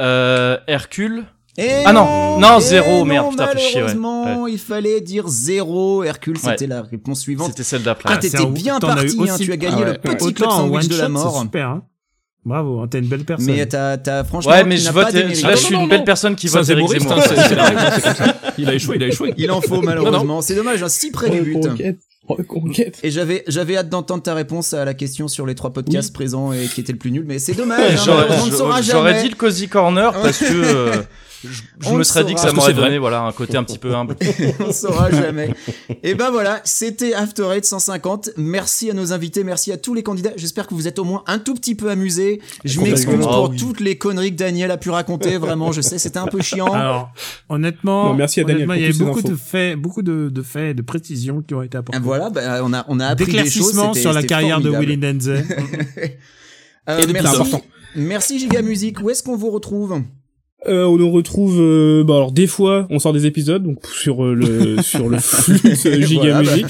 euh, Hercule.
Eh
Ah non, non,
eh
zéro,
non,
merde, putain, fais chier, ouais.
Malheureusement, il fallait dire zéro. Hercule,
Ouais.
c'était la réponse suivante.
C'était celle d'après.
Ah,
ouais.
t'étais
c'est un-
bien
t'en as
parti,
eu
hein,
aussi-
tu as gagné
Ah
le
ouais,
petit club
Autant en
sandwich
one
de la
shot, c'est
mort.
super. hein. Bravo, hein, t'es une belle personne.
Mais t'as, t'as franchement,
Ouais,
tu
mais je
n'as pas
vote.
démérité.
Là, je suis
Non, non,
une
non.
belle personne qui
C'est un
vote Eric
zéboriste,
Zemmour.
hein, c'est c'est la réponse, c'est comme ça. Il a échoué, il a échoué.
Il en faut
Non,
malheureusement. C'est dommage, hein, si près du but.
Reconquête, reconquête.
Et j'avais, j'avais hâte d'entendre ta réponse à la question sur les trois podcasts présents et qui était le plus nul, mais c'est dommage. hein,
J'aurais-
on ne saura
J'aurais
jamais.
j'aurais dit le Cozy Corner parce que euh, je, je
On
me
le
serais dit
saura.
que
Parce
ça
que
m'aurait
c'est vrai.
donné voilà, un côté un petit peu humble.
on saura jamais. Et ben voilà, c'était After Eight 150. Merci à nos invités, merci à tous les candidats. J'espère que vous êtes au moins un tout petit peu amusés. Je m'excuse
Complètement.
pour
Ah oui.
toutes les conneries que Daniel a pu raconter. Vraiment, je sais, c'était un peu chiant.
Alors, honnêtement,
Non, merci à Daniel
honnêtement,
pour
il y avait
toutes ces
beaucoup
infos.
de faits, beaucoup de, de faits, de précisions qui ont été apportées.
Voilà, ben, on a on a appris des choses.
D'éclaircissements
c'était-
sur la
c'était
carrière
formidable.
de Willy Denzel.
Euh,
Et de
merci,
Pizzaport.
merci Giga Music. Où est-ce qu'on vous retrouve
Euh, on nous retrouve, euh, bah alors des fois, on sort des épisodes donc sur euh, le sur le flux euh, Giga
Voilà, bah.
Music.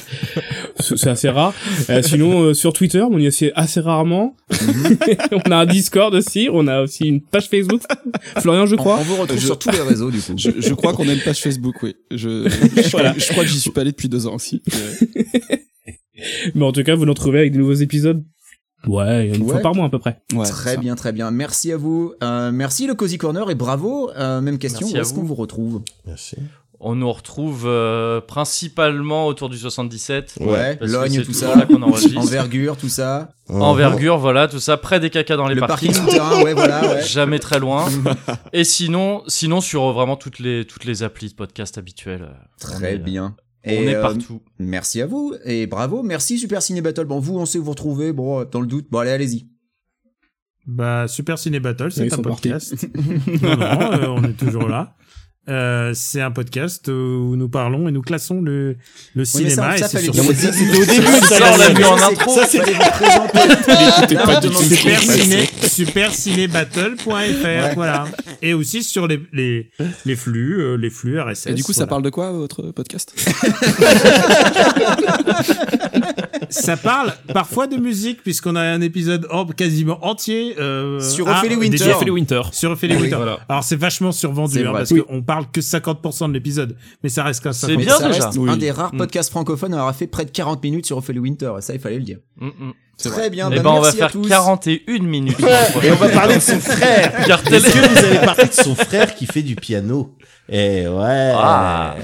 C'est c'est assez rare. Euh, sinon euh, sur Twitter, on y est assez, assez rarement.
Mhm.
on a un Discord aussi, on a aussi une page Facebook. Florian, je
on,
crois.
on vous retrouve
Je-
sur tous les réseaux du coup.
Je, je crois qu'on a une page Facebook, oui. Je, je,
Voilà.
je crois que j'y suis pas allé depuis deux ans aussi. Euh,
Mais en tout cas, vous nous retrouvez avec des nouveaux épisodes. Ouais, une
Ouais.
fois par mois à peu près.
ouais,
très
ça.
bien, très bien. Merci à vous. Euh, merci le Cozy Corner et bravo. Euh, même question.
Merci
où
à
est-ce
vous.
qu'on vous retrouve
Merci.
on nous retrouve euh, principalement autour du 77.
Ouais,
parce que
Logne,
c'est
tout
toujours
ça.
là qu'on enregistre.
Envergure, tout ça.
Envergure, voilà, tout ça, près des caca dans les
Le
parkings.
parking souterrain, ouais, voilà, Ah ouais.
Jamais très loin. Et sinon, sinon sur euh, vraiment toutes les, toutes les applis de podcast habituelles. euh, on
Très
est-
bien.
On
Et,
est
euh,
partout.
merci à vous et bravo. Merci Super Ciné Battle. Bon, vous, on sait où vous retrouver. Bon, euh, dans le doute, bon, allez, allez-y.
Bah, Super Ciné Battle,
Ils
c'est un
sont partis.
podcast. non, non, euh, on est toujours là. Euh, c'est un podcast où nous parlons et nous classons le, le
Oui, mais ça,
cinéma.
ça,
et c'est
fallait
sur
dire-
ce-
ça, c'était au début, ça,
on l'a
c'est-
vu
c'est- ça, c'était vous présenter.
Ah,
Là, on demande
Super
ce qui s'est
Ciné,
passé.
supercinébattle.fr,
Ouais.
voilà. Et aussi sur les, les, les flux, euh, les flux RSS.
Et du coup, ça
voilà.
parle de quoi votre podcast
ça parle parfois de musique puisqu'on a un épisode en- quasiment entier euh,
Sur
à-
Ophélie Winter.
dédié-
Sur Ophélie Winter.
Sur Ophélie
Ah Oui.
Winter.
Voilà.
Alors c'est vachement survendu
C'est
hein,
vrai.
parce
Oui.
qu'on parle que 50% de l'épisode, mais ça reste quand
Mais ça reste Un des
Mm.
rares podcasts francophones à avoir fait près de 40 minutes sur Ophélie Winter. Ça, il fallait le dire. Très bien.
Et
bah,
Mm, ben, on va
merci à
faire
tous.
41 minutes.
Et on va parler de son frère.
Car tel
Est-ce que vous allez parler de son frère qui fait du piano Eh ouais.
Ah.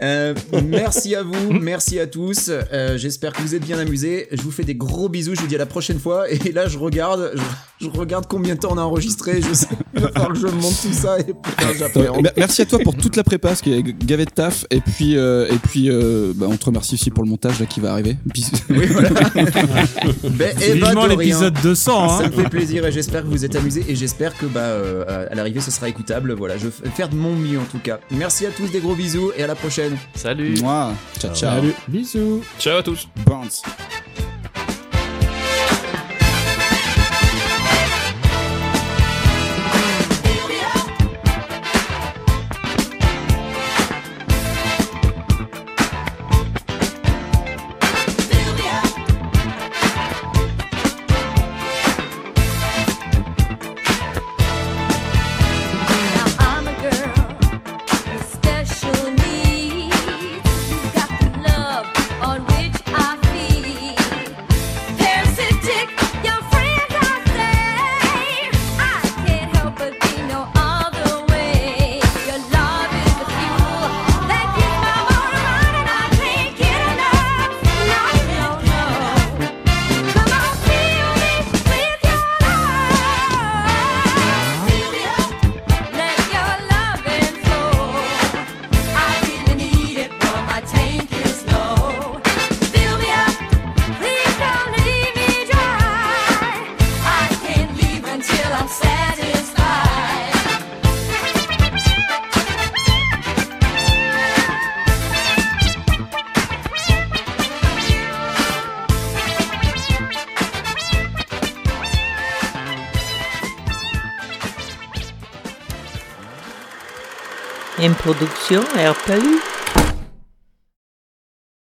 Euh, merci à vous, merci à tous. Euh, J'espère que vous êtes bien amusés. Je vous fais des gros bisous. Je vous dis à la prochaine fois. Et là, je regarde, je, je regarde combien de temps on a enregistré. Je sais, il va falloir que je monte tout ça. Et putain,
Euh,
j'appréhende.
mer- Merci à toi pour toute la prépa, parce qu'il y a gavé de taf. Et puis, euh, et puis euh, bah, on te remercie aussi pour le montage là, qui va arriver. Bisous.
Ben, eh ben,
Vivement
Dorian,
l'épisode 200, hein.
Ça me fait plaisir et j'espère que vous êtes amusés et j'espère que bah euh, à- à l'arrivée ce sera écoutable. Voilà, je vais faire de mon mieux en tout cas. Merci à tous, des gros bisous et à la prochaine.
Salut.
Moi, ciao, ciao. Salut.
Bisous.
Ciao à tous.
Bounce.
Now I'm a girl with special needs. You've got the love on which I feed. Parasitic, your friend I say. I can't help but be no other way. Your love is the fuel that keeps my motor running. I can't get enough. No, no, no. Come on, fill me with your love. Fill me up. Let your loving flow. I really need it, for my tank is low. Fill me up, please don't leave me dry. I can't leave until I'm satisfied.
Une production RPU.